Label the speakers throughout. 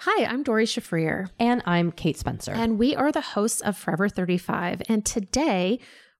Speaker 1: Hi, I'm Dori Shafrir,
Speaker 2: And I'm Kate Spencer.
Speaker 1: and we are the hosts of Forever 35. And today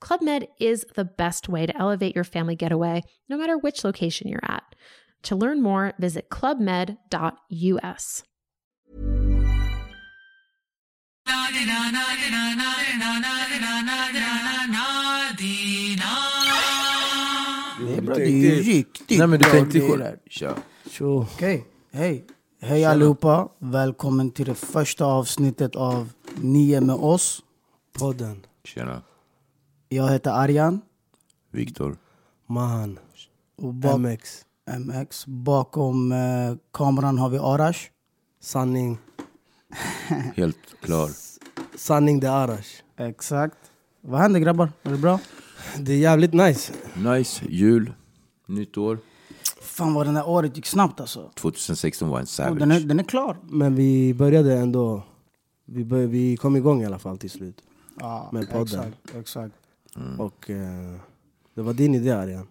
Speaker 1: Club Med is the best way to elevate your family getaway, no matter which location you're at. To learn more, visit clubmed.us.
Speaker 3: Det är bra.
Speaker 4: Det är
Speaker 3: Det är
Speaker 4: riktigt
Speaker 3: Nej men du
Speaker 4: bra
Speaker 3: tänkte
Speaker 4: grejer
Speaker 3: själv.
Speaker 4: här.
Speaker 3: Tja.
Speaker 4: Tjo. Okej, hej. Hej allihopa. Välkommen till det första avsnittet av Nio med oss. Podden.
Speaker 3: Tjena.
Speaker 4: Jag heter Arjan
Speaker 3: Viktor.
Speaker 5: Man.
Speaker 4: och bak-
Speaker 5: MX.
Speaker 4: MX. Bakom eh, kameran har vi Arash.
Speaker 5: Sanning.
Speaker 3: Helt klar.
Speaker 5: Sanning det är Arash.
Speaker 4: Exakt. Vad händer grabbar? Är det bra?
Speaker 5: Det är jävligt nice.
Speaker 3: Nice. Jul. Nytt år.
Speaker 4: Fan vad den här året gick snabbt alltså.
Speaker 3: 2016 var en
Speaker 4: Oh,
Speaker 3: savage.
Speaker 4: den, är, den är klar.
Speaker 5: Men vi började ändå. Vi, bör, vi kom igång i alla fall till slut.
Speaker 4: Ja,
Speaker 5: Med podden.
Speaker 4: Exakt, exakt.
Speaker 5: Och eh, det var din idé Arjan.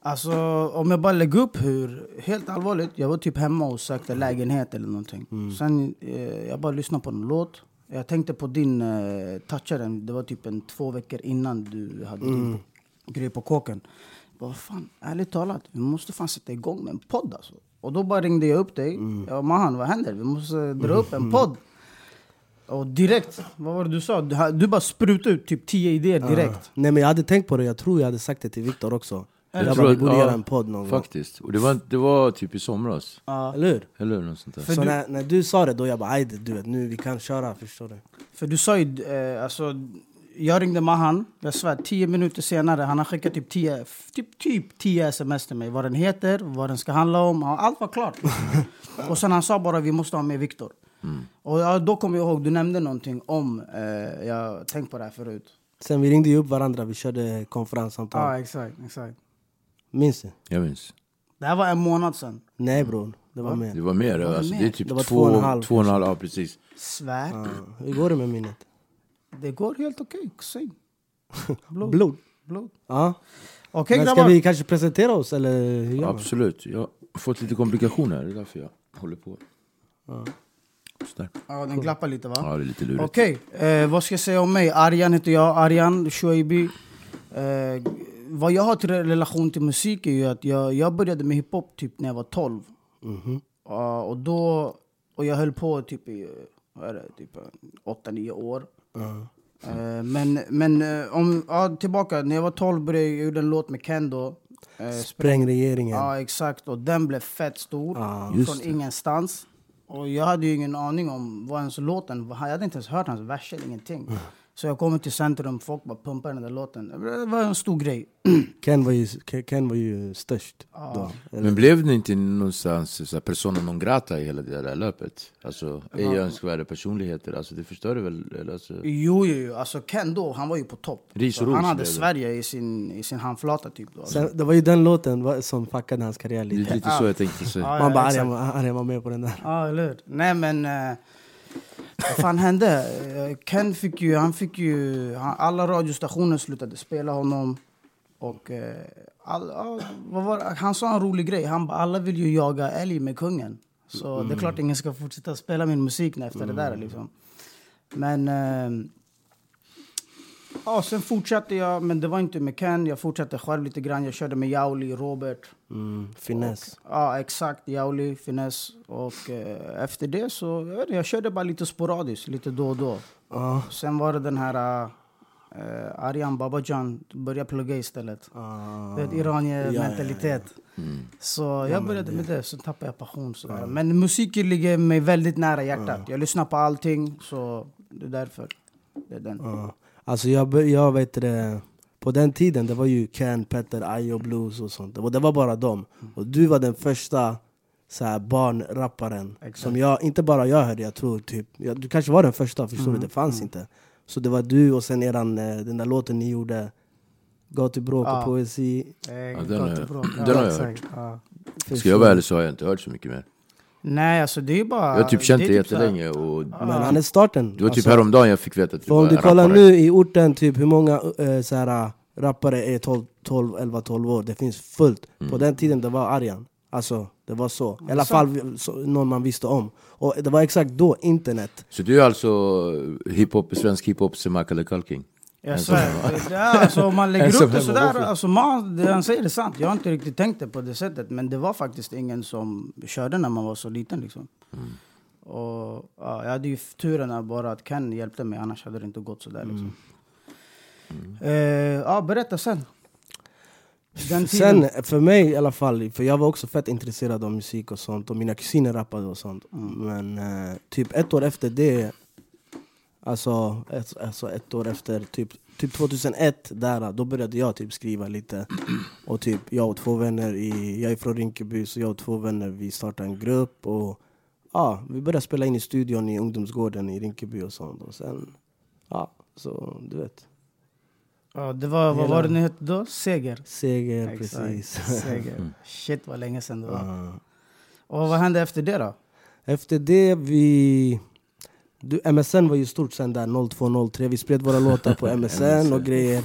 Speaker 4: Alltså om jag bara lägger upp hur, helt allvarligt, jag var typ hemma och sökte lägenhet eller någonting. Sen eh, jag bara lyssnade på en låt. Jag tänkte på din eh, toucharen, det var typ en två veckor innan du hade din grej på kåken. Jag bara, fan, ärligt talat, vi måste fan sätta igång med en podd alltså. Och då bara ringde jag upp dig. Jag bara, Mahan vad händer? Vi måste dra upp en podd. Och direkt, vad var det du sa? Du, du bara sprutade ut typ tio idéer direkt.
Speaker 5: Nej men jag hade tänkt på det. Jag tror jag hade sagt det till Viktor också. Jag,
Speaker 3: tror
Speaker 5: bara, vi
Speaker 3: att-
Speaker 5: borde
Speaker 3: ja,
Speaker 5: göra en podd någon gång.
Speaker 3: Faktiskt. Och det var, det var typ i somras.
Speaker 5: Eller hur?
Speaker 3: Eller något sånt där.
Speaker 5: Så när, när du sa det då, jag bara "Aj, du vet nu vi kan köra, förstår du?
Speaker 4: För du sa ju, eh, alltså, jag ringde Mahan, jag svär, tio minuter senare, han har skickat typ tio, typ, typ tio sms till mig. Vad den heter, vad den ska handla om, ja, allt var klart. och sen han sa bara vi måste ha med Viktor.
Speaker 5: Mm.
Speaker 4: Och ja, då kommer jag ihåg, du nämnde någonting om, eh, jag tänkt på det här förut.
Speaker 5: Sen vi ringde ju upp varandra, vi körde
Speaker 4: Ja,
Speaker 5: konferenssamtal.
Speaker 4: exakt, exakt.
Speaker 5: Minns du?
Speaker 3: Jag minns.
Speaker 4: Det här var en månad sedan.
Speaker 5: Nej bror, det var mer.
Speaker 3: Det var mer. Alltså, det är typ
Speaker 5: Det var
Speaker 3: två,
Speaker 5: två och en halv,
Speaker 3: Två och en halv, ja precis.
Speaker 4: Svär.
Speaker 5: Ja. Hur går det med minnet?
Speaker 4: Det går helt okej, same.
Speaker 5: Blod?
Speaker 4: Blod.
Speaker 5: Ja.
Speaker 4: Okej
Speaker 5: Men ska
Speaker 4: grabbar.
Speaker 5: vi kanske presentera oss eller hur gör man?
Speaker 3: Absolut. Jag har fått lite komplikationer. Det är därför jag håller på. Sådär.
Speaker 4: Ja, den glappar lite va?
Speaker 3: Ja, det är lite lurigt.
Speaker 4: Okej, eh, vad ska jag säga om mig? Arjan heter jag, Arjan Shoaibi. Eh, vad jag har till relation till musik är ju att jag, jag började med hiphop typ när jag var 12. Ja, och, då, och jag höll på typ i vad är det, typ 8-9 år. Eh, men men eh, om, ja, tillbaka, när jag var 12 började jag göra en låt med Kendo. Eh,
Speaker 5: Spräng regeringen.
Speaker 4: Ja, exakt. Och den blev fett stor.
Speaker 3: just
Speaker 4: från ingenstans. Och jag hade ju ingen aning om vad ens låten var. Jag hade inte ens hört hans vers eller ingenting.
Speaker 3: Mm.
Speaker 4: Så jag kommer till centrum, folk bara pumpar den där låten. Det var en stor grej.
Speaker 5: Ken, var ju, Ken- Ken var ju störst då.
Speaker 3: Men blev ni inte någonstans så här, persona non grata i hela det där löpet? Alltså, ej önskvärda personligheter. Alltså, det förstörde väl... eller, Alltså,
Speaker 4: Jo, jo, jo. Alltså Ken då, han var ju på topp.
Speaker 3: Ris och
Speaker 4: Så han
Speaker 3: ros,
Speaker 4: hade
Speaker 3: det är det.
Speaker 4: Sverige i sin, i sin handflata typ. Då.
Speaker 5: Sen, det var ju den låten va- som fuckade hans karriär
Speaker 3: det är
Speaker 5: lite.
Speaker 3: lite så jag tänkte säga.
Speaker 4: Ja, ja,
Speaker 5: Man bara
Speaker 4: exakt.
Speaker 5: Arjan var- Arjan var med på den där.
Speaker 4: Ja, eller hur? Nej, men... eh, vad fan hände? Eh, Ken fick ju... Han fick ju han, alla radiostationer slutade spela honom. Och... eh, all, ja, vad var, det? han sa en rolig grej. Han bara, alla vill ju jaga älg med kungen. Så det är klart ingen ska fortsätta spela min musik efter det där. Liksom. Men... eh, Ja, sen fortsatte jag, men det var inte med Ken. Jag fortsatte själv lite grann. Jag körde med Jauli, Robert.
Speaker 5: Mm, finess.
Speaker 4: Ja, exakt. Jauli, finess. Och eh, efter det så, jag vet inte, jag körde bara lite sporadiskt, lite då och då.
Speaker 5: Ja.
Speaker 4: Sen var det den här, eh, eh, Aryan Babajan började plugga istället.
Speaker 5: Ah.
Speaker 4: Det är ett iranier-mentalitet.
Speaker 5: Mm.
Speaker 4: Så jag började med det, så tappade jag passion. Sådär. Men musiken ligger mig väldigt nära hjärtat. Jag lyssnar på allting, så det är därför. Det är den.
Speaker 5: Ja. Alltså jag, bör- jag vet det, på den tiden det var ju Ken, Petter, Ayo Blues och sånt. Och det var bara dem.
Speaker 3: Mm.
Speaker 5: Och du var den första så här, barnrapparen som jag, inte bara jag hörde, jag tror typ, ja, du kanske var den första, förstår
Speaker 3: Mm.
Speaker 5: du? Det fanns inte. Så det var du och sen eran, eh, den där låten ni gjorde, Gatubråk
Speaker 3: Ah.
Speaker 5: och poesi.
Speaker 4: Eh,
Speaker 3: den har jag-
Speaker 4: gatubråk,
Speaker 3: den har jag hört.
Speaker 4: exakt, ja.
Speaker 3: Ska jag vara ärlig så har jag inte hört så mycket mer.
Speaker 4: Nej, alltså det är bara...
Speaker 3: Jag har typ känt
Speaker 4: det
Speaker 3: det
Speaker 4: är typ så här-
Speaker 3: jättelänge och
Speaker 5: Men han är starten.
Speaker 3: det var typ
Speaker 5: Alltså,
Speaker 3: häromdagen jag fick veta att det
Speaker 5: för om
Speaker 3: var
Speaker 5: du
Speaker 3: en
Speaker 5: kollar
Speaker 3: rappare.
Speaker 5: nu i orten, typ hur många eh, så här, rappare är 12, 12, 11, 12 år? Det finns fullt. På den tiden det var Arjan. Alltså, det var så. I alla fall vi- så, någon man visste om. Och det var exakt då internet.
Speaker 3: Så du är alltså hiphop, svensk hiphop sen Michael Culking?
Speaker 4: Jag svär. Det är, alltså, om man lägger upp
Speaker 3: Ensam
Speaker 4: det
Speaker 3: hemma,
Speaker 4: sådär,
Speaker 3: varför?
Speaker 4: alltså, man, det han säger är sant. Jag har inte riktigt tänkt det på det sättet. Men det var faktiskt ingen som körde när man var så liten. Liksom.
Speaker 5: Mm.
Speaker 4: Och, ja, jag hade ju turen att bara att Ken hjälpte mig, annars hade det inte gått sådär. Liksom.
Speaker 5: Mm.
Speaker 4: Eh, ja, berätta sen. Den tiden.
Speaker 5: Sen, för mig i alla fall, för jag var också fett intresserad av musik och sånt. Och mina kusiner rappade och sånt. Men eh, typ ett år efter det, alltså ett, alltså ett år efter, typ, typ 2001, där, då började jag typ skriva lite. Och typ jag och två vänner, i, jag är från Rinkeby, så jag och två vänner vi startade en grupp. Och ja, vi började spela in i studion i ungdomsgården i Rinkeby och sånt. Och sen, ja, så du vet.
Speaker 4: Ja, det var, vad var det ni hette då? Seger?
Speaker 5: Seger,
Speaker 4: Exakt,
Speaker 5: precis. Mm.
Speaker 4: Seger. Shit vad länge sedan det var. Och vad hände efter det då?
Speaker 5: Efter det vi... Du, MSN var ju stort sen där 0203, vi spred våra låtar på MSN och grejer.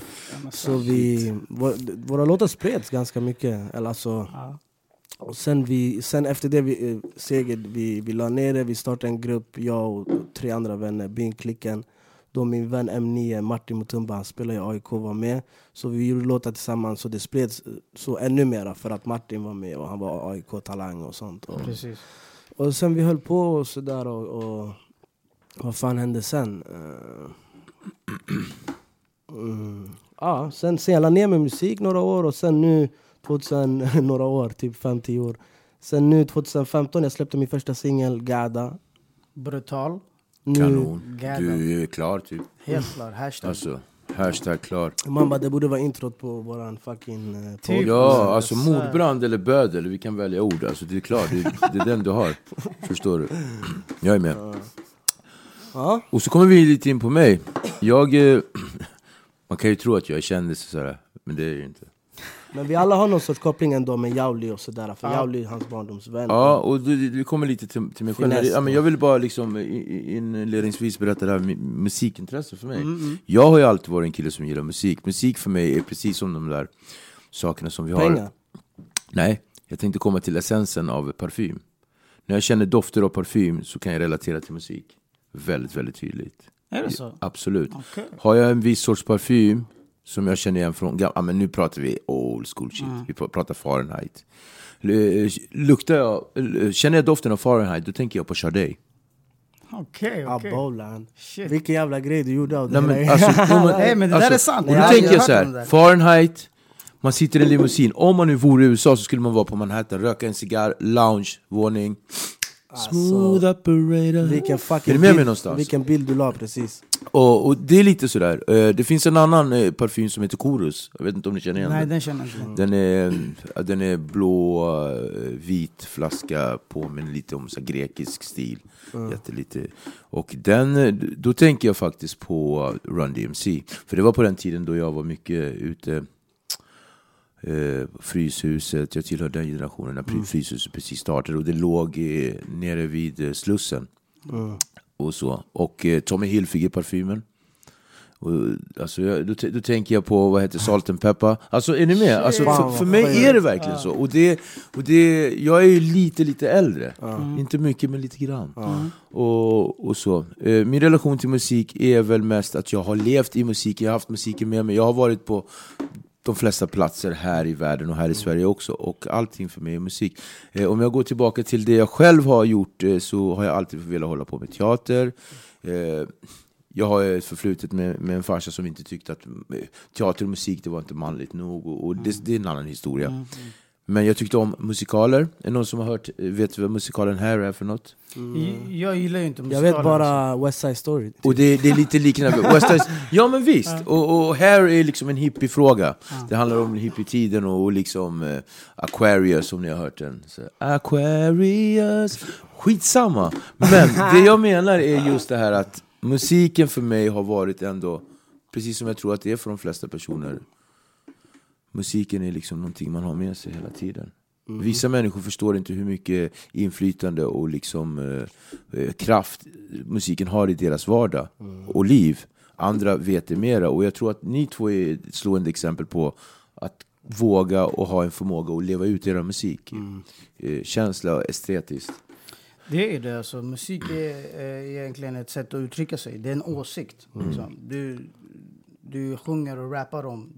Speaker 5: Så vi, vår, våra låtar spreds ganska mycket. Eller alltså, och sen, vi, sen efter det, vi, eh, Seger, vi, vi la ner det, vi startade en grupp, jag och tre andra vänner, byn Klicken. Då min vän M9, Martin Mutumba, han spelar i AIK, var med. Så vi gjorde låtar tillsammans och det spreds eh, så ännu mera för att Martin var med och han var AIK-talang och sånt. Och,
Speaker 4: Precis.
Speaker 5: och sen vi höll på och sådär och, och vad fan hände sen? Eh, Mm. Ja, sen, sen jag la ner med musik några år och sen nu 2000, några år, typ 5-10 år. Sen nu 2015, jag släppte min första singel Gada.
Speaker 4: Brutal.
Speaker 5: Nu,
Speaker 3: Kanon.
Speaker 4: Gadda.
Speaker 3: Du är klar typ.
Speaker 4: Helt klar. Hashtag.
Speaker 3: Alltså, hashtag klar.
Speaker 5: man bara, det borde vara introt på våran fucking... eh, podd.
Speaker 4: Typ.
Speaker 3: Ja, alltså mordbrand eller bödel, vi kan välja ord. Alltså det är klart, det, det är den du har. Förstår du? Jag är med.
Speaker 5: Ja.
Speaker 3: Och så kommer vi lite in på mig. Jag... eh, Man kan ju tro att jag är kändis och sådär, men det är jag ju inte.
Speaker 5: Men vi alla har någon sorts koppling ändå med Jauli och sådär, för Jauli är hans barndomsvän.
Speaker 3: Ja, och du, du kommer lite till, till mig själv.
Speaker 5: Finess
Speaker 3: Ja, men jag vill bara liksom i- i- inledningsvis berätta det här med musikintresse för
Speaker 5: Mm,
Speaker 3: mig. Jag har ju alltid varit en kille som gillar musik. Musik för mig är precis som de där sakerna som vi
Speaker 5: Pengar.
Speaker 3: har. Nej, jag tänkte komma till essensen av parfym. När jag känner dofter av parfym så kan jag relatera till musik. Väldigt, väldigt tydligt.
Speaker 4: Är det så?
Speaker 3: Absolut.
Speaker 4: Okej.
Speaker 3: Har jag en viss sorts parfym som jag känner igen från, gam- ja, men nu pratar vi old school shit,
Speaker 4: Mm.
Speaker 3: vi pr- pratar Fahrenheit. L- eh, Luktar jag, l- känner jag doften av Fahrenheit, då tänker jag på Sade.
Speaker 4: Okej, okej.
Speaker 5: Abolan.
Speaker 4: Shit.
Speaker 5: Vilken jävla grej du gjorde av det
Speaker 3: Nej, men,
Speaker 5: hela.
Speaker 3: alltså, jo, men,
Speaker 4: Nej, men det där är sant.
Speaker 3: Alltså, Och då
Speaker 4: Jag har
Speaker 3: tänker jag
Speaker 4: hört
Speaker 3: så
Speaker 4: om det där.
Speaker 3: här, Fahrenheit, man sitter i en limousin. Om man nu vore i USA så skulle man vara på Manhattan, röka en cigarr, lounge, våning.
Speaker 4: Alltså,
Speaker 3: Smooth operator.
Speaker 5: Vilken fucking
Speaker 3: är du med mig
Speaker 5: bild,
Speaker 3: någonstans?
Speaker 5: Vilken bild du la precis.
Speaker 3: Och, och det är lite sådär. Eh, Det finns en annan eh, parfym som heter Korus. Jag vet inte om ni känner igen
Speaker 4: Nej,
Speaker 3: den.
Speaker 4: den känner jag inte.
Speaker 3: Den är, ja, den är blå, eh, vit flaska, påminner lite om så här grekisk stil. Jättelite. Och den, eh, då tänker jag faktiskt på Run DMC. För det var på den tiden då jag var mycket ute, eh, Fryshuset, jag tillhör den generationen när mm. Fryshuset precis startade. Och det låg eh, nere vid eh, Slussen. Och så. Och eh, Tommy Hilfiger-parfymen. Och, Alltså, jag, då, t- då tänker jag på vad heter salt and pepper. Alltså är ni med? Alltså, för, för mig är det verkligen så. Och det, och det, jag är ju lite, lite äldre. Mm. Inte mycket, men lite grann. Och, och så. Eh, min relation till musik är väl mest att jag har levt i musiken, jag har haft musiken med mig. Jag har varit på de flesta platser här i världen och här i Sverige också. Och allting för mig är musik. Eh, om jag går tillbaka till det jag själv har gjort eh, så har jag alltid velat hålla på med teater. Eh, jag har ett förflutet med, med en farsa som inte tyckte att eh, teater och musik det var inte manligt nog. Och, och det, det är en annan historia. Men jag tyckte om musikaler. Är det någon som har hört, eh, vet vad musikalen här är för något?
Speaker 4: I- Mm. Jag gillar ju inte
Speaker 5: Jag
Speaker 4: musikaler.
Speaker 5: vet bara West Side Story. typ.
Speaker 3: Och det, det är lite liknande. West Side, ja men visst! Och, och här är liksom en hippiefråga. Det handlar om hippietiden och, och liksom eh, Aquarius, om ni har hört den. Så, Aquarius! Skitsamma! Men det jag menar är just det här att musiken för mig har varit ändå, precis som jag tror att det är för de flesta personer, musiken är liksom någonting man har med sig hela tiden. Vissa människor förstår inte hur mycket inflytande och liksom, eh, eh, kraft musiken har i deras vardag och liv. Andra vet det mera. Och jag tror att ni två är ett slående exempel på att våga och ha en förmåga att leva ut era musik. Eh, känsla och estetiskt.
Speaker 4: Det är det alltså. Musik är eh, egentligen ett sätt att uttrycka sig. Det är en åsikt.
Speaker 3: Mm.
Speaker 4: Liksom. Du, du sjunger och rappar om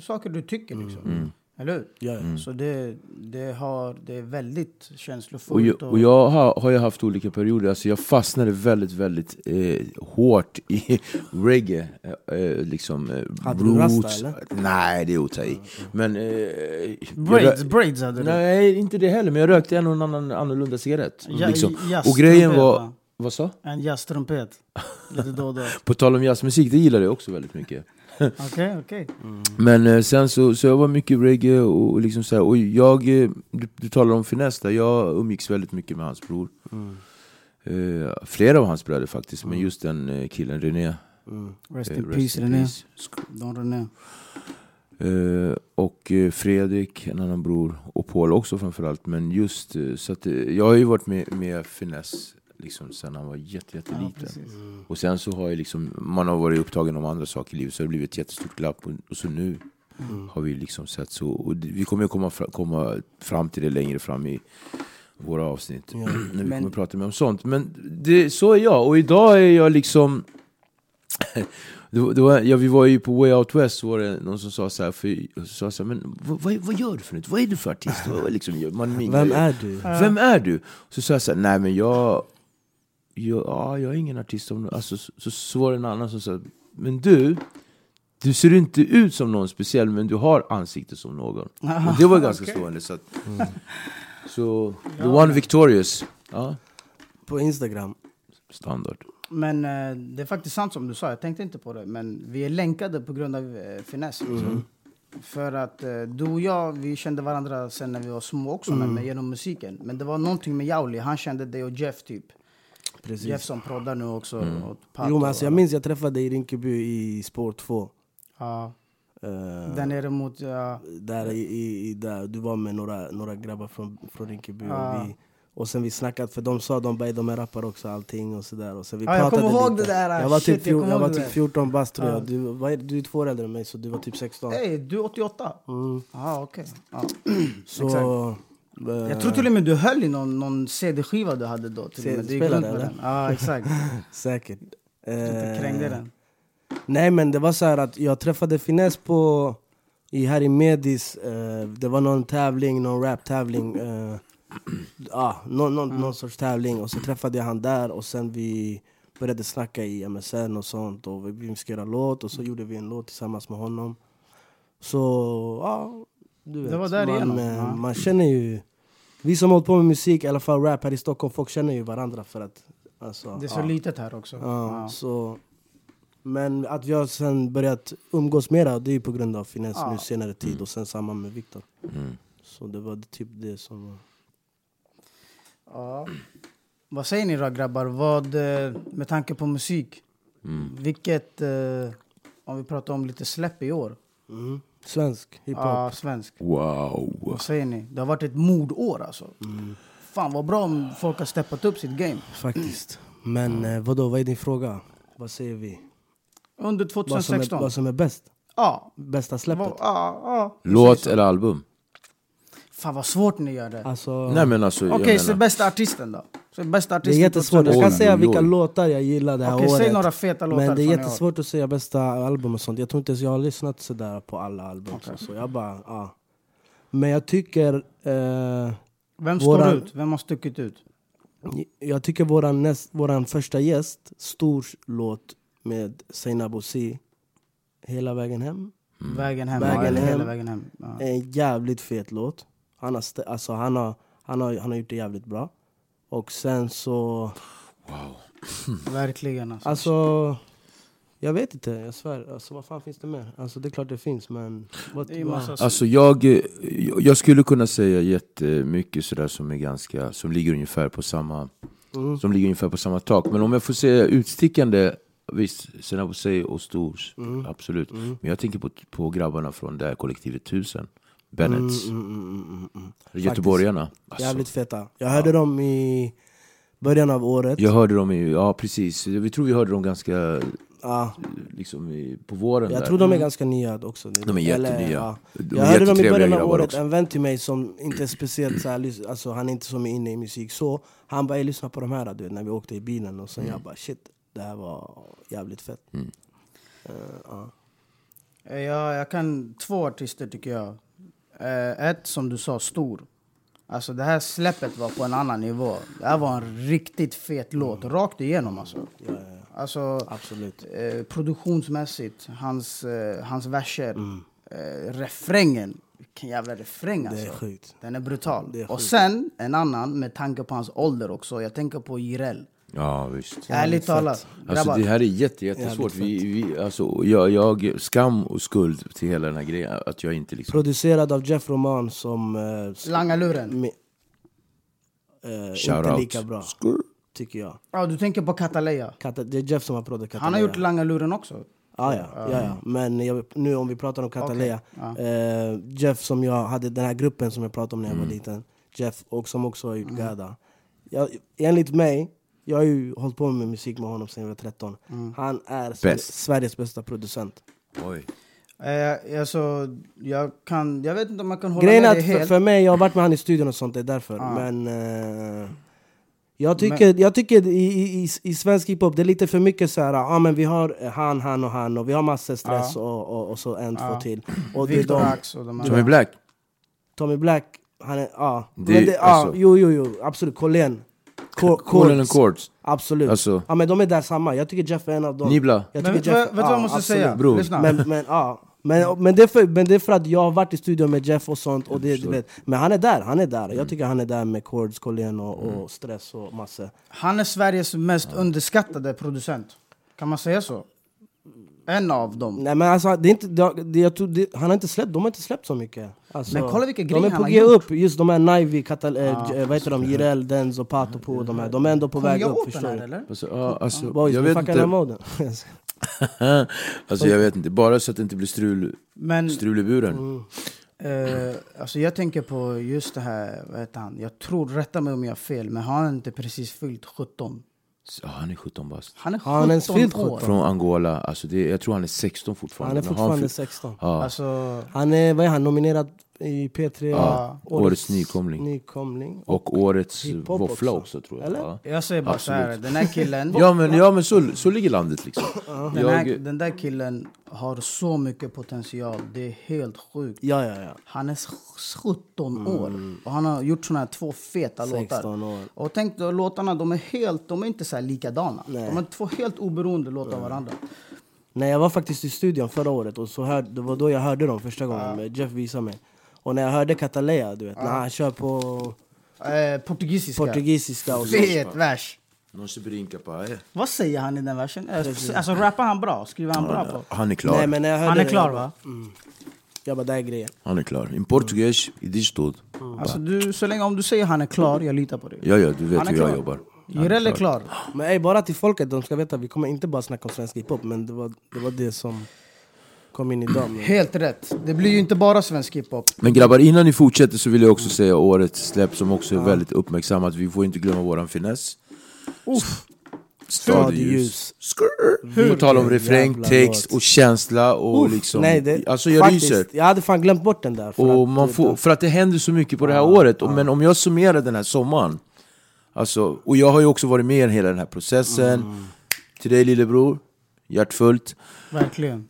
Speaker 4: saker du tycker liksom.
Speaker 3: Mm.
Speaker 4: Eller hur?
Speaker 5: Ja, ja.
Speaker 4: Så det, det, har, det är väldigt känslofullt.
Speaker 3: Och jag, och jag har, har ju haft olika perioder, alltså jag fastnade väldigt, väldigt eh, hårt i reggae. Eh, eh, liksom, eh,
Speaker 5: Hade du
Speaker 3: roots.
Speaker 5: rasta, eller?
Speaker 3: Nej, det är att ta i. Men... Eh, jag
Speaker 4: braids,
Speaker 3: rö-
Speaker 4: braids hade du.
Speaker 3: Nej, inte det heller, men jag rökte en och annan annorlunda cigarett.
Speaker 4: Ja,
Speaker 3: liksom.
Speaker 4: jazz-
Speaker 3: Och grejen var...
Speaker 4: trumpet, va?
Speaker 3: Vad sa?
Speaker 4: En jazztrumpet. Lite då och då.
Speaker 3: På tal om jazzmusik, det gillade jag också väldigt mycket.
Speaker 4: Okej, okej.
Speaker 3: Men eh, sen så, så jag var mycket reggae och, och liksom så här, och jag, eh, du, du talar om finess där, jag umgicks väldigt mycket med hans bror.
Speaker 4: Mm.
Speaker 3: Eh, flera av hans bröder faktiskt, men just den eh, killen René. eh, rest
Speaker 4: Rest in peace René. Don René.
Speaker 3: Eh, och eh, Fredrik, en annan bror, och Paul också framförallt. Men just, eh, så att, eh, jag har ju varit med, med finess liksom, sen han var jätte,
Speaker 4: Ja,
Speaker 3: jätteliten.
Speaker 4: precis.
Speaker 3: Och sen så har jag liksom, man har varit upptagen om andra saker i livet så det har blivit ett jättestort glapp. Och, och så nu har vi liksom sett så. Och det- vi kommer ju komma, fra, komma fram till det längre fram i våra avsnitt. När vi
Speaker 4: Men-
Speaker 3: kommer prata mer om sånt. Men det, så är jag. Och idag är jag liksom... Det var, det var, ja, vi var ju på Way Out West, så var det någon som sa så här, för, sa så här men vad, vad, vad gör du för något? Vad är du för artist? Vad, liksom, man minglar
Speaker 5: Vem
Speaker 3: ju.
Speaker 5: är du?
Speaker 3: Vem är du? Så sa jag så här, nej men jag... jag ja, jag är ingen artist. Om, alltså, så, så, så var det en annan som sa, men du, du ser inte ut som någon speciell, men du har ansikte som någon. Och det var
Speaker 4: Ah,
Speaker 3: ganska slående. Så, att,
Speaker 5: Mm.
Speaker 3: så the one victorious. Ja,
Speaker 5: På Instagram.
Speaker 3: standard.
Speaker 4: Men eh, det är faktiskt sant som du sa, jag tänkte inte på det. Men vi är länkade på grund av eh, finess. Liksom.
Speaker 5: Mm.
Speaker 4: För att eh, du och jag, vi kände varandra sen när vi var små också,
Speaker 5: Mm.
Speaker 4: men med, genom musiken. Men det var någonting med Jauli, han kände dig och Jeff typ.
Speaker 5: Precis.
Speaker 4: Jeff som proddar nu också. Och Pato
Speaker 5: Jo men alltså, jag
Speaker 4: och-
Speaker 5: minns jag träffade dig i Rinkeby i spår 2.
Speaker 4: Ja,
Speaker 5: Eh,
Speaker 4: där nere mot... Ja,
Speaker 5: där, i, i, i- där du var med några, några grabbar från, från Rinkeby.
Speaker 4: Ja.
Speaker 5: Och, vi, och sen vi snackat, för de sa de bara de är rappare också allting och sådär. Och sen vi
Speaker 4: Ja, jag
Speaker 5: pratade
Speaker 4: kommer ihåg
Speaker 5: lite.
Speaker 4: det där,
Speaker 5: Jag var
Speaker 4: shit,
Speaker 5: typ,
Speaker 4: jag
Speaker 5: fjor,
Speaker 4: kommer
Speaker 5: jag var
Speaker 4: ihåg det
Speaker 5: typ
Speaker 4: där.
Speaker 5: 14 bast tror jag. Du, vad är, du är två år äldre än mig så du var typ 16.
Speaker 4: hey, du är 88? Mm. Ah, okay. ja,
Speaker 5: så, eh,
Speaker 4: Jag tror till och med du höll i någon, någon CD-skiva du hade då. Till och med. Du gick
Speaker 5: CD-spelare,
Speaker 4: runt med
Speaker 5: eller?
Speaker 4: den. Ja, exakt.
Speaker 5: Säkert.
Speaker 4: Du
Speaker 5: Eh,
Speaker 4: krängde den.
Speaker 5: Nej men det var så här att jag träffade Finess på, i, här i Medis, eh, det var någon tävling, någon rap-tävling. Eh, ah, någon, någon, någon sorts tävling och så träffade jag han där och sen vi började snacka i MSN och sånt och vi- vi ska göra låt och så gjorde vi en låt tillsammans med honom. Så ja, du vet.
Speaker 4: Det var där
Speaker 5: man,
Speaker 4: igenom,
Speaker 5: eh,
Speaker 4: ja.
Speaker 5: man känner ju, vi som hållit på med musik, i alla fall rap här i Stockholm, folk känner ju varandra för att alltså,
Speaker 4: Det är så
Speaker 5: ja.
Speaker 4: litet här också.
Speaker 5: Ja,
Speaker 4: Ja.
Speaker 5: så. Men att jag sen börjat umgås mera, det är ju på grund av finess nu senare tid och sen samma med Viktor. Så det var typ det som var...
Speaker 4: Ja. Vad säger ni då grabbar? Vad, eh, med tanke på musik,
Speaker 5: Mm.
Speaker 4: vilket, eh, om vi pratar om lite släpp i år,
Speaker 5: Mm. Svensk hiphop.
Speaker 4: ja, svensk.
Speaker 3: Wow!
Speaker 4: Vad säger ni? Det har varit ett mordår alltså.
Speaker 5: Mm.
Speaker 4: Fan vad bra om folk har steppat upp sitt game.
Speaker 5: Faktiskt. Men eh, vadå, vad är din fråga? Vad säger vi?
Speaker 4: Under
Speaker 5: Vad som,
Speaker 4: 2016.
Speaker 5: är, vad som är bäst?
Speaker 4: Ja.
Speaker 5: Bästa
Speaker 4: Vad-
Speaker 5: släppet?
Speaker 4: ja, ja.
Speaker 3: Låt eller album?
Speaker 4: Fan vad svårt ni gör det.
Speaker 5: Alltså,
Speaker 3: Nej men alltså,
Speaker 4: Okej,
Speaker 3: jag menar,
Speaker 4: så bästa artisten då? Så bästa
Speaker 5: det är
Speaker 4: artisten
Speaker 5: jättesvårt. Jag
Speaker 3: Oj,
Speaker 5: kan
Speaker 3: oj,
Speaker 5: säga
Speaker 3: oj.
Speaker 5: vilka låtar jag gillar det här
Speaker 4: Okej, säg
Speaker 5: året.
Speaker 4: några feta låtar
Speaker 5: men det
Speaker 4: från
Speaker 5: är
Speaker 4: i år.
Speaker 5: jättesvårt att säga bästa album och sånt. Jag tror inte ens jag har lyssnat sådär på alla album. Så jag bara, ja. Men jag tycker... Eh,
Speaker 4: Vem
Speaker 5: Våra-
Speaker 4: står ut? Vem har stuckit ut?
Speaker 5: Jag tycker våran, näst, våran första gäst, stor låt med Seinab och Si hela vägen hem.
Speaker 4: Vägen hem.
Speaker 5: Mm. Vägen
Speaker 4: ja, eller
Speaker 5: hem.
Speaker 4: Hela vägen hem. Ja.
Speaker 5: En jävligt fet låt. Han har, st- alltså, han, har, han, har, han har gjort det jävligt bra. Och sen så...
Speaker 4: Verkligen alltså.
Speaker 5: Alltså... Jag vet inte, jag svär. Alltså, vad fan finns det mer? Alltså, det är klart det finns, men... What,
Speaker 4: Det är ju
Speaker 5: vad-
Speaker 4: massa
Speaker 3: Alltså jag, eh, jag- jag skulle kunna säga jättemycket sådär som är ganska, som ligger ungefär på samma,
Speaker 5: Mm.
Speaker 3: som ligger ungefär på samma tak. Men om jag får säga utstickande, visst, Senabo Sey och Stors,
Speaker 5: Mm.
Speaker 3: absolut. Men jag tänker på, på grabbarna från det här kollektivet 1000, Bennets, göteborgarna. Alltså,
Speaker 5: Mm, Jävligt feta. Jag hörde dem i början av året.
Speaker 3: jag hörde dem i, ja precis, vi tror vi hörde dem ganska,
Speaker 5: Ja,
Speaker 3: liksom i, på våren
Speaker 5: jag
Speaker 3: där.
Speaker 5: tror de är
Speaker 4: Mm.
Speaker 5: ganska nya också.
Speaker 3: De är
Speaker 5: Eller,
Speaker 3: jättenya. De är
Speaker 5: Jag hörde dem i
Speaker 3: jättetrevliga
Speaker 5: början av
Speaker 3: grabbar
Speaker 5: året.
Speaker 3: också.
Speaker 5: En vän till mig som inte är speciellt så här, lys- alltså, han är inte som är inne i musik så. Han bara, "Jag lyssnar på de här du vet, när vi åkte i bilen. Och sen
Speaker 3: Mm.
Speaker 5: jag bara, shit, det här var jävligt fett.
Speaker 4: Eh, Ja, jag kan två artister tycker jag. Eh, ett som du sa, stor. Alltså det här släppet var på en annan nivå. Det här var en riktigt fet
Speaker 5: Mm.
Speaker 4: låt, rakt igenom alltså. Alltså
Speaker 5: Absolut.
Speaker 4: eh, produktionsmässigt, hans, eh, hans verser, eh, refrängen. Vilken jävla refräng
Speaker 5: Mm. Det
Speaker 4: alltså.
Speaker 5: är sjukt.
Speaker 4: Den är brutal.
Speaker 5: Det är
Speaker 4: och
Speaker 5: sjukt.
Speaker 4: sen en annan, med tanke på hans ålder också. Jag tänker på Jireel.
Speaker 3: Ja visst.
Speaker 4: Ärligt talat,
Speaker 3: Alltså
Speaker 4: grabbar.
Speaker 3: det här är jätte, jättesvårt. Vi, vi, alltså, jag, jag, skam och skuld till hela den här grejen. Att jag inte liksom...
Speaker 5: Producerad av Jeff Roman som... eh, s-
Speaker 4: Langa luren.
Speaker 5: mi- eh,
Speaker 3: Shout
Speaker 5: inte
Speaker 3: out.
Speaker 5: lika bra, tycker jag.
Speaker 4: Ja, du tänker på Kataleya.
Speaker 5: Kata, det är Jeff som har producerat
Speaker 4: Han har
Speaker 5: Kataleya.
Speaker 4: gjort Langa luren också.
Speaker 5: Ah, ja, ja, ja. Men jag, nu om vi pratar om Kataleya. Eh, Jeff som jag hade, den här gruppen som jag pratade om när jag
Speaker 4: Mm.
Speaker 5: var liten. Jeff, och som också har gjort Gada. Jag, enligt mig, jag har ju hållit på med musik med honom sedan jag var 13.
Speaker 4: Mm.
Speaker 5: Han är Sve-
Speaker 3: Bäst.
Speaker 5: Sveriges bästa producent.
Speaker 3: Oj.
Speaker 4: Eh, alltså, jag, kan, jag vet inte om jag kan hålla
Speaker 5: Grejen är
Speaker 4: med
Speaker 5: att
Speaker 4: dig
Speaker 5: för,
Speaker 4: helt.
Speaker 5: för mig, jag har varit med han i studion och sånt, det är därför. Men... Eh, jag tycker, jag tycker i, i, i, i svensk hiphop det är lite för mycket så här, ah, men vi har eh, han, han och han och vi har massa stress och, och, och så en, två till. Och det är
Speaker 4: Victor
Speaker 5: de-
Speaker 4: Ax och de här.
Speaker 3: Tommy Black.
Speaker 5: Tommy Black, han är... Ja.
Speaker 3: Det-
Speaker 5: men det, ja
Speaker 3: alltså-
Speaker 5: jo, jo, jo. Absolut. Collén. Ko-
Speaker 3: Colin and
Speaker 5: Korts.
Speaker 3: Courts.
Speaker 5: Absolut.
Speaker 3: Alltså-
Speaker 5: ja, men de är där samma. Jag tycker Jeff är en av dem.
Speaker 3: Nibla.
Speaker 5: Jag
Speaker 4: Men vet du
Speaker 5: tycker
Speaker 4: vad
Speaker 5: Jeff-
Speaker 4: vet du vad jag måste
Speaker 5: absolut.
Speaker 4: säga?
Speaker 3: bror.
Speaker 4: Lyssna.
Speaker 5: Men, men, ja. men, men, det är för, men det är för att jag har varit i studion med Jeff och sånt. Och det, du vet. Men han är där. Han är där.
Speaker 3: Mm.
Speaker 5: Jag tycker han är där med Kords, Collén och, och Stress och massor.
Speaker 4: Han är Sveriges mest underskattade producent. Kan man säga så? En av dem.
Speaker 5: Nej men alltså, det är inte, det, det, jag tror, det, han har inte släppt, de har inte släppt så mycket. Alltså,
Speaker 4: Men kolla vilka
Speaker 5: De
Speaker 4: grejer
Speaker 5: är
Speaker 4: han
Speaker 5: på
Speaker 4: har
Speaker 5: G
Speaker 4: gjort. Ah,
Speaker 5: upp, just de här Nivey, Katal, eh, eh, vad heter de, Jireel, Denzo, Patopo och de här. De är ändå på
Speaker 4: Kommer
Speaker 5: väg
Speaker 4: jag
Speaker 5: upp
Speaker 4: åt den
Speaker 5: förstår
Speaker 4: här
Speaker 5: du.
Speaker 4: eller?
Speaker 3: Alltså, ja, alltså,
Speaker 5: Boys,
Speaker 3: jag
Speaker 5: nu
Speaker 3: vet
Speaker 5: fuckar den här
Speaker 3: inte.
Speaker 5: moden.
Speaker 3: alltså jag vet inte. Bara så att det inte blir strul,
Speaker 4: Men
Speaker 3: strul i buren.
Speaker 5: Mm.
Speaker 4: eh, alltså jag tänker på just det här, vad heter han? Jag tror, rätta mig om jag har fel, men har han inte precis fyllt 17?
Speaker 3: Så, ja, han är 17 bast.
Speaker 4: Han är 17
Speaker 5: Har han ens fyllt
Speaker 4: år.
Speaker 5: 17?
Speaker 3: Från Angola. Alltså det, jag tror han är 16 fortfarande.
Speaker 5: Han är
Speaker 3: Men har
Speaker 5: fortfarande
Speaker 3: fyllt-
Speaker 5: 16.
Speaker 3: Ja.
Speaker 4: Alltså,
Speaker 5: Han är, vad är han, nominerad i P3?
Speaker 3: årets nykomling.
Speaker 5: nykomling.
Speaker 3: och årets
Speaker 5: Hiphop
Speaker 3: våffla
Speaker 5: också.
Speaker 3: också. tror jag.
Speaker 5: Eller?
Speaker 3: Ja.
Speaker 4: jag säger bara så här,
Speaker 3: Absolut.
Speaker 4: den här killen,
Speaker 3: Ja men, ja, men så, så ligger landet liksom.
Speaker 4: den, här,
Speaker 3: Jag,
Speaker 4: den där killen har så mycket potential. Det är helt sjukt.
Speaker 5: Ja, ja, ja.
Speaker 4: Han är s- 17 år och han har gjort såna här två feta
Speaker 5: 16
Speaker 4: låtar.
Speaker 5: år.
Speaker 4: Och tänk då, låtarna, de är, helt, de är inte så här likadana. De är två helt oberoende låtar av varandra.
Speaker 5: Nej jag var faktiskt i studion förra året och så hör, det var då jag hörde dem första gången, Jeff visade mig. Och när jag hörde Kataleya, du vet, när han kör på
Speaker 4: Eh, portugisiska.
Speaker 5: portugisiska och så.
Speaker 4: Fet vers.
Speaker 3: Någon ska brinka på
Speaker 4: Vad säger han i den versen? Eh, Alltså rappar han bra? Skriver han bra på?
Speaker 3: Han är klar.
Speaker 5: Nej, men när jag hörde
Speaker 4: Han är
Speaker 5: det,
Speaker 4: klar
Speaker 5: jag bara-
Speaker 4: va?
Speaker 5: Jag bara, det här är grejer.
Speaker 3: Han är klar. In portugues, i ditt stod.
Speaker 4: Alltså du, så länge om du säger han är klar, jag litar på dig.
Speaker 3: Ja, ja, du vet
Speaker 4: Han är
Speaker 3: hur jag
Speaker 4: klar.
Speaker 3: jobbar.
Speaker 4: Jireel är klar.
Speaker 5: Men ey, bara till folket, de ska veta, vi kommer inte bara snacka om svensk hiphop, men det var det, var det som kom in idag. Men
Speaker 4: Helt rätt. Det blir ju inte bara svensk hiphop.
Speaker 3: Men grabbar, innan ni fortsätter så vill jag också säga årets släpp som också är väldigt uppmärksammat. Vi får inte glömma våran finess.
Speaker 5: Stadljus.
Speaker 3: Skrrr. På tal om refräng,
Speaker 5: jävla
Speaker 3: text
Speaker 5: låt.
Speaker 3: och känsla och
Speaker 5: Uff,
Speaker 3: liksom...
Speaker 5: nej, det,
Speaker 3: alltså jag
Speaker 5: faktiskt,
Speaker 3: ryser.
Speaker 5: Jag hade fan glömt bort den där. För
Speaker 3: Och
Speaker 5: att- eh,
Speaker 3: man får, för att det händer så mycket på det här året. Och, men om jag summerar den här sommaren. Alltså, och jag har ju också varit med i hela den här processen.
Speaker 5: Mm.
Speaker 3: Till dig lillebror, hjärtfullt.
Speaker 4: Verkligen.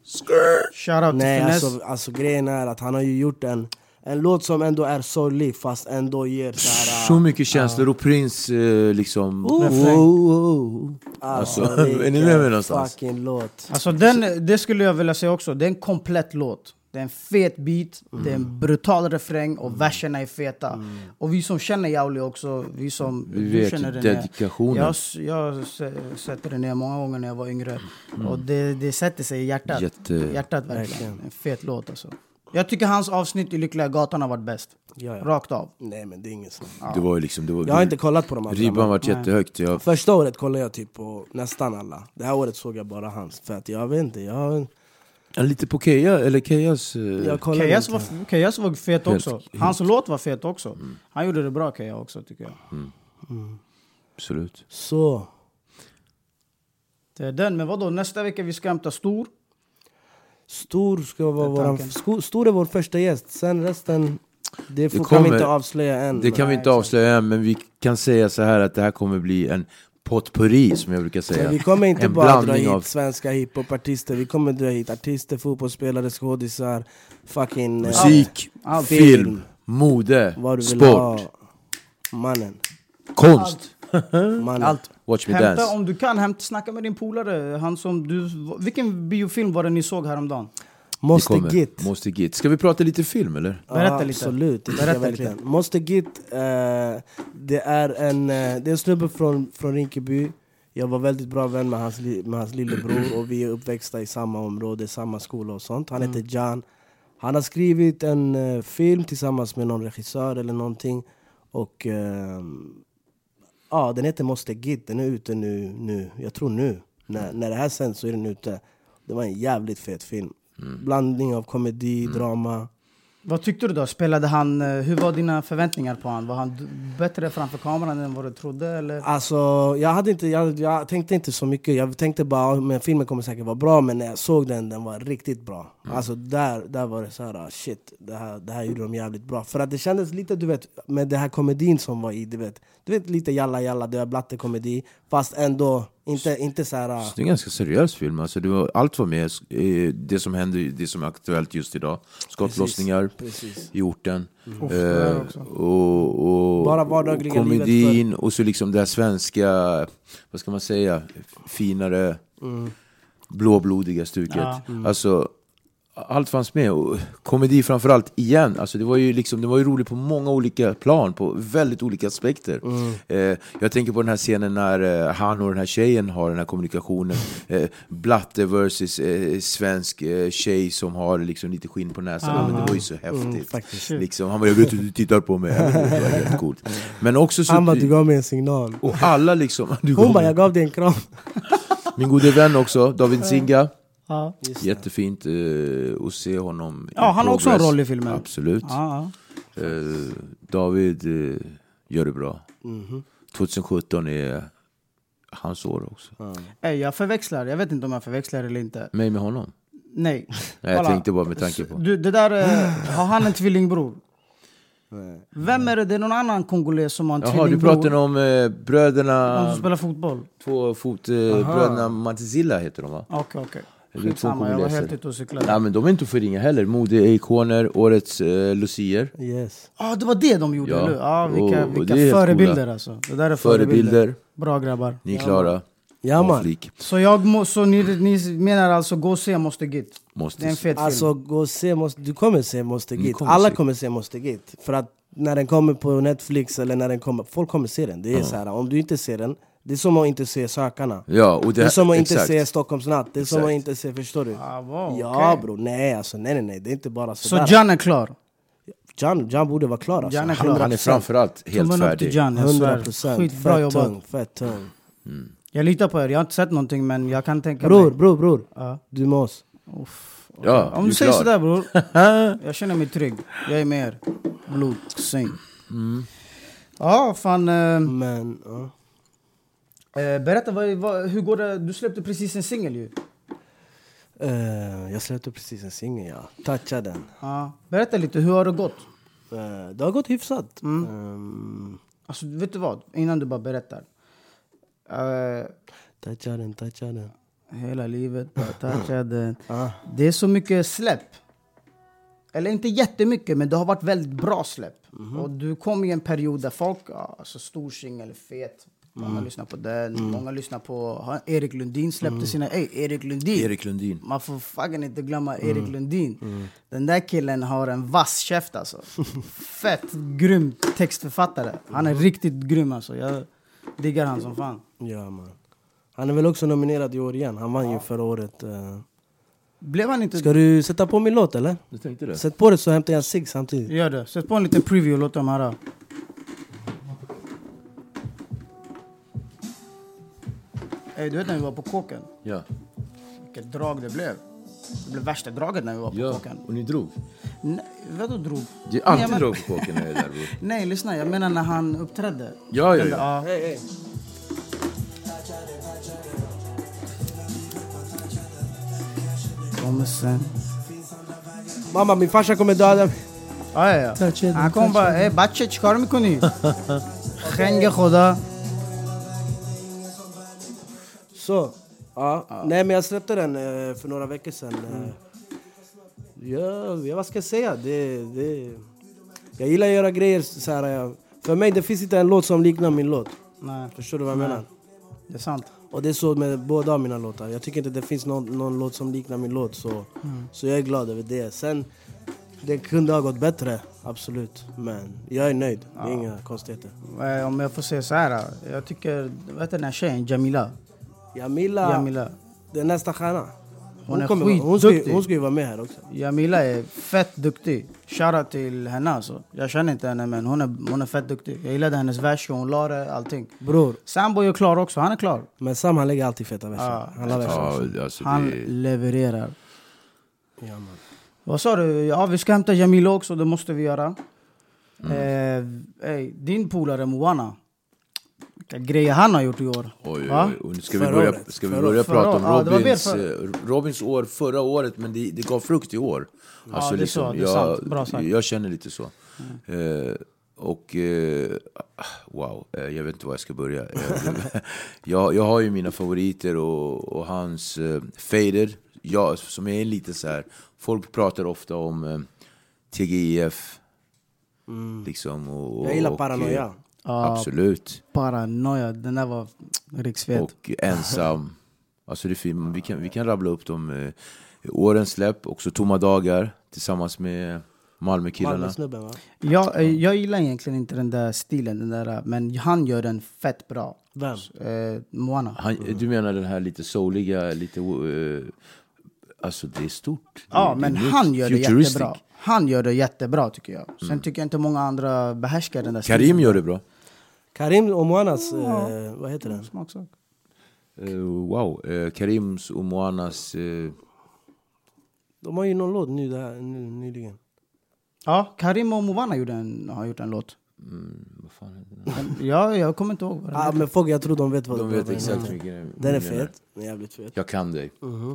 Speaker 4: Shoutout till
Speaker 5: Nej,
Speaker 4: Finesse.
Speaker 5: alltså, alltså grejen är att han har ju gjort en... En låt som ändå är sorglig fast ändå ger såhär...
Speaker 3: Så mycket känslor och Prince eh, liksom...
Speaker 5: Oh,
Speaker 3: Alltså, är ni med mig någonstans?
Speaker 5: Fucking låt.
Speaker 4: Alltså den, det skulle jag vilja säga också, det är en komplett låt. Det är en fet beat, det
Speaker 3: Mm.
Speaker 4: är en brutal refräng och verserna är feta. Och vi som känner Jauli också, vi som...
Speaker 3: Vi
Speaker 4: du
Speaker 3: vet
Speaker 4: känner den här-
Speaker 3: dedikationen.
Speaker 4: Jag, s- jag s- sätter den ner många gånger när jag var yngre. Och det, det sätter sig i hjärtat.
Speaker 3: Mm. Jätte-
Speaker 4: Hjärtat verkligen. En fet låt alltså. Jag tycker hans avsnitt i Lyckliga Gatan har varit bäst.
Speaker 5: Ja, ja.
Speaker 4: Rakt av.
Speaker 5: Nej men det är inget snack.
Speaker 3: Det var ju liksom... Det var,
Speaker 5: Jag har inte kollat på de andra.
Speaker 3: Ribban vart jättehögt. Jag,
Speaker 5: Första året kollade jag typ på nästan alla. Det här året såg jag bara hans. För att jag vet inte, jag,
Speaker 3: Ja, lite på Keja, eller Kejas... eh,
Speaker 5: jag kollade
Speaker 4: Kejas
Speaker 5: inte.
Speaker 4: var, Kejas var fet
Speaker 3: Helt- Mm.
Speaker 4: också. Hans låt var fet också. Han gjorde det bra Keja också tycker jag.
Speaker 3: Absolut.
Speaker 5: Så.
Speaker 4: Det är den, men vadå? Nästa vecka vi ska hämta stor.
Speaker 5: Stor ska vara
Speaker 4: Det är
Speaker 5: våran,
Speaker 4: tanken.
Speaker 5: sko- stor är vår första gäst, sen resten det får, kan
Speaker 3: kommer-
Speaker 5: vi inte avslöja än.
Speaker 3: Det kan vi
Speaker 5: men,
Speaker 3: inte avslöja än, men vi kan säga så här att det här kommer bli en potpurri, som jag brukar säga.
Speaker 5: men vi kommer inte
Speaker 3: en
Speaker 5: bara dra
Speaker 3: blandning
Speaker 5: hit
Speaker 3: av-
Speaker 5: svenska hiphopartister, vi kommer dra hit artister, fotbollsspelare, skådisar, fucking... eh,
Speaker 3: Musik,
Speaker 5: allt.
Speaker 3: film, mode,
Speaker 5: vad du vill
Speaker 3: sport,
Speaker 5: ha. Mannen.
Speaker 3: konst.
Speaker 5: Mannen.
Speaker 4: Allt.
Speaker 3: Watch me
Speaker 4: Hämta
Speaker 3: dance.
Speaker 4: om du kan, hämta, snacka med din polare. Han som du, vilken biofilm var det ni såg häromdagen?
Speaker 3: Det
Speaker 5: Måste
Speaker 3: kommer.
Speaker 5: git.
Speaker 3: Måste git. Ska vi prata lite film, eller?
Speaker 5: Ja,
Speaker 4: Berätta lite.
Speaker 5: Absolut, det tycker
Speaker 4: Berätta
Speaker 5: jag verkligen. Måste Git, eh, det är en, eh, det är en snubbe från, från Rinkeby. Jag var väldigt bra vän med hans, li, med hans lillebror och vi är uppväxta i samma område, samma skola och sånt.
Speaker 4: Mm.
Speaker 5: Han heter Jan. Han har skrivit en eh, film tillsammans med någon regissör eller någonting. Och ehm, Ja, den heter Måste Git. Den är ute nu, nu. jag tror nu. När,
Speaker 4: Mm.
Speaker 5: när det här sänds så är den ute. Det var en jävligt fet film.
Speaker 4: Mm.
Speaker 5: Blandning av komedi, drama.
Speaker 4: Vad tyckte du då? Spelade han, eh, hur var dina förväntningar på han? Var han d- bättre framför kameran än vad du trodde? Eller?
Speaker 5: Alltså, jag, hade inte, jag, jag tänkte inte så mycket. Jag tänkte bara "Ja, men filmen kommer säkert vara bra, men när jag såg den, den var riktigt bra. Alltså där, där var det så här, ah, shit, det här, det här gjorde de jävligt bra. För att det kändes lite, du vet, med det här komedin som var i, du vet, du vet lite jalla jalla, det är blatte-komedi. Fast ändå, inte, inte så här... ah,
Speaker 3: Det är en ganska seriös film. Alltså det var, allt var med. eh, Det som händer, det som är aktuellt just idag. Skottlossningar
Speaker 5: precis.
Speaker 3: i orten.
Speaker 4: Mm. Uff,
Speaker 3: eh,
Speaker 4: det är också.
Speaker 3: och, och,
Speaker 5: Bara vardagliga
Speaker 3: och
Speaker 5: livet
Speaker 3: komedin. Och så liksom det här svenska, vad ska man säga, finare, blåblodiga stuket.
Speaker 4: Mm. Ja. Mm.
Speaker 3: Alltså, allt fanns med. Och komedi framförallt, igen. Alltså det, var ju liksom, det var ju roligt på många olika plan, på väldigt olika aspekter.
Speaker 5: Mm.
Speaker 3: Eh, jag tänker på den här scenen när eh, han och den här tjejen har den här kommunikationen. Eh, blatte versus eh, svensk eh, tjej som har liksom lite skinn på näsan. Ja, Men det var ju så häftigt.
Speaker 5: Ah. Mm, faktiskt.
Speaker 3: liksom, han bara, jag vet hur du tittar på mig. Det var helt coolt. Men också så...
Speaker 5: Han bara, du gav Oh mig en signal.
Speaker 3: och alla liksom... Du
Speaker 5: Hon bara,
Speaker 3: kommer-
Speaker 5: jag gav dig en kram.
Speaker 3: Min gode vän också, David Singa.
Speaker 4: Ja.
Speaker 3: Jättefint eh, att se honom i
Speaker 4: Ja, han har också en
Speaker 3: progress.
Speaker 4: roll i filmen.
Speaker 3: Absolut.
Speaker 4: Ja,
Speaker 3: Eh, David eh, gör det bra. 2017 är hans år också.
Speaker 4: ja. Ey, jag förväxlar, jag vet inte om jag förväxlar eller inte.
Speaker 3: Mig med honom?
Speaker 4: Nej.
Speaker 3: Nej, jag
Speaker 4: Kolla.
Speaker 3: tänkte bara med tanke på...
Speaker 4: Du, det där, eh, har han en tvillingbror? Vem är det? Det är någon annan kongoles som har en
Speaker 3: Jaha,
Speaker 4: tvillingbror.
Speaker 3: du pratar om eh,
Speaker 4: Han
Speaker 3: bröderna...
Speaker 4: som spelar fotboll?
Speaker 3: Två fot... Eh, bröderna Matizilla heter de va?
Speaker 4: Okej, okej.
Speaker 3: Det är två
Speaker 4: Skitsamma, jag var
Speaker 3: kongoleser.
Speaker 4: helt ute och cyklade.
Speaker 3: Nej men de är inte att förringa heller. Modeikoner, årets eh, lucier.
Speaker 5: Yes.
Speaker 4: Ja, ah, det var det de gjorde,
Speaker 3: Ja.
Speaker 4: eller hur? Ja, vilka,
Speaker 3: Och- och
Speaker 4: vilka
Speaker 3: det är helt
Speaker 4: förebilder
Speaker 3: coola.
Speaker 4: alltså. Det där är förebilder.
Speaker 3: Förebilder.
Speaker 4: Bra grabbar.
Speaker 3: Ni är klara.
Speaker 5: Ja
Speaker 3: Av
Speaker 5: man.
Speaker 3: flik.
Speaker 4: Så, jag må, så ni, ni menar alltså, gå och se Måste Git?
Speaker 3: Måste
Speaker 4: Det är en fet film.
Speaker 5: Alltså gå och se, måste, du kommer se Måste
Speaker 3: Ni
Speaker 5: Git.
Speaker 3: Mm, kommer
Speaker 5: Alla
Speaker 3: se.
Speaker 5: kommer se Måste Git. För att när den kommer på Netflix eller när den kommer, folk kommer se den. Det är så här, om du inte ser den, det är som att inte se Sökarna.
Speaker 3: Ja, och det,
Speaker 5: Det är som att inte
Speaker 3: exakt.
Speaker 5: se Stockholmsnatt, det är som att
Speaker 3: Exakt.
Speaker 5: inte se, förstår du?
Speaker 4: Ah, wow,
Speaker 5: Ja
Speaker 4: okej.
Speaker 5: bror, nej alltså nej nej nej, det är inte bara
Speaker 4: Så
Speaker 5: sådär.
Speaker 4: Jan är klar?
Speaker 5: Jan, Jan borde vara klar alltså.
Speaker 4: Jan är klar.
Speaker 3: Han är framförallt helt
Speaker 4: Tummen upp till
Speaker 3: färdig.
Speaker 4: Jan, jag
Speaker 5: 100
Speaker 4: svär.
Speaker 5: procent.
Speaker 4: Skitbra
Speaker 5: Fett
Speaker 4: jobbat.
Speaker 5: tung, fett tung.
Speaker 4: Jag litar på er, jag har inte sett någonting men jag kan tänka
Speaker 5: Bror,
Speaker 4: mig...
Speaker 5: bror, bror.
Speaker 4: Ja.
Speaker 5: Du med oss.
Speaker 3: Ja,
Speaker 4: Om
Speaker 3: du
Speaker 4: du
Speaker 3: är
Speaker 4: säger
Speaker 3: klar.
Speaker 4: sådär bror, jag känner mig trygg. Jag är med er. Blod, säng.
Speaker 3: Mm.
Speaker 4: Ja, fan. eh,
Speaker 5: Men, ja.
Speaker 4: eh, berätta, vad, vad, hur går det? Du släppte precis en singel ju.
Speaker 5: Eh, jag släppte precis en singel, ja. Toucha den.
Speaker 4: Ja. Berätta lite, hur har det gått?
Speaker 5: Eh, det har gått hyfsat. Ehm,
Speaker 4: Alltså, vet du vad? Innan du bara berättar. Eh,
Speaker 5: toucha den, toucha den. ah,
Speaker 4: hela livet bara touchade. Det är så mycket släpp. Eller inte jättemycket, men det har varit väldigt bra släpp. Och du kom i en period där folk, ja, alltså stor singel, fet. Många lyssnar på den, många lyssnar på... har- Erik Lundin släppte sina... Ey, Erik Lundin!
Speaker 3: Erik Lundin.
Speaker 4: Man får fucking inte glömma Erik
Speaker 3: Mm.
Speaker 4: Lundin. Den där killen har en vass käft alltså. Fett grym textförfattare. Han
Speaker 3: Mm.
Speaker 4: är riktigt grym alltså. Jag diggar han som fan.
Speaker 5: Ja, man. Han är väl också nominerad i år igen. Han vann ju förra året. eh.
Speaker 4: Blev han inte...
Speaker 5: Ska du sätta på min låt eller?
Speaker 3: Du tänkte det?
Speaker 5: Sätt på det så hämtar jag en cigg samtidigt.
Speaker 4: Gör det. Sätt på en liten preview och låt dem höra. Ey, du vet när vi var på kåken?
Speaker 3: Ja.
Speaker 4: Vilket drag det blev. Det blev värsta draget när vi var på
Speaker 3: ja.
Speaker 4: kåken.
Speaker 3: Och ni drog?
Speaker 4: Nej, vadå drog?
Speaker 3: Det är
Speaker 4: Nej,
Speaker 3: alltid
Speaker 4: men-
Speaker 3: drag på kåken när jag är där. bror.
Speaker 4: Nej, lyssna. Jag menar när han uppträdde.
Speaker 3: Ja, ja, ja.
Speaker 4: Ja. Kommer sen.
Speaker 5: Mamma, min farsa kommer döda mig.
Speaker 4: Ja, ja,
Speaker 5: Touch
Speaker 4: ja.
Speaker 5: it,
Speaker 4: Han kommer bara, ey bacche, chikar mikuni? Skänke khuda.
Speaker 5: Så. Ja. Nej men jag släppte den eh, för några veckor sedan. eh. Ja, ja, vad ska jag säga? Det, det... Jag gillar att göra grejer så här. eh, För mig det finns inte en låt som liknar min låt.
Speaker 4: Nej,
Speaker 5: Förstår du vad jag menar?
Speaker 4: det är sant.
Speaker 5: Och det är så med båda mina låtar. Jag tycker inte det finns någon, någon låt som liknar min låt. Så, så jag är glad över det. Sen, det kunde ha gått bättre. Absolut. Men jag är nöjd. Det är inga konstigheter.
Speaker 4: Eh, Om jag får säga så här. Jag tycker, vet du den här tjejen, Jamila?
Speaker 5: Jamila,
Speaker 4: Jamila.
Speaker 5: det är nästa stjärna.
Speaker 4: Hon är
Speaker 5: hon, hon, ska, ju-
Speaker 4: skitduktig.
Speaker 5: hon ska ju vara med här också.
Speaker 4: Jamila är fett duktig. Shoutout till henne alltså. Jag känner inte henne men hon är, hon är fett duktig. Jag gillade hennes vers, hon la det, allting.
Speaker 5: Bror,
Speaker 4: Sambo är klar också, han är klar.
Speaker 5: men Sam han lägger alltid feta verser. han la verser.
Speaker 3: Ja, alltså
Speaker 4: Han
Speaker 3: det...
Speaker 4: levererar.
Speaker 5: Ja, man.
Speaker 4: Vad sa du? Ja, vi ska hämta Jamila också, det måste vi göra.
Speaker 3: Mm.
Speaker 4: Eh, ey, din polare Moana, vilka grejer han har gjort i år.
Speaker 3: Oj,
Speaker 4: Va?
Speaker 3: oj, oj. Nu Ska vi
Speaker 5: Förra
Speaker 3: börja,
Speaker 5: året.
Speaker 3: ska vi
Speaker 5: Förra-
Speaker 3: börja
Speaker 4: förra
Speaker 3: prata om
Speaker 4: året. Ja, det var mer
Speaker 3: Robins,
Speaker 4: för-
Speaker 3: eh, Robins år förra året, men det, det gav frukt i år. Alltså, liksom,
Speaker 4: det är så, det är sant. Bra
Speaker 3: jag,
Speaker 4: sagt. Mm.
Speaker 3: jag känner lite så. Eh, och eh, wow, eh, jag vet inte var jag ska börja. Eh, jag, jag har ju mina favoriter och, och hans eh, fader, jag, som är lite så här. Folk pratar ofta om eh, TGIF. Liksom, och, och,
Speaker 5: Mm. Jag gillar
Speaker 3: och, eh,
Speaker 5: paranoia.
Speaker 3: Absolut.
Speaker 4: Paranoia, den där var riksfet.
Speaker 3: Och ensam. Alltså det är fint. Vi, kan, vi kan rabbla upp dem. Eh, årens släpp, också Tomma dagar tillsammans med Malmökillarna.
Speaker 5: Malmösnubben va?
Speaker 4: Jag, eh, jag gillar egentligen inte den där stilen, den där, men han gör den fett bra.
Speaker 5: Vem?
Speaker 4: Eh, Moana.
Speaker 3: Han, du menar den här lite souliga, lite... eh, alltså det är stort.
Speaker 4: Ja,
Speaker 3: det,
Speaker 4: men
Speaker 3: det är nytt.
Speaker 4: han gör det
Speaker 3: Futuristic. Mm.
Speaker 4: jättebra. Han gör det jättebra tycker jag. Sen tycker jag inte många andra behärskar den där stilen.
Speaker 3: Karim gör det bra.
Speaker 5: Karim och Moanas, eh, vad heter den?
Speaker 4: Smaksak.
Speaker 3: Eh, wow. Eh, Karims och Moanas... eh,
Speaker 5: De har ju någon låt nu, där, nu nyligen.
Speaker 4: Ja, Karim och Moana gjorde en, har gjort en låt.
Speaker 3: Mm, vad fan heter den?
Speaker 4: Men- ja, jag kommer inte ihåg vad den
Speaker 5: Ah, men folk, jag tror de vet vad
Speaker 3: De
Speaker 5: det
Speaker 3: vet
Speaker 5: var.
Speaker 3: exakt vilken
Speaker 5: Den är
Speaker 3: vilken den
Speaker 5: fet. Den är jävligt fet.
Speaker 3: Jag kan dig.
Speaker 4: Var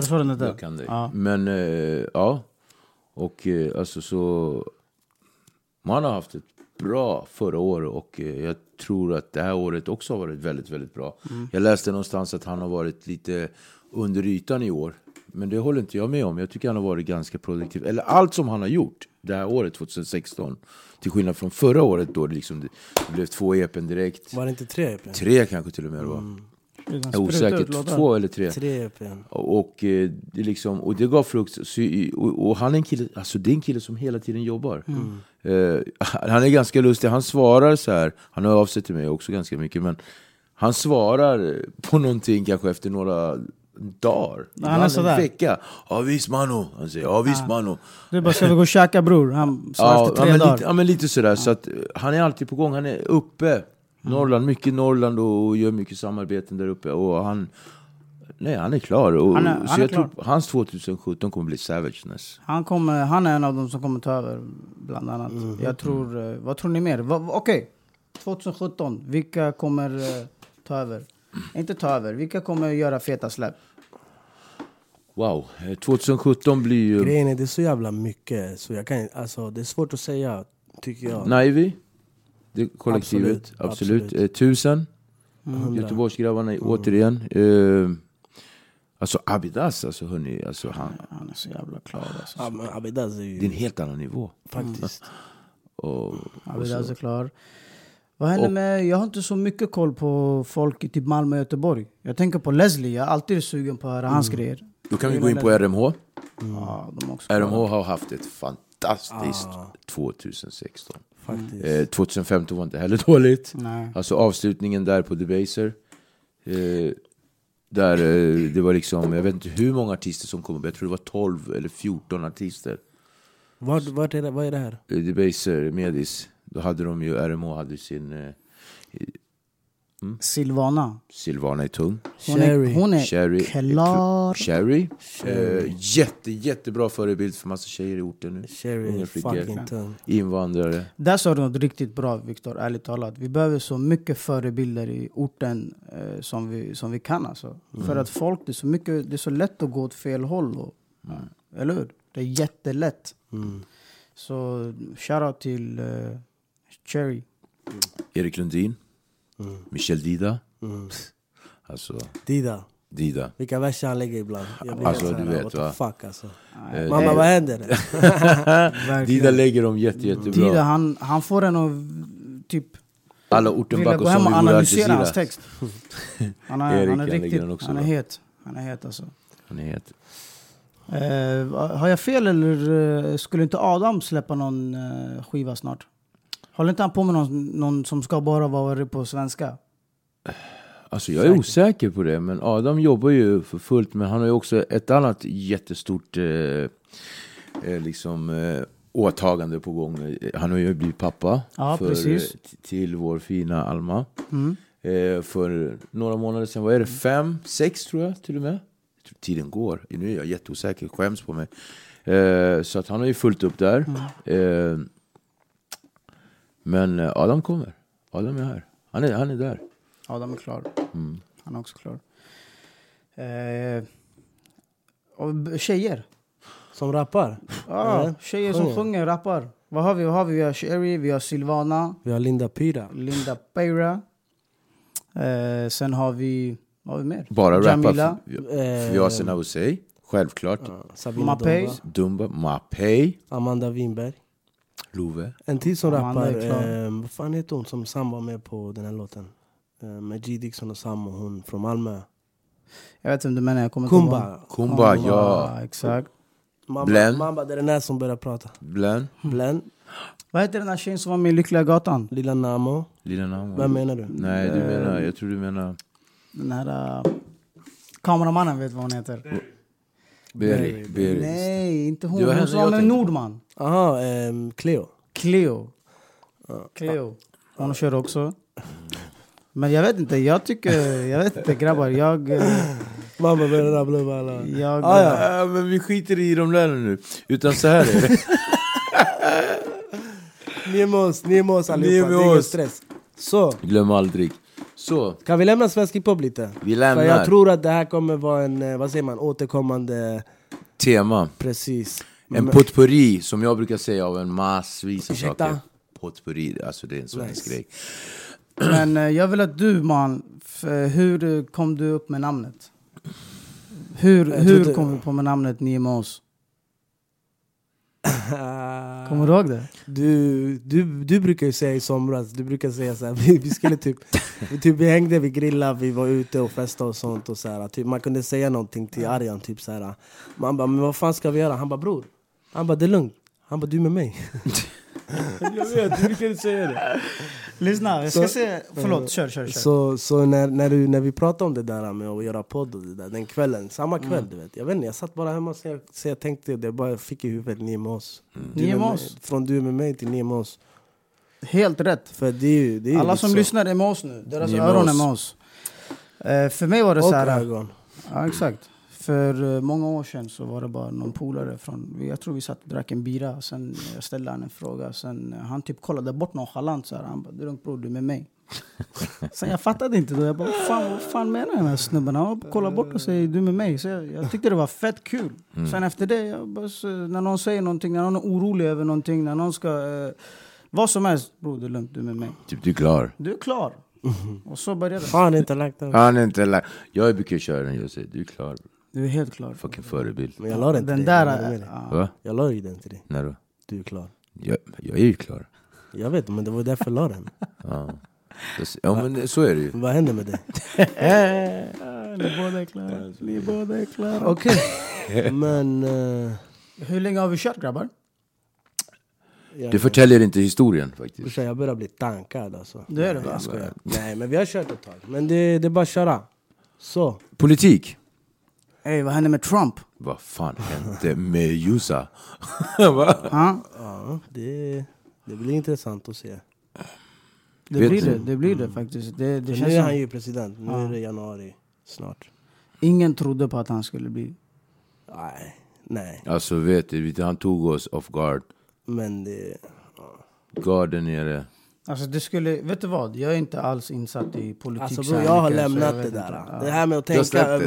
Speaker 4: det så den
Speaker 3: Jag kan dig. Men eh, ja, och eh, alltså så... Man har haft ett bra förra år och eh, jag tror att det här året också har varit väldigt, väldigt bra. Jag läste någonstans att han har varit lite under ytan i år. Men det håller inte jag med om. Jag tycker han har varit ganska produktiv. Eller allt som han har gjort det här året, 2016. Till skillnad från förra året då det, liksom, det blev två EPn direkt.
Speaker 5: Var det inte tre E EPn?
Speaker 3: Tre kanske till och med det var. Jag är osäker. Två eller tre.
Speaker 5: Tre E EPn.
Speaker 3: Och, eh, det liksom, och det gav frukt. Så, och, och han är en kille, alltså det är en kille som hela tiden jobbar.
Speaker 4: Mm.
Speaker 3: Eh, han är ganska lustig, han svarar så här. Han har av sig till mig också ganska mycket. Men han svarar på någonting kanske efter några dagar.
Speaker 4: han är
Speaker 3: ibland
Speaker 4: sådär.
Speaker 3: En vecka. Ja visst mano. Han säger ja visst mano.
Speaker 4: Du bara, ska vi gå och käka bror? Han sa
Speaker 3: Ja,
Speaker 4: efter
Speaker 3: ja,
Speaker 4: tre
Speaker 3: men
Speaker 4: dagar.
Speaker 3: lite, ja men lite sådär. Så att, eh, han är alltid på gång, han är
Speaker 4: Mm.
Speaker 3: uppe. Norrland, mycket Norrland och gör mycket samarbeten där uppe. Och han, nej, han är klar. Och,
Speaker 4: Han är- han
Speaker 3: så
Speaker 4: är
Speaker 3: jag
Speaker 4: klar.
Speaker 3: tror hans 2017 kommer bli savageness.
Speaker 4: Han, kommer, han är en av de som kommer ta över, bland annat. Jag tror, eh, vad tror ni mer? Va, va- Okej, 2017, vilka kommer eh, ta över? Inte ta över, vilka kommer göra feta släpp?
Speaker 3: Wow, eh, 2017 blir ju
Speaker 5: Grejen är det är så jävla mycket så jag kan alltså det är svårt att säga tycker jag.
Speaker 3: Naivi, det kollektivet,
Speaker 5: Absolut,
Speaker 3: absolut.
Speaker 5: absolut.
Speaker 4: Mm.
Speaker 3: Eh, tusen, Göteborgsgrabbarna återigen. Eh, Alltså Abidas, alltså hörni, alltså han,
Speaker 4: Han är så jävla klar alltså.
Speaker 5: Ja, men Abidaz är ju...
Speaker 3: det är en helt annan nivå.
Speaker 5: Faktiskt.
Speaker 3: Och,
Speaker 4: Abidas är klar. Vad händer med... Jag har inte så mycket koll på folk i typ Malmö och Göteborg. Jag tänker på Leslie, jag är alltid sugen på att höra hans grejer.
Speaker 3: då kan vi gå in på RMH.
Speaker 4: Ja, de är också klara.
Speaker 3: RMH har haft ett fantastiskt 2016.
Speaker 5: Faktiskt.
Speaker 3: Eh, 2015 var inte heller dåligt.
Speaker 4: Nej.
Speaker 3: Alltså avslutningen där på Debaser. Eh, där eh, det var liksom, jag vet inte hur många artister som kom upp. Jag tror det var 12 eller 14 artister.
Speaker 5: Vart, vart är det, vad är det här?
Speaker 3: Eh, Debaser, Medis. Då hade de ju, RMH hade sin eh,
Speaker 4: Silvana.
Speaker 3: Silvana i tung.
Speaker 4: Hon är,
Speaker 5: Cherry.
Speaker 4: hon är
Speaker 3: Cherry.
Speaker 4: klar.
Speaker 3: Cherry. Eh, jätte, jättebra förebild för massa tjejer i orten nu.
Speaker 5: Cherry
Speaker 3: Unga
Speaker 5: är
Speaker 3: flickor.
Speaker 5: fucking tung.
Speaker 3: Invandrare.
Speaker 4: Där sa du något riktigt bra Viktor, ärligt talat. Vi behöver så mycket förebilder i orten eh, som, vi, som vi kan alltså. För att folk, det är, så mycket, det är så lätt att gå åt fel håll. Och, Eller hur? Det är jättelätt. Så shoutout till eh, Cherry.
Speaker 3: Erik Lundin.
Speaker 5: Mm,
Speaker 3: Michel Dida. Alltså,
Speaker 5: Dida.
Speaker 3: Dida.
Speaker 5: Vilka verser han lägger ibland. Jag blir
Speaker 3: Alltså,
Speaker 5: helt
Speaker 3: du
Speaker 5: såhär,
Speaker 3: vet,
Speaker 5: what the
Speaker 3: va?
Speaker 5: fuck alltså.
Speaker 3: Eh,
Speaker 5: Mamma vad händer?
Speaker 3: Dida lägger dem jätte, jättebra.
Speaker 4: Dida, han, han får en att typ
Speaker 3: Alla orten
Speaker 4: vilja
Speaker 3: backar
Speaker 4: gå
Speaker 3: som
Speaker 4: hem
Speaker 3: vi
Speaker 4: och
Speaker 3: borde
Speaker 4: analysera hans
Speaker 3: Al-Jazeera.
Speaker 4: text. Han är,
Speaker 3: Erik,
Speaker 4: han är
Speaker 3: han lägger
Speaker 4: riktigt,
Speaker 3: den också
Speaker 4: han är
Speaker 3: då.
Speaker 4: het. Han är het alltså.
Speaker 3: Han är het.
Speaker 4: Eh, har jag fel eller eh, skulle inte Adam släppa någon eh, skiva snart? Håller inte han på med någon, någon som ska bara vara på svenska?
Speaker 3: Alltså jag är osäker på det, men Adam jobbar ju för fullt. Men han har ju också ett annat jättestort eh, eh, liksom, eh, åtagande på gång. Eh, Han har ju blivit pappa
Speaker 4: Ja,
Speaker 3: för,
Speaker 4: precis. Mm.
Speaker 3: eh, t- till vår fina Alma. Eh, för några månader sedan, vad är det? Fem, sex tror jag till och med. Jag tror tiden går. Nu är jag jätteosäker, skäms på mig. Eh, så att han har ju fullt upp där.
Speaker 4: Mm.
Speaker 3: Eh, men eh, Adam kommer. Adam är här. Han är, han är där.
Speaker 4: Adam är klar.
Speaker 3: Mm.
Speaker 4: Han är också klar. Eh, och b- tjejer.
Speaker 5: Som rappar.
Speaker 4: Ah, tjejer som
Speaker 5: Sjunger.
Speaker 4: sjunger, rappar. Vad har vi? Vad har vi? vi har Sherry, vi har Silvana,
Speaker 5: Vi har Linda Pyra.
Speaker 4: Linda Peira. Eh, sen har vi... Vad har vi mer?
Speaker 3: Bara
Speaker 4: Jamila.
Speaker 3: rappa
Speaker 5: eh,
Speaker 3: Fiasen Hosey, självklart.
Speaker 5: Sabina
Speaker 4: Mapei.
Speaker 5: Dumba.
Speaker 3: Dumba, Mapei,
Speaker 5: Amanda Winberg.
Speaker 3: Love.
Speaker 5: En till som
Speaker 4: Amanda
Speaker 5: rappar,
Speaker 4: är klar.
Speaker 5: eh, vad fan heter hon som Sam var med på den här låten? Eh, med G Dixon och Sam och hon från Malmö.
Speaker 4: Jag vet inte vem du menar. Jag kommer inte ihåg.
Speaker 5: Kumba.
Speaker 3: Kumba,
Speaker 5: Oh
Speaker 3: ja.
Speaker 4: Exakt.
Speaker 5: Mamba,
Speaker 3: Blen.
Speaker 5: Mamba, det är den här som börjar prata.
Speaker 3: Blen,
Speaker 5: Blen,
Speaker 4: Vad heter den här tjejen som var med i Lyckliga Gatan?
Speaker 5: Lilla Namo.
Speaker 3: Lilla
Speaker 5: Vem Eh,
Speaker 3: Namo.
Speaker 5: menar du?
Speaker 3: Nej, du menar, jag tror du menar
Speaker 4: Den här uh, kameramannen vet vad hon heter.
Speaker 3: Berit. Berit.
Speaker 4: Nej, inte hon.
Speaker 3: Det var
Speaker 4: Hon
Speaker 3: henne
Speaker 4: som
Speaker 3: jag
Speaker 4: var med
Speaker 3: tänkte.
Speaker 4: Nordman.
Speaker 5: Aha, ehm, Cleo.
Speaker 4: Cleo. Cleo. Hon kör också. Men jag vet inte, jag tycker... Jag vet inte grabbar, jag... eh,
Speaker 5: Mamma börjar rabbla upp alla.
Speaker 4: Jag...
Speaker 5: Ah, ja.
Speaker 3: Äh, men vi skiter i de där nu. Utan så här är det.
Speaker 5: Ni är med oss, ni är med oss allihopa.
Speaker 3: Ni är med
Speaker 5: det är ingen
Speaker 3: oss.
Speaker 5: stress. Så,
Speaker 3: Glöm aldrig. Så,
Speaker 5: kan vi lämna svensk hiphop lite?
Speaker 3: vi
Speaker 5: För jag
Speaker 3: lämnar.
Speaker 5: tror att det här kommer vara en, eh, vad säger man, återkommande,
Speaker 3: Tema.
Speaker 5: precis.
Speaker 3: En potpurri, som jag brukar säga, av en massvis av
Speaker 5: Mm. Ursäkta?
Speaker 3: saker. Potpurri, alltså det är en svensk grej.
Speaker 4: Men eh, jag vill att du man, f- eh, hur eh, kom du upp med namnet? Hur,
Speaker 5: Jag
Speaker 4: hur
Speaker 5: trodde-
Speaker 4: kom vi på med namnet Ni är med oss?
Speaker 5: Ah.
Speaker 4: Kommer du ihåg det?
Speaker 5: Du, du, du brukar ju säga i somras, du brukar säga så här, vi, vi skulle typ, vi, typ, vi hängde, vi grillade, vi var ute och festade och sånt och så här, typ, man kunde säga någonting till Arjan, typ så här. Man bara, men vad fan ska vi göra? Han bara, bror, han bara, det är lugnt. Han bara, du med mig. jag vet, du brukar inte säga det.
Speaker 4: Lyssna, jag ska
Speaker 5: Så-
Speaker 4: se... Förlåt, kör, kör, kör.
Speaker 5: Så, så när, när, du, när vi pratade om det där med att göra podd och det där, den kvällen, samma kväll du vet. Jag vet inte, jag satt bara hemma så jag, så jag tänkte det, bara jag fick i huvudet, ni är med oss. Du
Speaker 4: Ni är med
Speaker 5: mig.
Speaker 4: oss.
Speaker 5: Från du med mig till ni är med oss.
Speaker 4: Helt rätt.
Speaker 5: För det är ju, det är ju
Speaker 4: Alla som
Speaker 5: liksom-
Speaker 4: lyssnar är med oss nu. Deras
Speaker 3: Ni är med
Speaker 4: öron är
Speaker 3: oss.
Speaker 4: med oss. Eh, för mig var det så
Speaker 5: Och
Speaker 4: här.
Speaker 5: ögon.
Speaker 4: Ja, exakt. För eh, många år sedan så var det bara någon polare från... Jag tror vi satt och drack en bira. Sen jag ställde han en fråga. Sen eh, han typ kollade bort nonchalant. Så här. Han bara, du är lugnt bror, du är med mig. sen jag fattade inte då. Jag bara, "Vad fan, vad fan menar den här snubben? Han bara kollar bort och säger, du är med mig. Så jag, jag tyckte det var fett kul.
Speaker 5: Mm.
Speaker 4: Sen efter det, jag bara, så, när någon säger någonting, när någon är orolig över någonting, när någon ska... Eh, vad som helst, bror, det är lugnt, du är med mig.
Speaker 3: Typ, du är klar.
Speaker 4: Du är klar. Och så började det.
Speaker 5: Mm-hmm. Fan inte lagt den.
Speaker 3: Han är inte la- Jag brukar köra den, jag säger du är klar.
Speaker 4: Du är helt klar.
Speaker 3: Fucking förebild.
Speaker 5: Men jag la den till
Speaker 4: Den
Speaker 5: dig.
Speaker 4: där...
Speaker 5: jag håller med dig.
Speaker 4: ja.
Speaker 3: Va?
Speaker 5: Jag la ju den till dig.
Speaker 3: När då?
Speaker 5: Du är klar.
Speaker 3: Jag, jag är ju klar.
Speaker 5: Jag vet, men det var därför jag la den.
Speaker 3: Ja. ja men så är det ju.
Speaker 5: Vad händer med dig?
Speaker 4: Eh, Ni båda är klara. Ni båda är klara. Och
Speaker 5: Okej. Men... eh,
Speaker 4: hur länge har vi kört grabbar?
Speaker 5: jag,
Speaker 3: Du förtäljer inte historien faktiskt.
Speaker 5: Brorsan, jag börjar bli tankad alltså.
Speaker 4: Det är det, va?
Speaker 5: Jag skojar. Nej, men vi har kört ett tag. Men det, det är bara att köra. Så.
Speaker 3: Politik.
Speaker 4: Ey, vad hände med Trump?
Speaker 3: Vad fan hände med Jusa? Va?
Speaker 4: Ha?
Speaker 5: Ja, det, det blir intressant att se.
Speaker 4: Det
Speaker 3: Vet
Speaker 4: blir
Speaker 3: ni?
Speaker 4: det, det blir det faktiskt. Det, det
Speaker 5: För nu
Speaker 4: känns
Speaker 5: är han
Speaker 4: som,
Speaker 5: ju president. Nu är det januari snart.
Speaker 4: ingen trodde på att han skulle bli...
Speaker 5: Nej, nej.
Speaker 3: Alltså vet du, vet du, han tog oss off guard.
Speaker 5: Men det...
Speaker 3: Guard där nere.
Speaker 4: Alltså det skulle, vet du vad? Jag är inte alls insatt i politik.
Speaker 5: Alltså
Speaker 4: så
Speaker 5: bror,
Speaker 4: här
Speaker 5: jag har
Speaker 4: mycket, så
Speaker 5: lämnat
Speaker 4: Typ vet
Speaker 5: det
Speaker 4: inte.
Speaker 5: där.
Speaker 4: Ja.
Speaker 5: Det här med att
Speaker 3: Du har
Speaker 5: tänka
Speaker 3: släppt det där.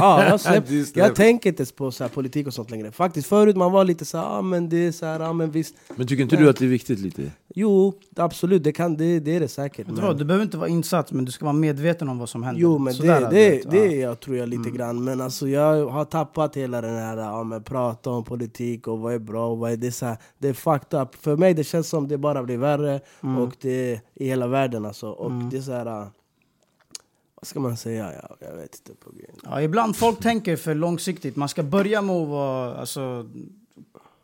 Speaker 5: Ja, jag, släpp,
Speaker 3: Du släpper.
Speaker 5: jag tänker inte på så här politik och sånt längre. Faktiskt förut man var lite så här, ah, men det är så här, ah, men visst.
Speaker 3: Men tycker inte du att det är viktigt lite?
Speaker 5: Jo, absolut, det, kan, det, det är det säkert.
Speaker 4: Vet du vad? Du behöver inte vara insatt, men du ska vara medveten om vad som händer.
Speaker 5: Jo men
Speaker 4: Sådär,
Speaker 5: det, det,
Speaker 4: vet du.
Speaker 5: det jag tror jag lite
Speaker 3: Mm.
Speaker 5: grann, men alltså jag har tappat hela den här ja, men prata om politik och vad är bra och vad är det så här, Det är fucked up. För mig det känns som det bara blir värre
Speaker 3: Mm.
Speaker 5: och det i hela världen alltså. Och det är så här, ja, vad ska man säga? Jag, jag vet inte. på grund.
Speaker 4: Ja, ibland folk tänker för långsiktigt. Man ska börja med att vara, alltså,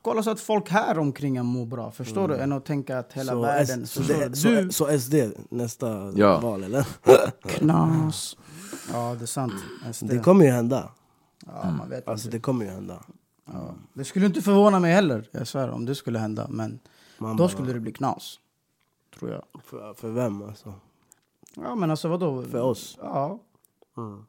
Speaker 4: kolla så att folk här omkring en mår bra. Förstår du? Än att tänka att hela
Speaker 5: Mm. så,
Speaker 4: världen...
Speaker 5: S, så,
Speaker 4: förstår
Speaker 5: det,
Speaker 4: du?
Speaker 5: så, så SD nästa
Speaker 3: Ja.
Speaker 5: val eller?
Speaker 4: Knas. Ja, det är sant. SD.
Speaker 5: Det kommer ju hända.
Speaker 4: ja, man vet
Speaker 5: Alltså
Speaker 4: inte.
Speaker 5: det kommer ju hända.
Speaker 4: ja. det skulle inte förvåna mig heller, jag svär, om det skulle hända. Men
Speaker 5: Man
Speaker 4: då
Speaker 5: bara-
Speaker 4: skulle det bli knas. Tror jag.
Speaker 5: För, för vem alltså?
Speaker 4: Ja, men alltså vadå?
Speaker 5: För oss?
Speaker 4: Ja.
Speaker 5: Mm.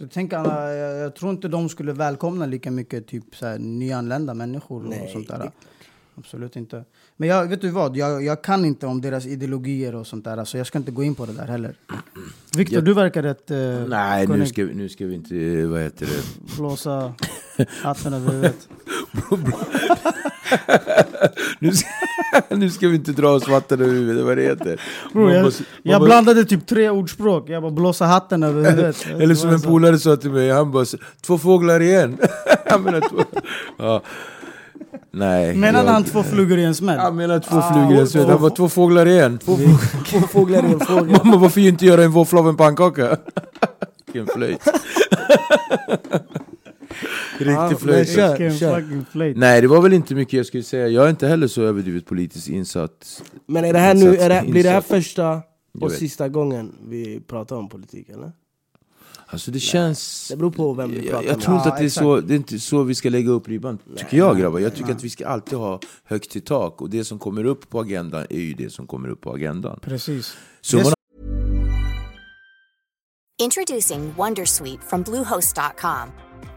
Speaker 4: Så tänk alla, jag, jag tror inte de skulle välkomna lika mycket typ så här, nyanlända människor och
Speaker 5: Nej,
Speaker 4: sånt
Speaker 5: det är
Speaker 4: där.
Speaker 5: klart.
Speaker 4: Absolut inte. Men jag, vet du vad, jag, jag kan inte om deras ideologier och sånt där, så jag ska inte gå in på det där heller. Viktor,
Speaker 3: Jag-
Speaker 4: du verkar rätt... eh,
Speaker 3: Nej,
Speaker 4: kunna
Speaker 3: nu ska, vi- nu ska vi inte, eh, vad heter det?
Speaker 4: blåsa hatten över huvudet.
Speaker 3: Nu ska, nu ska vi inte dra oss vatten över huvudet, vad det heter.
Speaker 4: Bro,
Speaker 3: Man
Speaker 4: jag,
Speaker 3: måste- man
Speaker 4: jag
Speaker 3: bara-
Speaker 4: blandade typ tre ordspråk. Jag bara blåsa hatten över huvudet.
Speaker 3: Eller som en polare sa till mig, han bara två fåglar igen. han menar två... Ja. Nej.
Speaker 4: Menade
Speaker 3: jag-
Speaker 4: han två flugor i en smäll?
Speaker 3: Han menar två flugor i en smäll.
Speaker 4: två-
Speaker 3: Han bara två fåglar igen.
Speaker 5: Två fåglar i en fågel.
Speaker 3: Mamma varför inte göra en våffla av en pannkaka? Vilken flöjt.
Speaker 5: men
Speaker 3: Riktig flöjt.
Speaker 5: kör.
Speaker 4: Vilken fucking flöjt.
Speaker 3: Nej det var väl inte mycket jag skulle säga. Jag är inte heller så överdrivet politiskt insatt.
Speaker 5: Men är det här nu, är det,
Speaker 3: Insats-
Speaker 5: blir det här
Speaker 3: insats.
Speaker 5: första
Speaker 3: Jag
Speaker 5: och
Speaker 3: vet.
Speaker 5: sista gången vi pratar om politik eller?
Speaker 3: Alltså det känns...
Speaker 5: Det beror på vem vi pratar
Speaker 3: Jag,
Speaker 5: med.
Speaker 3: jag tror inte
Speaker 4: Ja,
Speaker 3: att det är,
Speaker 4: exakt.
Speaker 3: så, det är inte så vi ska lägga upp ribban, tycker jag grabbar. Jag tycker att vi ska alltid ha högt i tak och det som kommer upp på agendan är ju det som kommer upp på agendan.
Speaker 4: Precis.
Speaker 3: Summan
Speaker 6: Introducing Wondersuite from Bluehost.com.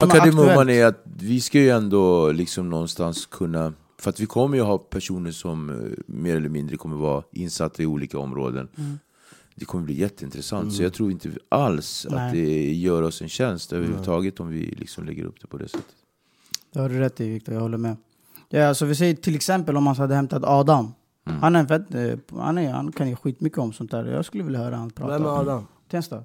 Speaker 4: Som är
Speaker 3: kardemumman
Speaker 4: aktuellt.
Speaker 3: är att vi ska ju ändå liksom någonstans kunna För att vi kommer ju ha personer som eh, mer eller mindre kommer vara insatta i olika områden. Det kommer bli jätteintressant. Så jag tror inte alls att
Speaker 4: Nej.
Speaker 3: det gör oss en tjänst överhuvudtaget om vi liksom lägger upp det på det sättet.
Speaker 4: Det har du rätt i Viktor, jag håller med. Ja, alltså vi säger till exempel om man hade hämtat Adam.
Speaker 3: Mm.
Speaker 4: Han, är en fett, eh, han, är, han kan ju skitmycket om sånt där. Jag skulle vilja höra han prata.
Speaker 5: Vem är
Speaker 4: om
Speaker 5: Adam?
Speaker 4: Tensta.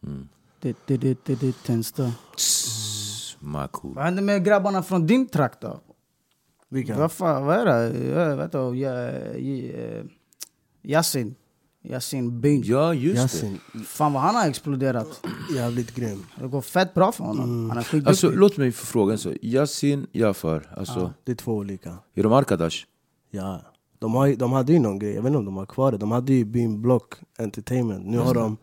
Speaker 5: Mm.
Speaker 4: Det, det, det, det, det, Tensta.
Speaker 3: Tss, Mako.
Speaker 4: Vad hände med grabbarna från din trakt då?
Speaker 5: Vilka?
Speaker 4: Vad fan, vad är det? Jag vet inte, jag, jag, eh, Yasin. Yasin Byn.
Speaker 3: Ja, just det.
Speaker 5: Yasin,
Speaker 4: Fan vad han har exploderat.
Speaker 5: jävligt grym.
Speaker 4: Det går fett bra för honom. Han är skitduktig.
Speaker 3: Alltså, låt mig få fråga en sak. Yasin Jafar, alltså,
Speaker 5: Det är två olika.
Speaker 3: är de Arkadash?
Speaker 5: Ja. De, har, ju- de hade ju någon grej, jag vet inte om de har kvar det. De hade ju Beam Block Entertainment. Nu har
Speaker 4: Mm.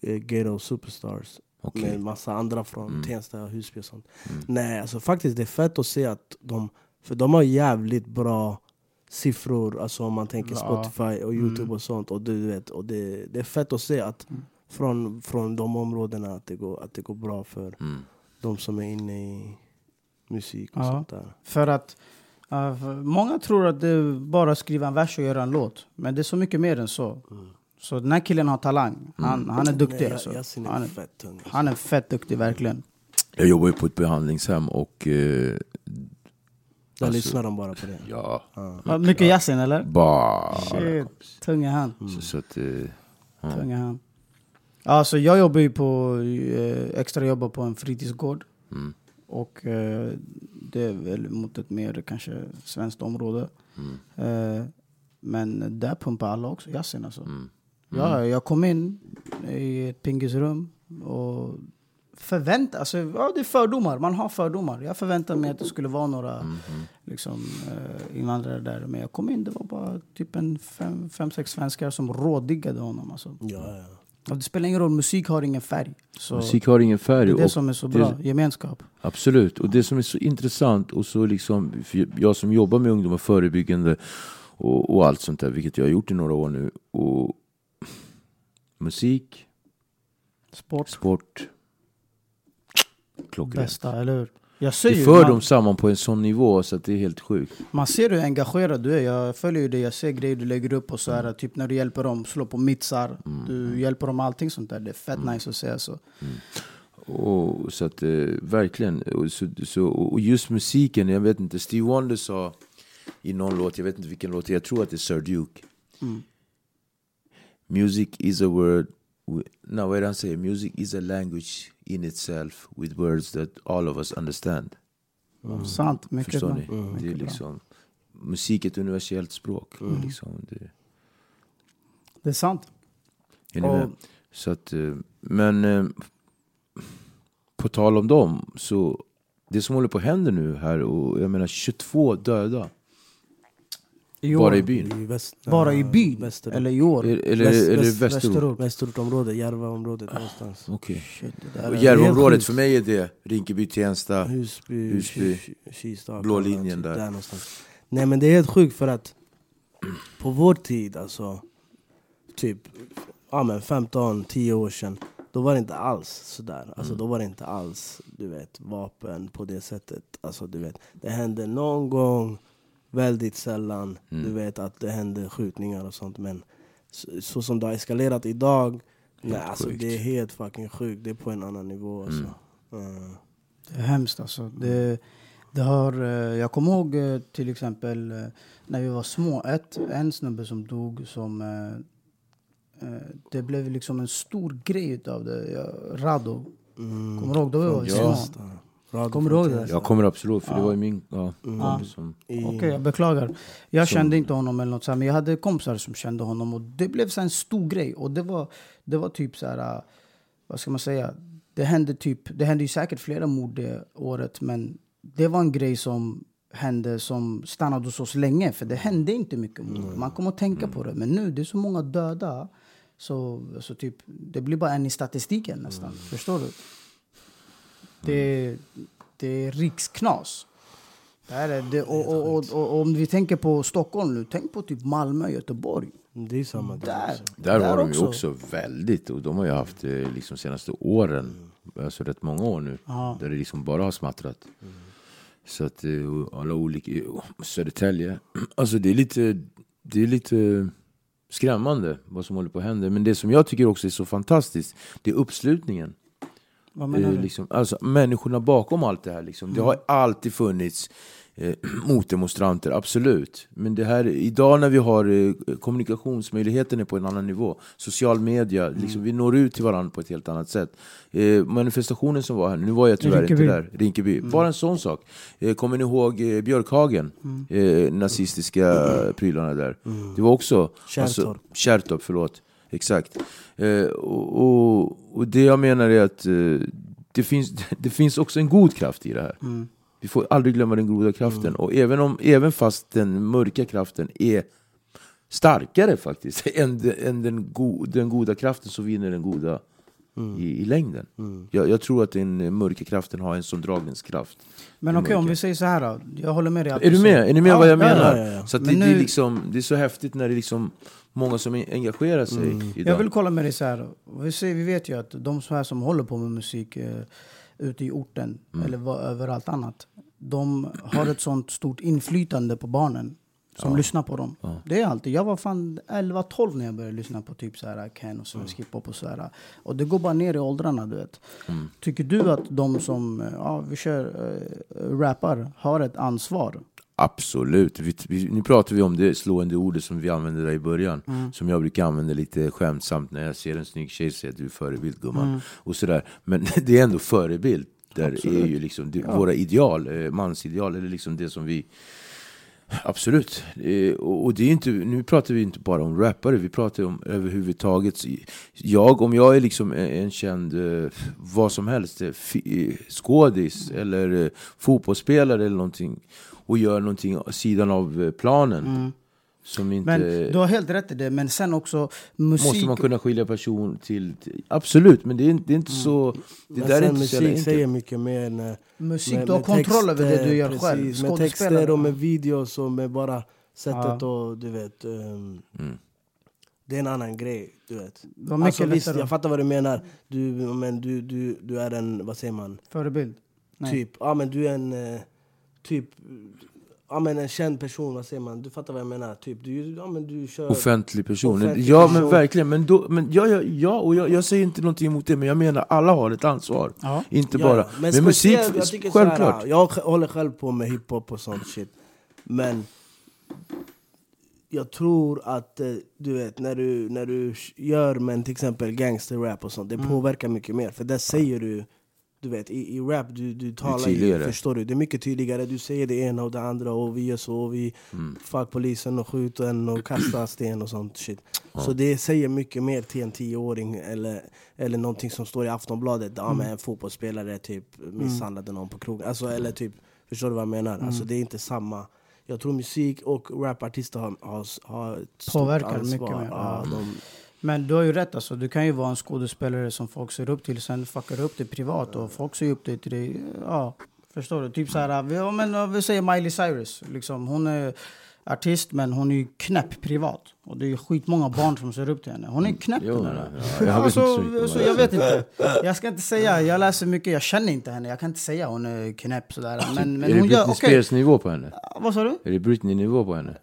Speaker 5: de eh, Ghetto Superstars.
Speaker 3: Okej.
Speaker 5: Med massa andra från
Speaker 4: Mm.
Speaker 5: Tensta och Husby och sånt. Nej, alltså faktiskt det är fett att se att de... För de har jävligt bra siffror, alltså om man tänker Spotify
Speaker 4: Mm.
Speaker 5: och Youtube och sånt. Och du vet, och det, det är fett att se att från, från de områdena att det går, att det går bra för de som är inne i musik och
Speaker 4: Mm. Ja.
Speaker 5: sånt där.
Speaker 4: För att eh, för många tror att det är bara att skriva en vers och göra en låt. Men det är så mycket mer än så.
Speaker 3: Mm.
Speaker 4: Så den här killen har talang. Han, han är duktig
Speaker 5: Nej, jag,
Speaker 4: alltså.
Speaker 5: jag ser
Speaker 4: han,
Speaker 5: är
Speaker 4: är,
Speaker 5: fett tung. alltså.
Speaker 4: han är fett duktig verkligen.
Speaker 3: Jag jobbar ju på ett behandlingshem och eh,
Speaker 5: Där
Speaker 3: Alltså-
Speaker 5: lyssnar de bara på det.
Speaker 3: ja,
Speaker 4: Har Mycket Yasin eller?
Speaker 3: bara.
Speaker 4: Shit. Tung är han.
Speaker 3: Så, så att, eh,
Speaker 4: Tung är han. Alltså jag jobbar ju på, eh, extra jobbar på en fritidsgård.
Speaker 3: Mm.
Speaker 4: Och eh, det är väl mot ett mer kanske svenskt område. Eh, men där pumpar alla också Yasin alltså. Ja, jag kom in i ett pingisrum och förväntade alltså, ja, det är fördomar. Man har fördomar. Jag förväntade mig att det skulle vara några liksom, eh, invandrare där. Men jag kom in, det var bara typ en fem, fem sex svenskar som rådiggade honom. Alltså.
Speaker 5: Ja, ja.
Speaker 4: Och det spelar ingen roll, musik har ingen färg. Så
Speaker 3: musik har ingen
Speaker 4: det
Speaker 3: färg.
Speaker 4: är Alltså, det
Speaker 3: och
Speaker 4: som är så bra, gemenskap.
Speaker 3: Absolut, och det som är så intressant och så liksom, för jag som jobbar med ungdomar förebyggande och, och allt sånt där, vilket jag har gjort i några år nu. Och musik,
Speaker 4: Sport,
Speaker 3: sport, klockrent.
Speaker 4: bästa, eller hur? Jag ser
Speaker 3: Det
Speaker 4: ju,
Speaker 3: för
Speaker 4: man,
Speaker 3: dem samman på en sån nivå så att det är helt sjukt.
Speaker 4: man ser hur engagerad du är. Jag följer ju dig, jag ser grejer du lägger upp och så här, typ när du hjälper dem, slå på
Speaker 3: Mm,
Speaker 4: mittsar, du hjälper dem med allting sånt där. Det är fett nice att se alltså.
Speaker 3: Mm. Och, så att, eh, verkligen. Och, så, så, och just musiken, jag vet inte. Steve Wonder sa i någon låt, jag vet inte vilken låt, jag tror att det är Sir Duke.
Speaker 4: Mm.
Speaker 3: Music is a word, wi- no vad är det han säger? Music is a language in itself with words that all of us understand.
Speaker 4: Mm. Sant, mycket
Speaker 3: Förstår
Speaker 4: bra. Mm,
Speaker 3: ni? Det är
Speaker 4: Mycket bra. Mm.
Speaker 3: liksom, musik är ett universellt språk. Liksom, det,
Speaker 4: Det är sant.
Speaker 3: Är ni
Speaker 4: Och-
Speaker 3: med? Så att, eh, men eh, på tal om dem, så det som håller på att hända nu här, och jag menar 22 döda
Speaker 4: I
Speaker 3: bara
Speaker 4: år.
Speaker 3: i byn.
Speaker 5: I väst,
Speaker 4: Bara i byn?
Speaker 5: Västerort.
Speaker 4: Eller i år?
Speaker 3: Eller, eller,
Speaker 5: Väst-
Speaker 3: är det
Speaker 5: väst-
Speaker 3: Västerort?
Speaker 5: Västerortområdet, Järvaområdet någonstans.
Speaker 3: Okej.
Speaker 4: Shit, det
Speaker 3: Och
Speaker 4: där är...
Speaker 3: Järvaområdet för mig är det Rinkeby, Tensta.
Speaker 5: Husby,
Speaker 3: Husby.
Speaker 5: Ki- Kista.
Speaker 3: Blå
Speaker 5: Akalla,
Speaker 3: linjen
Speaker 5: typ
Speaker 3: där.
Speaker 5: någonstans. Nej men det är helt sjukt för att på vår tid, alltså typ ja, men 15, 10 år sedan, då var det inte alls sådär.
Speaker 3: Mm.
Speaker 5: Alltså, Då var det inte alls du vet, vapen på det sättet. Alltså, du vet, det hände någon gång, väldigt sällan, du
Speaker 3: Mm.
Speaker 5: vet att det hände skjutningar och sånt. Men så, så som det har eskalerat idag, nej, alltså,
Speaker 3: sjukt.
Speaker 5: det är helt fucking sjukt. Det är på en annan nivå. Alltså. Mm.
Speaker 4: Det är hemskt alltså. Det, det har, eh, jag kommer ihåg eh, till exempel eh, när vi var små, ett, en snubbe som dog som... eh, eh, Det blev liksom en stor grej utav det. Jag- Rado. Kommer du ihåg? Då vi var
Speaker 3: Mm. Ja.
Speaker 4: små.
Speaker 5: Radio
Speaker 4: Kommer du ihåg det?
Speaker 5: Frontier.
Speaker 3: Jag kommer absolut, för det var ju min ja, kompis som...
Speaker 5: I-
Speaker 4: Okej, jag beklagar. Jag kände inte honom eller något så här, men jag hade kompisar som kände honom och det blev så här en stor grej. Och det var, det var typ så här, äh, vad ska man säga? Det hände, typ, det hände ju säkert flera mord det året, men det var en grej som hände som stannade hos oss länge, för det hände inte mycket mord. Man kommer att tänka på det, men nu det är så många döda. Så, så typ, det blir bara en i statistiken nästan. Förstår du? Det, det är riksknas. Det här är det, och, och, och, och, om vi tänker på Stockholm nu, tänk på typ Malmö, Göteborg.
Speaker 5: Det är samma grej.
Speaker 4: Där,
Speaker 3: Där, har de ju också väldigt, och de har ju haft eh, det liksom senaste åren, alltså rätt många år nu, där det liksom bara har smattrat. Så att eh, och alla olika, och Södertälje. Alltså det är lite, det är lite skrämmande vad som håller på att hända. Men det som jag tycker också är så fantastiskt, det är uppslutningen.
Speaker 4: Vad menar
Speaker 3: Eh,
Speaker 4: du? Mm.
Speaker 3: Liksom, alltså, människorna bakom allt det här. Liksom. Det har alltid funnits eh, motdemonstranter, absolut. Men det här, idag när vi har eh, kommunikationsmöjligheten är på en annan nivå, social media, liksom, vi når ut till varandra på ett helt annat sätt. Eh, manifestationen som var här, nu var jag tyvärr
Speaker 7: Rinkeby.
Speaker 3: inte där, Rinkeby, bara en sån sak. Eh, kommer ni ihåg eh, Björkhagen? Eh, nazistiska prylarna där. Det var också... alltså,
Speaker 5: Kärrtorp.
Speaker 3: Kärrtorp, förlåt. Exakt. Eh, och, och, och det jag menar är att eh, det, finns, det finns också en god kraft i det här.
Speaker 4: Mm.
Speaker 3: Vi får aldrig glömma den goda kraften. Och även, om, även fast den mörka kraften är starkare faktiskt än, de- än den, go, den goda kraften så vinner den goda
Speaker 4: Mm.
Speaker 3: i, i längden. Jag, jag tror att den eh, mörka kraften har en sån dragningskraft.
Speaker 4: Men okej, om vi säger så här då. Jag håller med dig.
Speaker 3: Är du med? Är ni med
Speaker 4: Ja,
Speaker 3: vad jag
Speaker 4: Alltså- ja, ja,
Speaker 3: menar?
Speaker 4: ja,
Speaker 3: Så att det,
Speaker 4: Men
Speaker 3: det, är
Speaker 4: nu-
Speaker 3: liksom, det är så häftigt när det är liksom många som engagerar sig idag.
Speaker 4: Mm. Jag vill kolla med dig så här. Vi, ser, vi vet ju att de som, här som håller på med musik eh, ute i orten
Speaker 3: Mm.
Speaker 4: eller var, överallt annat. De har ett sånt stort inflytande på barnen som lyssnar på dem. Det är alltid. Jag var fan 11-12 när jag började lyssna på typ så här Ken och svensk
Speaker 3: Mm.
Speaker 4: hiphop och så här. Och det går bara ner i åldrarna du vet.
Speaker 3: Mm.
Speaker 4: Tycker du att de som eh, ja, vi kör, eh, rappar har ett ansvar?
Speaker 3: Absolut. Vi, vi, nu pratar vi om det slående ordet som vi använde där i början. Som jag brukar använda lite skämtsamt när jag ser en snygg tjej säger du är förebild gumman. Och sådär. Men det är ändå förebild. Där är ju liksom det, våra ideal, eh, mansideal, eller liksom det som vi... Absolut. Eh, Och och det är ju inte, nu pratar vi inte bara om rappare, vi pratar ju om överhuvudtaget. Jag, om jag är liksom en en känd, eh, vad som helst, eh, fi- eh, skådis eller eh, fotbollsspelare eller någonting och gör någonting å sidan av eh, planen.
Speaker 5: Mm.
Speaker 3: Som inte...
Speaker 4: Men du har helt rätt i det, men sen också musik.
Speaker 3: Måste man kunna skilja person till... till- Absolut, men det är, inte- det är inte så... Det
Speaker 5: Mm. Men
Speaker 3: där är
Speaker 5: sen
Speaker 3: inte så jävla
Speaker 5: musik
Speaker 3: enkelt.
Speaker 5: säger mycket mer än... eh,
Speaker 4: Musik, du har kontroll över det du gör själv,
Speaker 5: Med texter
Speaker 4: skådespelare.
Speaker 5: och med videos och med bara sättet och du vet. ehm, Det är en annan grej, du vet.
Speaker 4: var mycket
Speaker 5: Alltså, visst,
Speaker 4: lättare.
Speaker 5: jag fattar vad du menar. Du, men du, du, du är en, vad säger man?
Speaker 4: Förebild. Nej.
Speaker 5: Typ, ja men du är en eh, typ Ja men en känd person, vad säger man? Du fattar vad jag menar? Typ, du, ja, men du kör...
Speaker 3: Offentlig person.
Speaker 5: Offentlig
Speaker 3: ja, men
Speaker 5: person.
Speaker 3: verkligen. Men då, men ja, ja, ja, och jag, jag säger inte någonting emot det, men jag menar alla har ett ansvar.
Speaker 4: Ja.
Speaker 3: Inte
Speaker 5: Ja,
Speaker 3: bara...
Speaker 5: ja.
Speaker 3: Men, musik,
Speaker 5: speciellt, jag tycker så här,
Speaker 3: självklart.
Speaker 5: jag sj- håller själv på med hiphop och sånt shit. Men jag tror att eh, du vet, när du, när du sh- gör men till exempel gangsterrap och sånt,
Speaker 3: Mm.
Speaker 5: det påverkar mycket mer. För där säger du, du vet, i, i rap du, du talar ju,
Speaker 3: tydligare.
Speaker 5: förstår du? Det är mycket tydligare, du säger det ena och det andra och vi gör så, och vi fuck polisen och skjuter en och kastar sten och sånt shit. Så det säger mycket mer till en tioåring eller, eller någonting som står i Aftonbladet, ja men en fotbollsspelare typ misshandlade någon på krogen. Alltså, eller typ, förstår du vad jag menar? Alltså det är inte samma jag tror musik och rapartister har, har, har ett stort
Speaker 4: Påverkar
Speaker 5: ansvar.
Speaker 4: mycket mer.
Speaker 5: Ja, de,
Speaker 4: Men du har ju rätt alltså. Du kan ju vara en skådespelare som folk ser upp till. Sen fuckar du upp det privat och folk ser upp det till dig. Ja, förstår du? Typ så här, vi, ja, men, ja, vi säger Miley Cyrus. Liksom, hon är artist men hon är ju knäpp privat. Och det är ju skitmånga barn som ser upp till henne. Hon är knäpp
Speaker 3: Jo,
Speaker 4: den
Speaker 3: ja,
Speaker 4: där.
Speaker 3: ja, jag vet
Speaker 4: alltså,
Speaker 3: inte så mycket om
Speaker 4: alltså,
Speaker 3: det.
Speaker 4: jag vet inte. Jag ska inte säga, jag läser mycket, jag känner inte henne. Jag kan inte säga hon är knäpp sådär. Men, men
Speaker 3: Typ, är det
Speaker 4: hon
Speaker 3: Britney
Speaker 4: gör, okej.
Speaker 3: Spears-nivå på henne?
Speaker 4: Vad sa du?
Speaker 3: Är det Britney-nivå på henne?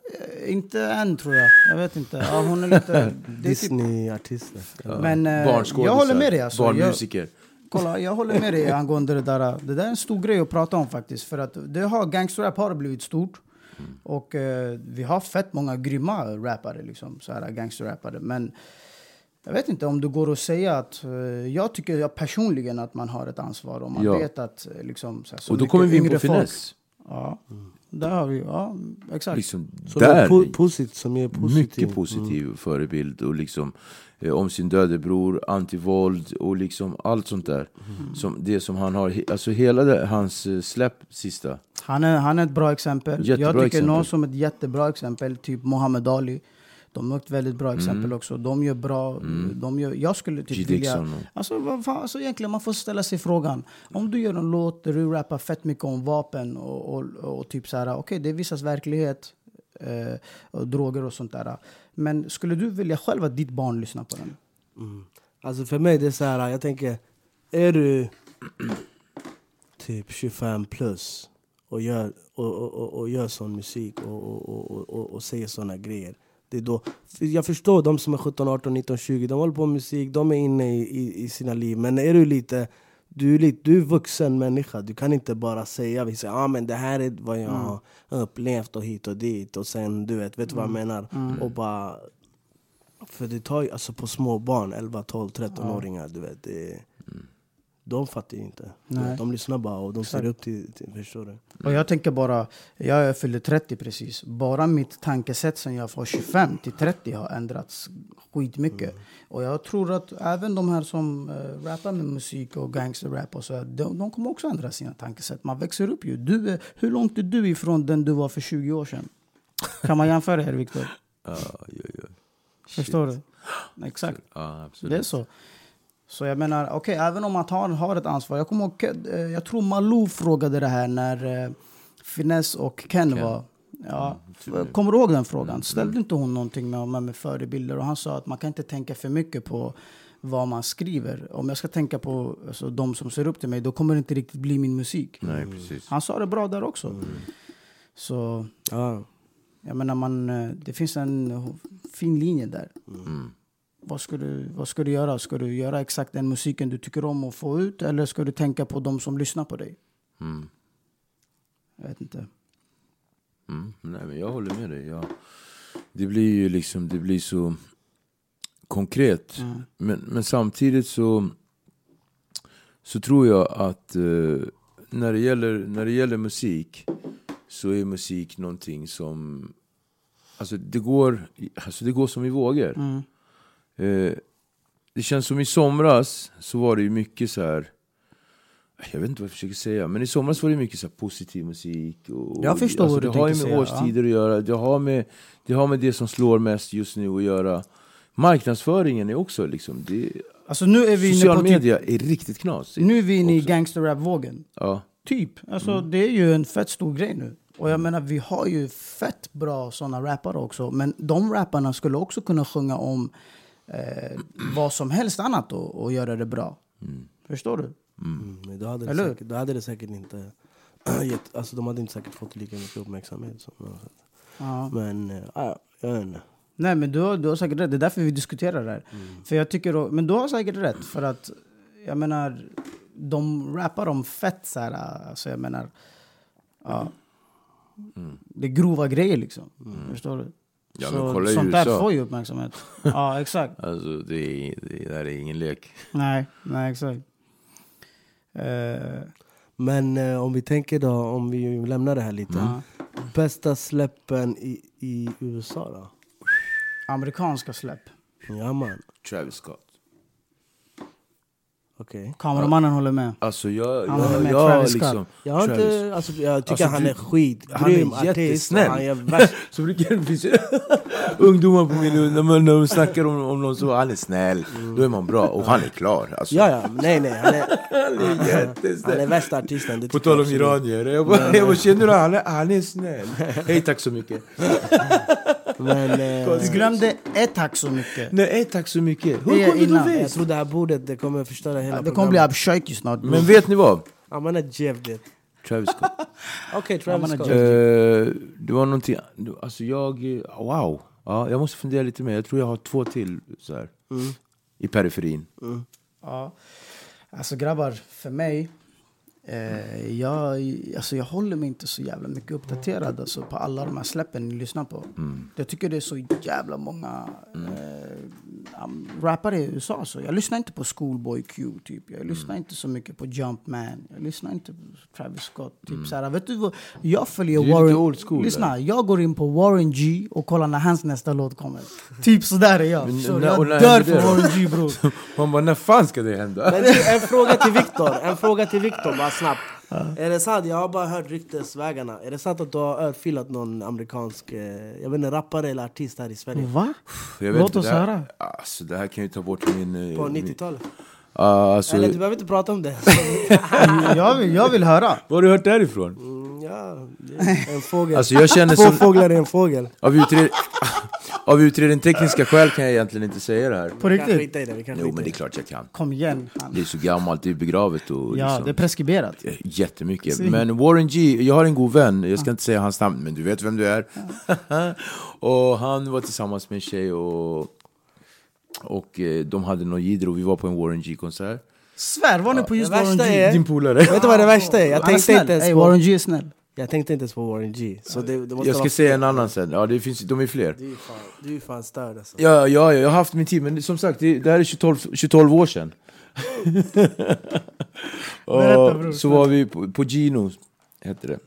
Speaker 4: Inte än tror jag. Jag vet inte. Ja, hon är lite... Det är typ
Speaker 5: Disney-artister.
Speaker 4: Men eh,
Speaker 3: Barnskådisar,
Speaker 4: jag håller med dig. Alltså. Jag,
Speaker 3: Barnmusiker.
Speaker 4: kolla, jag håller med dig angående det där. eh, Det där är en stor grej att prata om faktiskt. För att det har, gangsterrap har blivit stort. Och eh, vi har fett många grymma rappare, liksom, så här, gangsterrappare. Men jag vet inte om det går att säga att... Eh, jag tycker jag personligen att man har ett ansvar om man
Speaker 3: Ja.
Speaker 4: vet att... eh, Liksom, så här, så
Speaker 3: Och då
Speaker 4: mycket
Speaker 3: kommer vi in
Speaker 4: yngre
Speaker 3: på
Speaker 4: folk-
Speaker 3: finess.
Speaker 4: Ja, där har vi... Ja, exakt.
Speaker 3: Liksom,
Speaker 5: Så
Speaker 3: där.
Speaker 5: där, po- Mm. posit, som är positivt.
Speaker 3: Mycket positiv förebild och liksom eh, om sin dödebror, antivåld och liksom allt sånt där. Som, det som han har, he- alltså hela det, hans eh, släpp sista.
Speaker 4: Han är, han är ett bra exempel.
Speaker 3: Jättebra
Speaker 4: jag tycker
Speaker 3: exempel.
Speaker 4: någon som ett jättebra exempel, typ Muhammad Ali. De är ett väldigt bra exempel också. De gör bra... De gör, jag skulle
Speaker 3: Mm. G.
Speaker 4: typ vilja...
Speaker 3: Dixon. och-
Speaker 4: Alltså, vad fan, alltså egentligen, man får ställa sig frågan. Om du gör en låt där du rappar fett mycket om vapen och, och, och typ så här, okej det är vissas verklighet, eh, och droger och sånt där. Men skulle du vilja själv att ditt barn lyssnar på den?
Speaker 5: Alltså för mig det är så här, jag tänker, är du typ 25 plus och gör, och, och, och, och gör sån musik och, och, och, och, och, och säger såna grejer. Det är då, för jag förstår de som är 17, 18, 19, 20. De håller på med musik, de är inne i, i, i sina liv. Men är du lite... Du är, lite, du är vuxen människa, du kan inte bara säga vissa, ah, men det här är vad jag har upplevt och hit och dit och sen du vet, vet du vad jag menar? Och bara, för det tar ju alltså på små barn, 11, 12, 13-åringar, du vet. Det, De fattar ju inte.
Speaker 4: Nej.
Speaker 5: De lyssnar bara och de ser upp till, till förstår du?
Speaker 4: Och jag tänker bara, jag fyllde 30 precis. Bara mitt tankesätt sen jag var 25 till 30 har ändrats skitmycket. Och jag tror att även de här som äh, rappar med musik och gangsterrap och så, här, de, de kommer också ändra sina tankesätt. Man växer upp ju. Du är, hur långt är du ifrån den du var för 20 år sedan? Kan man jämföra här Viktor?
Speaker 3: Ja, jo, jo.
Speaker 4: Förstår du? Exakt.
Speaker 3: Ja,
Speaker 4: Det är
Speaker 3: absolut.
Speaker 4: så. Så jag menar, okej, även om man har, har ett ansvar. Jag, kommer ihåg, Ke- eh, jag tror Malou frågade det här när eh, Finess och Ken, var... Ja,
Speaker 3: Mm, typ.
Speaker 4: f- kommer du ihåg den frågan? Ställde inte hon någonting med, med, med förebilder? Och han sa att man kan inte tänka för mycket på vad man skriver. Om jag ska tänka på alltså, de som ser upp till mig, då kommer det inte riktigt bli min musik.
Speaker 3: Nej, Mm. precis.
Speaker 4: Han sa det bra där också. Så
Speaker 5: Ja.
Speaker 4: jag menar, man, eh, det finns en eh, fin linje där. Vad, ska du, vad ska du göra? Ska du göra exakt den musiken du tycker om att få ut eller ska du tänka på de som lyssnar på dig?
Speaker 3: Mm.
Speaker 4: Jag vet inte.
Speaker 3: Mm. Nej, men jag håller med dig. Jag, det blir ju liksom, det blir så konkret. Men, men samtidigt så, så tror jag att eh, när, det gäller, när det gäller musik så är musik någonting som, alltså det går, alltså det går som i vågor.
Speaker 4: Mm.
Speaker 3: Eh, det känns som i somras så var det ju mycket så här jag vet inte vad jag försöker säga, men i somras var det mycket så här positiv musik. Och,
Speaker 4: Jag förstår
Speaker 3: alltså,
Speaker 4: vad du
Speaker 3: Det har ju med
Speaker 4: tänker säga, ja.
Speaker 3: årstider att göra, det har, med, det har med det som slår mest just nu att göra. Marknadsföringen är också liksom, det,
Speaker 4: Alltså nu är vi inne
Speaker 3: social
Speaker 4: på typ,
Speaker 3: media är riktigt knasigt.
Speaker 4: nu är vi inne i gangsterrap-vågen.
Speaker 3: Ja.
Speaker 4: Typ. Alltså
Speaker 3: Mm.
Speaker 4: det är ju en fett stor grej nu. Och jag menar vi har ju fett bra såna rappare också. Men de rapparna skulle också kunna sjunga om eh, vad som helst annat och, och göra det bra. Förstår du?
Speaker 5: Mm, men då hade, det
Speaker 4: Eller hur?
Speaker 5: säkert, då hade det säkert inte gett, alltså de hade inte säkert fått lika mycket uppmärksamhet. Som, de har fått.
Speaker 4: Ja.
Speaker 5: Men eh, ja, jag vet inte.
Speaker 4: Nej men du har, du har säkert rätt, det är därför vi diskuterar det här.
Speaker 3: Mm.
Speaker 4: För jag tycker, då- men du har säkert rätt för att jag menar, de rappar om fett så här, alltså jag menar, ja. Det är grova grejer liksom. Förstår du?
Speaker 3: Mm. Ja, men
Speaker 4: så
Speaker 3: kolla i
Speaker 4: sånt där
Speaker 3: USA.
Speaker 4: får ju uppmärksamhet. ja exakt.
Speaker 3: Alltså det, är, det där är ingen lek.
Speaker 4: Nej, nej exakt. Eh,
Speaker 5: Men eh, om vi tänker då, om vi lämnar det här lite. Bästa släppen i, i USA då?
Speaker 4: amerikanska släpp.
Speaker 5: Ja man,
Speaker 3: Travis Scott.
Speaker 5: okej.
Speaker 4: Kameramannen håller med.
Speaker 3: Alltså jag,
Speaker 4: Han håller
Speaker 3: jag,
Speaker 4: med
Speaker 3: jag,
Speaker 4: Travis Scott.
Speaker 3: liksom...
Speaker 5: Jag, har
Speaker 3: Travis-
Speaker 5: inte, alltså, jag tycker
Speaker 3: Alltså,
Speaker 5: han
Speaker 3: du-
Speaker 5: är skitgrym
Speaker 3: Han är
Speaker 5: artist,
Speaker 3: jättesnäll.
Speaker 5: Han gör värst
Speaker 3: så brukar det finnas ungdomar på min när man, när man snackar om, om någon så han är snäll, då är man bra. Och han är klar. Alltså.
Speaker 5: Mm. Ja, ja, nej, nej. Han är,
Speaker 3: Han är jättesnäll.
Speaker 5: han är värsta artisten. det
Speaker 3: På
Speaker 5: tycker
Speaker 3: tal
Speaker 5: jag
Speaker 3: om
Speaker 5: absolut.
Speaker 3: iranier, jag bara, jag bara känner du han är, han är snäll. Hej tack så mycket.
Speaker 5: Men, eh,
Speaker 4: Du glömde ett tack så mycket.
Speaker 3: Nej, hej tack så mycket.
Speaker 4: Det
Speaker 3: Hur
Speaker 4: är
Speaker 3: kommer du
Speaker 4: innan.
Speaker 5: jag
Speaker 3: vet?
Speaker 5: tror det här bordet det kommer förstöra hela
Speaker 4: Det kommer bli
Speaker 5: programmet.
Speaker 4: abshaky snart.
Speaker 3: Men vet ni vad?
Speaker 5: I'm gonna give det.
Speaker 3: Travis Scott.
Speaker 5: Okej, Travis
Speaker 4: men
Speaker 5: Scott.
Speaker 4: jag-
Speaker 3: Eh, det var någonting, alltså jag, wow. Ja, jag måste fundera lite mer. Jag tror jag har två till så här.
Speaker 5: Mm.
Speaker 3: I periferin.
Speaker 4: Ja. Alltså grabbar, för mig... Eh, jag, alltså, jag håller mig inte så jävla mycket uppdaterad alltså, på alla de här släppen ni lyssnar på.
Speaker 3: Mm.
Speaker 4: Jag tycker det är så jävla många eh, um, rappare i USA. Så jag lyssnar inte på Schoolboy Q, typ.
Speaker 3: Mm.
Speaker 4: jag lyssnar inte så mycket på Jumpman, jag lyssnar inte på Travis Scott. Typ, så här, vet du vad? Jag följer
Speaker 3: Du Mm. är lite
Speaker 4: Warren...
Speaker 3: old school,
Speaker 4: lyssna, jag går in på Warren G och kollar när hans nästa låt kommer. typ sådär är jag.
Speaker 3: Men
Speaker 4: Så
Speaker 3: när- och
Speaker 4: jag
Speaker 3: när
Speaker 4: dör
Speaker 3: händer
Speaker 4: för
Speaker 3: det då?
Speaker 4: Warren G bror.
Speaker 3: Man bara, när fan ska det hända?
Speaker 5: Men du, en fråga till Viktor, en fråga till Viktor bara snabbt. Är det sant, jag har bara hört ryktesvägarna, är det sant att du har örfilat någon amerikansk, eh, jag vet inte, rappare eller artist här i Sverige?
Speaker 4: Va?
Speaker 3: Jag
Speaker 4: Låt
Speaker 3: inte,
Speaker 4: oss
Speaker 3: det här-
Speaker 4: höra.
Speaker 3: Alltså, det här kan ju ta bort min... eh,
Speaker 5: På
Speaker 3: min,
Speaker 5: 90-talet?
Speaker 3: Ah, alltså,
Speaker 5: Eller du behöver inte prata om det.
Speaker 4: Mm,
Speaker 3: Ah.
Speaker 4: jag, vill, jag vill höra.
Speaker 3: Var har du hört det här ifrån?
Speaker 5: Mm, ja, det är en fågel.
Speaker 3: Alltså jag känner
Speaker 5: Två
Speaker 3: som...
Speaker 5: fåglar är en fågel.
Speaker 3: Av, utred, Av utredning tekniska skäl kan jag egentligen inte säga det här.
Speaker 4: På
Speaker 5: Vi kan
Speaker 4: riktigt?
Speaker 5: skita i det, vi kan
Speaker 3: Jo,
Speaker 5: skita
Speaker 3: men det
Speaker 5: i
Speaker 3: är klart jag kan.
Speaker 4: Kom igen. Han.
Speaker 3: Det är så gammalt, det är begravet och
Speaker 4: Ja,
Speaker 3: liksom,
Speaker 4: det är preskriberat.
Speaker 3: jättemycket. Men Warren G, jag har en god vän, jag ska inte säga hans namn, men du vet vem du är. och han var tillsammans med en tjej och, och eh, de hade någon jidder och vi var på en Warren G-konsert.
Speaker 4: Svär, var ni på just
Speaker 5: Det
Speaker 4: Warren
Speaker 5: värsta
Speaker 4: G?
Speaker 5: är-
Speaker 3: Din polare.
Speaker 5: Vet du vad det värsta är? Jag
Speaker 4: Han är
Speaker 5: tänkte
Speaker 4: snäll.
Speaker 5: inte ens
Speaker 4: Ey,
Speaker 5: på,
Speaker 4: Warren G är snäll.
Speaker 5: jag tänkte inte ens på Warren G. Så det, det måste
Speaker 3: Jag ska
Speaker 5: vara-
Speaker 3: säga en annan sen, ja, det finns, de är fler.
Speaker 5: Du är fan, du är fan störd alltså.
Speaker 3: Ja, ja, ja, jag har haft min tid, men som sagt, det, det här är 22, 22 år sedan. Och så var vi på, på Gino, hette det.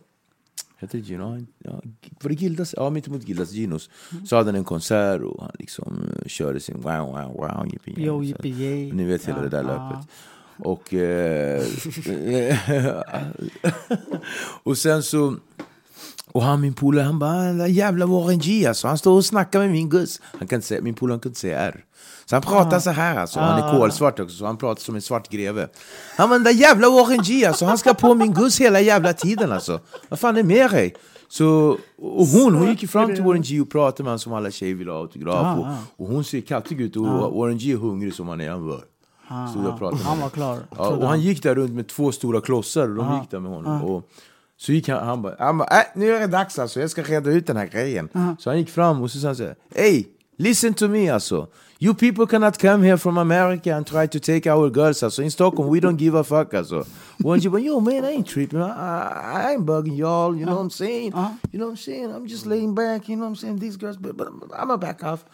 Speaker 3: Hette det Gino? Ja, Ja, var det Gildas? Ja, mitt emot Gildas, Ginos. Så hade han en konsert och han liksom eh, körde sin wow, wow, wow, yippee,
Speaker 4: Yo, Ah.
Speaker 3: så-
Speaker 4: yippee, yay.
Speaker 3: Ni vet hela det där
Speaker 4: Ja, ja.
Speaker 3: löpet. Och, eh, och sen så... Och han min polare, han bara den där jävla Warren G alltså. Han står och snackar med min guss. Han kan inte säga, min polare kan inte säga R. Så han
Speaker 4: Ah.
Speaker 3: pratar så här alltså. Han är kolsvart också, så han pratar som en svart greve. Han bara den där jävla Warren G alltså. Han ska på min guss hela jävla tiden alltså. Vad fan är med dig? Så, och hon, hon gick ju fram till Warren G och pratade med honom som alla tjejer ville ha
Speaker 4: Ah,
Speaker 3: autograf. Och, och hon ser kattig ut och Warren G är hungrig som han är. Han bara, stod och pratade med
Speaker 4: Ah, Han var klar.
Speaker 3: Ja, och han gick där runt med två stora klossar och de gick där med honom. Och så gick han, han bara, han bara äh, nu är det dags alltså, jag ska reda ut den här grejen. Så han gick fram och så sa han så här, hey, listen to me alltså. You people cannot come here from America and try to take our girls alltså. In Stockholm we don't give a fuck alltså. One G bara, yo man I ain't tripping, I, I, I ain't bugging y'all, you know what I'm saying? You know what I'm saying? I'm just laying back, you know what I'm saying? These girls, but, but I'm a back off.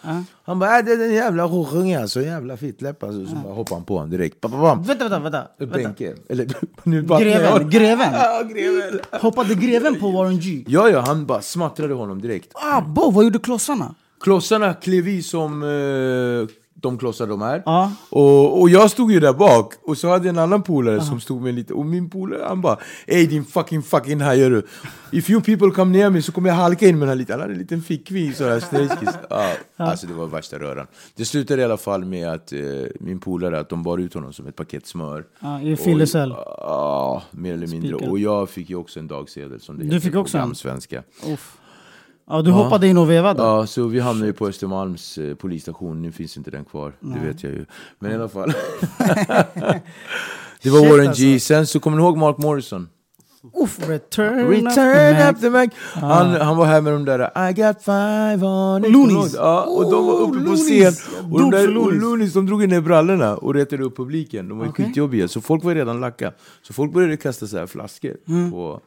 Speaker 3: Han bara, äh, det är den jävla horungen alltså, jävla fittläpp alltså. Så bara hoppade han på honom direkt. Bam, bam, bam.
Speaker 4: Vänta, vänta, vänta. vänta.
Speaker 3: Benke. Eller nu bara,
Speaker 4: Greven, greven.
Speaker 3: Ja, greven.
Speaker 4: Hoppade greven på Warren G?
Speaker 3: Ja, ja, han bara smattrade honom direkt.
Speaker 4: Ah, bo, vad gjorde klossarna?
Speaker 3: Klossarna klev i som eh, de klossar de är.
Speaker 4: Ja.
Speaker 3: Och, och jag stod ju där bak, och så hade jag en annan polare som stod med lite, och min polare han bara Ey din fucking fucking hajar du! If you people come near me så kommer jag halka in med den här liten, han hade en liten fickvis sådär snakekiss. Ja, alltså det var värsta röran. Det slutade i alla fall med att eh, min polare, att de bar ut honom som ett paket smör.
Speaker 4: Ja, i
Speaker 3: Och-
Speaker 4: fyllecell.
Speaker 3: Ja, mer eller mindre.
Speaker 4: Spikad.
Speaker 3: Och jag fick ju också en dagsedel som det
Speaker 4: Du
Speaker 3: heter
Speaker 4: fick
Speaker 3: på
Speaker 4: också en?
Speaker 3: gammalsvenska.
Speaker 4: Uff. Ja, du hoppade in och vevade?
Speaker 3: Ja, så vi hamnade ju på Östermalms eh, polisstation. Nu finns inte den kvar, det vet jag ju. Men i alla fall. det var
Speaker 4: Shit,
Speaker 3: Warren
Speaker 4: alltså.
Speaker 3: G. Sen så kommer ni ihåg Mark Morrison?
Speaker 4: Uff, return,
Speaker 3: Return
Speaker 4: up
Speaker 3: up the Mac. Han, han var här med de där I got five on it.
Speaker 4: Ah. Loonies.
Speaker 3: Ja, och de var uppe på
Speaker 4: Loonies.
Speaker 3: scen. Och de
Speaker 4: Dog för
Speaker 3: där och
Speaker 4: Loonies.
Speaker 3: Loonies, de drog ner brallorna och retade upp publiken. De var ju
Speaker 4: Okej.
Speaker 3: skitjobbiga, så folk var ju redan lacka. Så folk började kasta så här flaskor.
Speaker 4: Mm.
Speaker 3: På.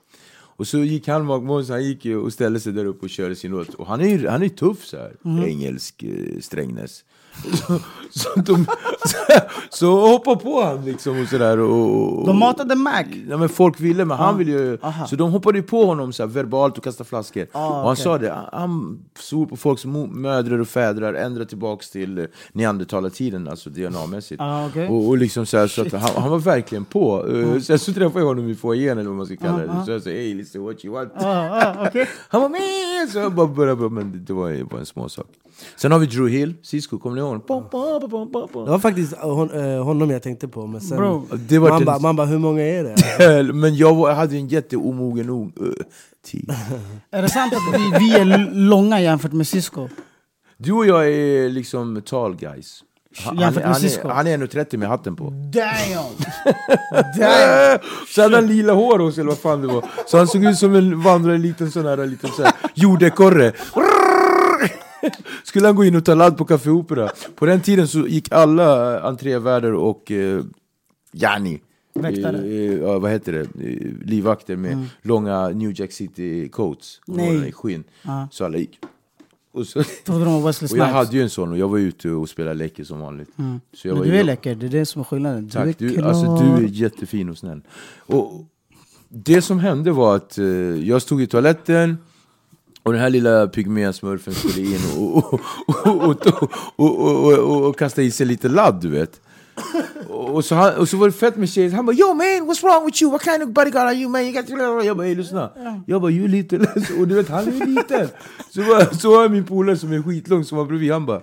Speaker 3: Och så gick han, Mark Monson, han gick ju och ställde sig där uppe och körde sin låt. Och han är ju han är ju tuff så här,
Speaker 4: Mm.
Speaker 3: engelsk eh, Strängnäs. Så, så, de, så, så hoppa på han liksom och sådär. Och, och,
Speaker 4: De matade Mac.
Speaker 3: Nej, men folk ville, men
Speaker 4: Ah,
Speaker 3: han ville ju... Så de hoppade ju på honom så här, verbalt och kastade flaskor.
Speaker 4: Ah,
Speaker 3: och han sa det, han- han svor på folks mo- mödrar och fädrar, ändrade tillbaks till eh, neandertalartiden, alltså DNA-mässigt.
Speaker 4: Ah, okej. Ah.
Speaker 3: och, och liksom så här, så att han, han var verkligen på. Eh, Sen så träffade jag honom i foajén, eller vad man ska kalla det. Så jag sa, hey listen what you want.
Speaker 4: Ah, ah, okej.
Speaker 3: Han var med! Så jag bara började, bara, men det- det var ju bara en småsak. Sen har vi Drew Hill, Cisco, kommer ni ihåg honom? Pom, pom, pom, pom, pom.
Speaker 5: Det var faktiskt hon, eh, honom jag tänkte på, men sen...
Speaker 4: Bro,
Speaker 3: det var
Speaker 5: man
Speaker 3: den-
Speaker 5: bara, man bara, hur många är det?
Speaker 3: Men jag, var, jag hade ju en jätteomogen ung... Uh, tid.
Speaker 4: Är det sant att vi, vi är l- långa jämfört med Cisco?
Speaker 3: Du och jag är liksom tall guys. Han, han,
Speaker 4: Jämfört med
Speaker 3: han,
Speaker 4: Cisco.
Speaker 3: är, han är 1,30 med hatten på.
Speaker 4: Damn!
Speaker 3: Äh, Så hade han lila hår också, eller vad fan det var. Så han såg ut som en vandrare liten sån här liten så här, jordekorre. Rrrr. Skulle han gå in och ta ladd på Café Opera. På den tiden så gick alla eh, entrévärdar och eh, Jani.
Speaker 4: Väktare. Mm.
Speaker 3: Eh, eh, ja, vad heter det? Eh, livvakter med långa New Jack City coats.
Speaker 4: Nej.
Speaker 3: I skinn. Så alla gick. Och så,
Speaker 4: Trodde de var Wesley
Speaker 3: och jag
Speaker 4: Snipes.
Speaker 3: hade ju en sån och jag var ute och spelade läcker som vanligt. Så jag
Speaker 4: Mm. Men
Speaker 3: var
Speaker 4: du
Speaker 3: ju-
Speaker 4: är läcker, det är det som är skillnaden. Du är
Speaker 3: Tack, du,
Speaker 4: klar.
Speaker 3: alltså, du är jättefin och snäll. Och det som hände var att eh, jag stod i toaletten och den här lilla pygmésmurfen skulle in och, och, och, och, och, och, och, och, och kasta i sig lite ladd, du vet. Och så, han, och så var det fett med tjejer, han bara Yo man, what's wrong with you? What kind of bodyguard are you man? You got to... Jag bara ey lyssna, jag bara you little... Och du vet han är ju liten! Så, bara, så har jag min polare som är skitlång som var bredvid, han bara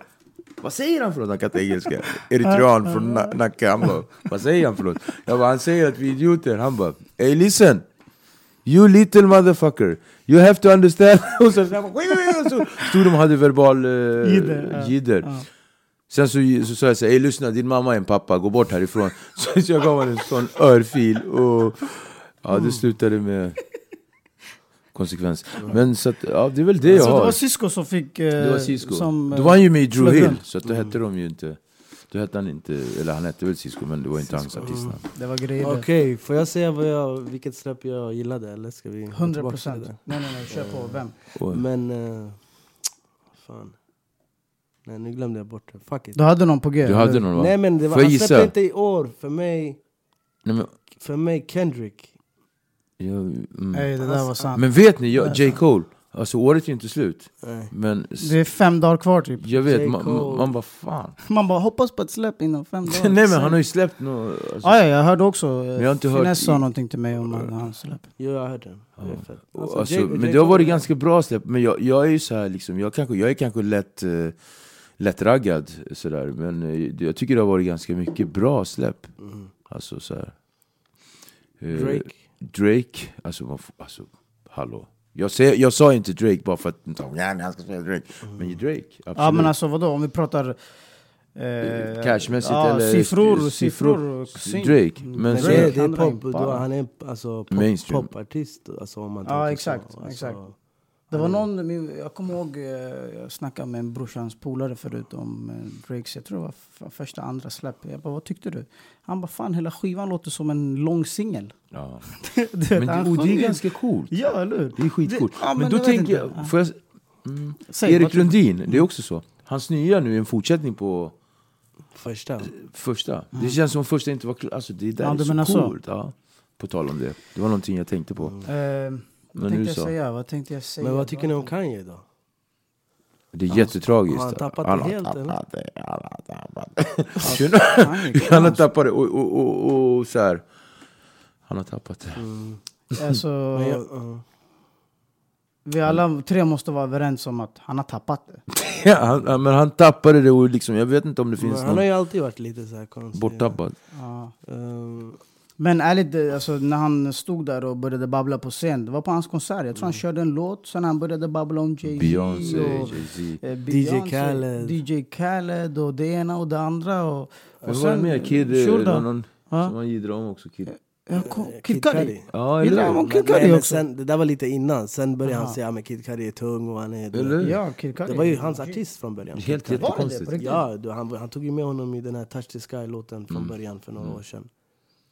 Speaker 3: Vad säger han för något? Han kan inte engelska Eritrean från Na- Nacka, han bara Vad säger han för något? Jag bara han säger att vi är idioter, han bara Ey listen! You little motherfucker, you have to understand. och så, så, här, "Wait, wait, wait," och så stod de och hade verbal eh,
Speaker 4: Jidder, ja.
Speaker 3: jidder. Sen så så sa jag så här, "Ey, lyssna din mamma är en pappa, gå bort härifrån. Så, så jag gav honom en sån örfil och ja, det slutade med konsekvens. Men så att, ja, det är väl det jag
Speaker 4: Så det
Speaker 3: har.
Speaker 4: var Cisco som fick... eh,
Speaker 3: Det var Cisco.
Speaker 4: Som,
Speaker 3: Då var han ju med i Drew
Speaker 4: slöt
Speaker 3: Hill,
Speaker 4: den.
Speaker 3: så att då hette de ju inte... Då hette han inte, eller han hette väl Cisco men det var inte hans artistnamn.
Speaker 4: Det var grejer.
Speaker 5: Okej, får jag säga vad jag, vilket släpp jag gillade? Eller ska vi gå tillbaka
Speaker 4: 100
Speaker 5: till
Speaker 4: procent.
Speaker 5: det?
Speaker 4: Nej, nej, nej. Kör på.
Speaker 3: Mm.
Speaker 4: Vem?
Speaker 3: Och-
Speaker 5: Men... eh, fan. Nej, nu glömde jag bort det. Fuck it.
Speaker 4: Du hade någon på G?
Speaker 3: Du hade
Speaker 4: eller?
Speaker 3: någon va?
Speaker 5: Nej men det var,
Speaker 3: Får jag
Speaker 5: han släppte
Speaker 3: gissa?
Speaker 5: inte i år. För mig,
Speaker 3: Nej, men,
Speaker 5: för mig Kendrick.
Speaker 3: jag, mm.
Speaker 4: Nej, det där var sant.
Speaker 3: men vet ni, jag, J. Cole, alltså året är ju inte slut.
Speaker 5: Nej.
Speaker 3: Men s-
Speaker 4: Det är fem dagar kvar typ.
Speaker 3: jag vet,
Speaker 5: J.
Speaker 3: man,
Speaker 5: Cole.
Speaker 3: man bara fan.
Speaker 4: Man bara hoppas på ett släpp inom fem dagar.
Speaker 3: Nej men han har ju släppt nå. alltså,
Speaker 4: Ah, Ja, ja, jag hörde också. eh,
Speaker 3: jag har inte hört
Speaker 4: Finesse sa
Speaker 3: i-
Speaker 4: någonting till mig om att han släpp.
Speaker 5: Jo jag hörde den. Det är fett.
Speaker 3: Alltså,
Speaker 5: J-
Speaker 3: men
Speaker 5: J.
Speaker 3: det har
Speaker 5: Cole-
Speaker 3: varit ganska bra släpp, men jag, jag är ju så här liksom, jag, kanske, jag är kanske lätt, eh, lättraggad sådär, men eh, jag tycker det har varit ganska mycket bra släpp.
Speaker 4: Mm.
Speaker 3: Alltså så här. Eh,
Speaker 5: Drake.
Speaker 3: Drake, alltså, man får, alltså hallå. Jag, säger, jag sa inte Drake bara för att ja, men han ska säga Drake. Men Drake, absolut.
Speaker 4: Mm. Ja, men alltså vadå? Om vi pratar...
Speaker 3: Eh,
Speaker 4: Eh,
Speaker 3: Cashmässigt
Speaker 4: ja,
Speaker 3: eller...
Speaker 4: Siffror, siffror. och syn.
Speaker 3: Drake. Men
Speaker 5: Men
Speaker 3: så,
Speaker 5: det, är-
Speaker 4: Drake,
Speaker 5: det är
Speaker 4: han drar
Speaker 5: pop,
Speaker 4: in
Speaker 5: då,
Speaker 4: bara.
Speaker 5: han är alltså pop,
Speaker 3: Mainstream.
Speaker 5: popartist. Alltså, om man
Speaker 4: Ja,
Speaker 5: tänker så.
Speaker 4: exakt,
Speaker 5: Alltså,
Speaker 4: exakt. Det var någon, min- jag kommer ihåg, eh, jag snackade med en brorsans polare förut om eh, Drakes, jag tror det var f- första, andra släpp. Jag bara, vad tyckte du? Han bara, fan hela skivan låter som en lång singel.
Speaker 3: Ja.
Speaker 4: Du vet,
Speaker 3: Men
Speaker 4: han
Speaker 3: det, och det
Speaker 4: sjunger-
Speaker 3: är ganska coolt.
Speaker 4: Ja, eller hur?
Speaker 3: Det är skitcoolt.
Speaker 4: Det- ja,
Speaker 3: men,
Speaker 4: men
Speaker 3: då
Speaker 4: jag vet
Speaker 3: tänker
Speaker 4: inte.
Speaker 3: jag... Får jag s- mm,
Speaker 4: Säg, vad
Speaker 3: Erik
Speaker 4: tycker du? Mm.
Speaker 3: Lundin, det är också så. Hans nya nu är en fortsättning på
Speaker 5: Första.
Speaker 4: Eh,
Speaker 3: första.
Speaker 5: Mm.
Speaker 3: Det känns som första inte var klar. Alltså det där
Speaker 4: Ja, du
Speaker 3: är
Speaker 4: menar
Speaker 3: så
Speaker 4: så.
Speaker 3: coolt. Ja. På tal om det. Det var någonting jag tänkte på.
Speaker 5: Mm.
Speaker 4: Eh,
Speaker 3: Men
Speaker 4: vad tänkte
Speaker 3: nu
Speaker 4: jag
Speaker 3: så.
Speaker 4: säga? Vad tänkte jag säga?
Speaker 5: Men vad tycker ni om Kanye då?
Speaker 3: Det är jättetragiskt.
Speaker 5: har han tappat det helt,
Speaker 3: tappat
Speaker 5: eller?
Speaker 3: det, han har tappat det. han har tappat det och, och, och, och så här. Han har tappat det.
Speaker 5: Mm.
Speaker 4: Alltså,
Speaker 5: Men jag, ja.
Speaker 4: vi alla tre måste vara överens om att han har tappat det.
Speaker 3: Ja, han, han- men han tappade det och liksom, jag vet inte om det
Speaker 5: men
Speaker 3: finns
Speaker 5: Mm, han
Speaker 3: någon
Speaker 5: har ju Mm. alltid varit lite så här konstig.
Speaker 3: borttappad.
Speaker 4: Ja.
Speaker 5: Ehm,
Speaker 4: Men ärligt, det- alltså, när han stod där och började babbla på scen, det var på hans konsert. Jag tror han körde en låt, sen han började babbla om Jay-Z
Speaker 3: Mm. Beyoncé,
Speaker 4: och
Speaker 3: Jay-Z.
Speaker 4: eh,
Speaker 5: DJ
Speaker 4: Beyoncé,
Speaker 5: Khaled.
Speaker 4: DJ Khaled och det ena och det andra. Och, och
Speaker 3: Och var det mer? Kid, eh,
Speaker 4: Shurda.
Speaker 3: det var någon
Speaker 4: Ja.
Speaker 3: som han gidrade om också.
Speaker 5: Eh,
Speaker 3: Kid.
Speaker 4: Ja, ko-
Speaker 5: Kid
Speaker 4: Kid Cudi.
Speaker 5: Cudi.
Speaker 3: Ja,
Speaker 4: Gillar
Speaker 3: eller
Speaker 4: han
Speaker 3: hur?
Speaker 4: Kid
Speaker 5: men-
Speaker 4: Cudi
Speaker 5: men
Speaker 4: också?
Speaker 5: sen, det där var lite innan, sen började han säga att Kid Cudi är tung och han är...
Speaker 3: Eller?
Speaker 4: Ja, Kid Cudi.
Speaker 5: Det var ju hans artist från början. Kid
Speaker 3: Helt
Speaker 5: Cudi.
Speaker 3: jättekonstigt.
Speaker 5: Ja, du, han, han tog ju med honom i den här Touch the Sky-låten från
Speaker 3: Mm.
Speaker 5: början för några år sedan.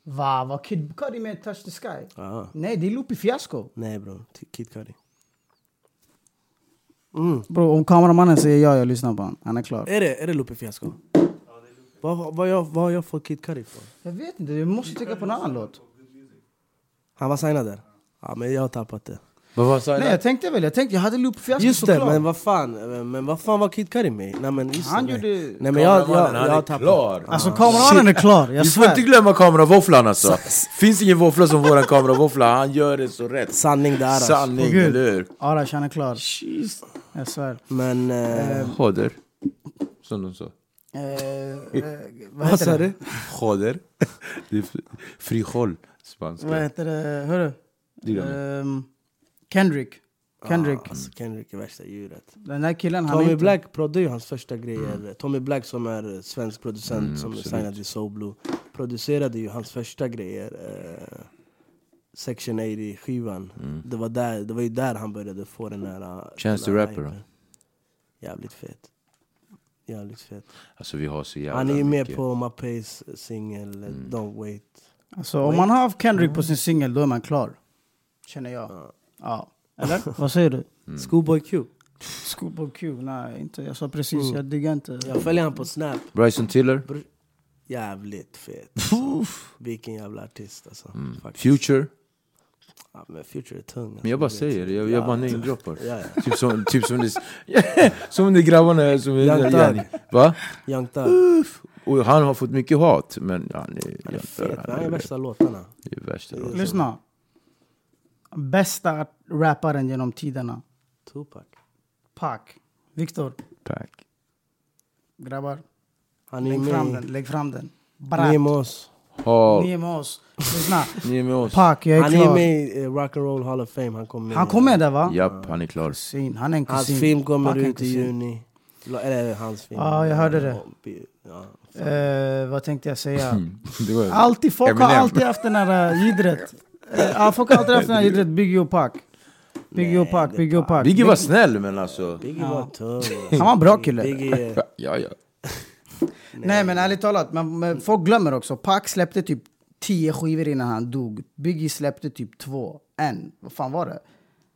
Speaker 4: Va, var Kid Cudi med i Touch the Sky?
Speaker 5: Ja.
Speaker 4: Nej, det är Lupe Fiasco.
Speaker 5: Nej bror, T- Kid Cudi.
Speaker 4: Bro, om kameramannen säger ja, jag lyssnar på honom. Han är klar.
Speaker 5: Är det, är det Lupe Fiasco? Vad vad- vad jag- vad har jag fått Kid Cudi för?
Speaker 4: Jag vet inte, vi måste tycka på en annan låt.
Speaker 5: Han var signad där? Ja men jag har tappat det.
Speaker 3: Vad var sa
Speaker 4: Nej,
Speaker 3: jag?
Speaker 4: jag tänkte väl. Jag tänkte, jag hade Lupe Fiasco
Speaker 5: Just det,
Speaker 4: såklart.
Speaker 5: men vad fan, men vad fan var Kid Cudi med i? Nej men just
Speaker 4: Han
Speaker 5: det, nej.
Speaker 4: gjorde-
Speaker 5: Nej men jag, jag, jag,
Speaker 3: Kameramannen,
Speaker 5: har
Speaker 3: han är
Speaker 5: tappat
Speaker 3: klar.
Speaker 4: Alltså kameramannen är klar, jag
Speaker 3: Vi får inte
Speaker 4: svär.
Speaker 3: glömma kameravåfflan alltså. Finns ingen våffla som våran kameravåffla. Han gör det så rätt.
Speaker 5: Sanning där alltså.
Speaker 3: Sanning,
Speaker 4: Gud.
Speaker 3: eller hur?
Speaker 4: Arash, han är klar. Jag svär.
Speaker 5: Men... Eh,
Speaker 3: Choder. Som de sa.
Speaker 4: Eh, eh, vad
Speaker 5: vad sa
Speaker 4: heter det?
Speaker 5: du?
Speaker 3: Choder. Det är fri- frijol. Spanska.
Speaker 4: Vad heter det? Hörru?
Speaker 3: Lilla mig.
Speaker 4: Ehm, Kendrick. Kendrick.
Speaker 5: Alltså Kendrick är värsta djuret.
Speaker 4: Den där killen, han är
Speaker 5: Tommy
Speaker 4: inte-
Speaker 5: Black proddar ju hans första
Speaker 3: Mm.
Speaker 5: grejer. Tommy Black som är svensk producent som är signad i Soul Blue producerade ju hans första grejer. Eh, Section 80-skivan. Det, var där- det var ju där han började få den här...
Speaker 3: Mm.
Speaker 5: eh,
Speaker 3: Chance
Speaker 5: den här
Speaker 3: the Rapper,
Speaker 5: hypen. Jävligt fet. Jävligt fet.
Speaker 3: Alltså vi har så jävla
Speaker 5: Han är ju med
Speaker 3: mycket. Mm.
Speaker 5: på Mapeys singel eh, Don't Wait.
Speaker 4: Alltså, om man har Kendrick på sin singel, då är man klar. Känner jag. Ja. Eller? vad säger du?
Speaker 5: Schoolboy Q.
Speaker 4: Schoolboy Q? Nej, inte. Jag sa precis, jag diggar inte.
Speaker 5: Jag följer han på Snap.
Speaker 3: Bryson Tiller.
Speaker 5: Jävligt fet. Alltså. Vilken jävla artist alltså. Faktiskt.
Speaker 3: Mm. Future.
Speaker 5: Ja, men Future är tung. Alltså.
Speaker 3: Men jag bara säger det. Jag, jag bara namedroppar.
Speaker 5: Ja, ja.
Speaker 3: Typ som, typ som, det, som de grabbarna som
Speaker 5: Young
Speaker 3: är
Speaker 5: Thug.
Speaker 3: Va?
Speaker 5: Young Thug.
Speaker 3: Och han har fått mycket hat. Men han är,
Speaker 5: Han är fet.
Speaker 3: han
Speaker 5: Han är
Speaker 3: är,
Speaker 5: värsta låtarna.
Speaker 3: det är värsta låten.
Speaker 4: Lyssna. Bästa rapparen genom tiderna.
Speaker 5: Tupac.
Speaker 4: Pac. Viktor.
Speaker 3: Tack.
Speaker 4: Grabbar.
Speaker 5: Han är
Speaker 4: Lägg fram
Speaker 5: med
Speaker 4: den. Lägg fram den.
Speaker 5: Han är med
Speaker 4: Brat.
Speaker 5: oss.
Speaker 3: Har,
Speaker 4: Ni är med oss. Lyssna.
Speaker 3: ni är med oss?
Speaker 4: Pac, jag är
Speaker 5: Han är
Speaker 4: klar.
Speaker 5: med i eh, Rock and Roll Hall of Fame, han kommer
Speaker 4: Han kommer där va?
Speaker 3: Japp, han är klar.
Speaker 4: Kusin. Han är en
Speaker 5: Hans
Speaker 4: kusin.
Speaker 5: film kommer
Speaker 4: Pac är en
Speaker 5: ut i
Speaker 4: kusin.
Speaker 5: juni. La- Eller hans film.
Speaker 4: Ja, jag hörde det.
Speaker 5: Ja.
Speaker 4: Eh, vad tänkte jag säga?
Speaker 3: Det var-
Speaker 4: Alltid, folk har
Speaker 3: Eminem.
Speaker 4: alltid haft den här eh, jiddret. Eh, ja, folk har alltid haft den här jiddret, Biggie och Pac. Biggie och Pac, Biggie och Pac.
Speaker 3: Biggie var snäll men alltså...
Speaker 5: Biggie var tuff.
Speaker 4: Han var en bra kille.
Speaker 5: Biggie, eh,
Speaker 3: Ja, ja.
Speaker 4: Nej men ärligt talat, men, men folk glömmer också. Pac släppte typ 10 skivor innan han dog. Biggie släppte typ två, en. Vad fan var det?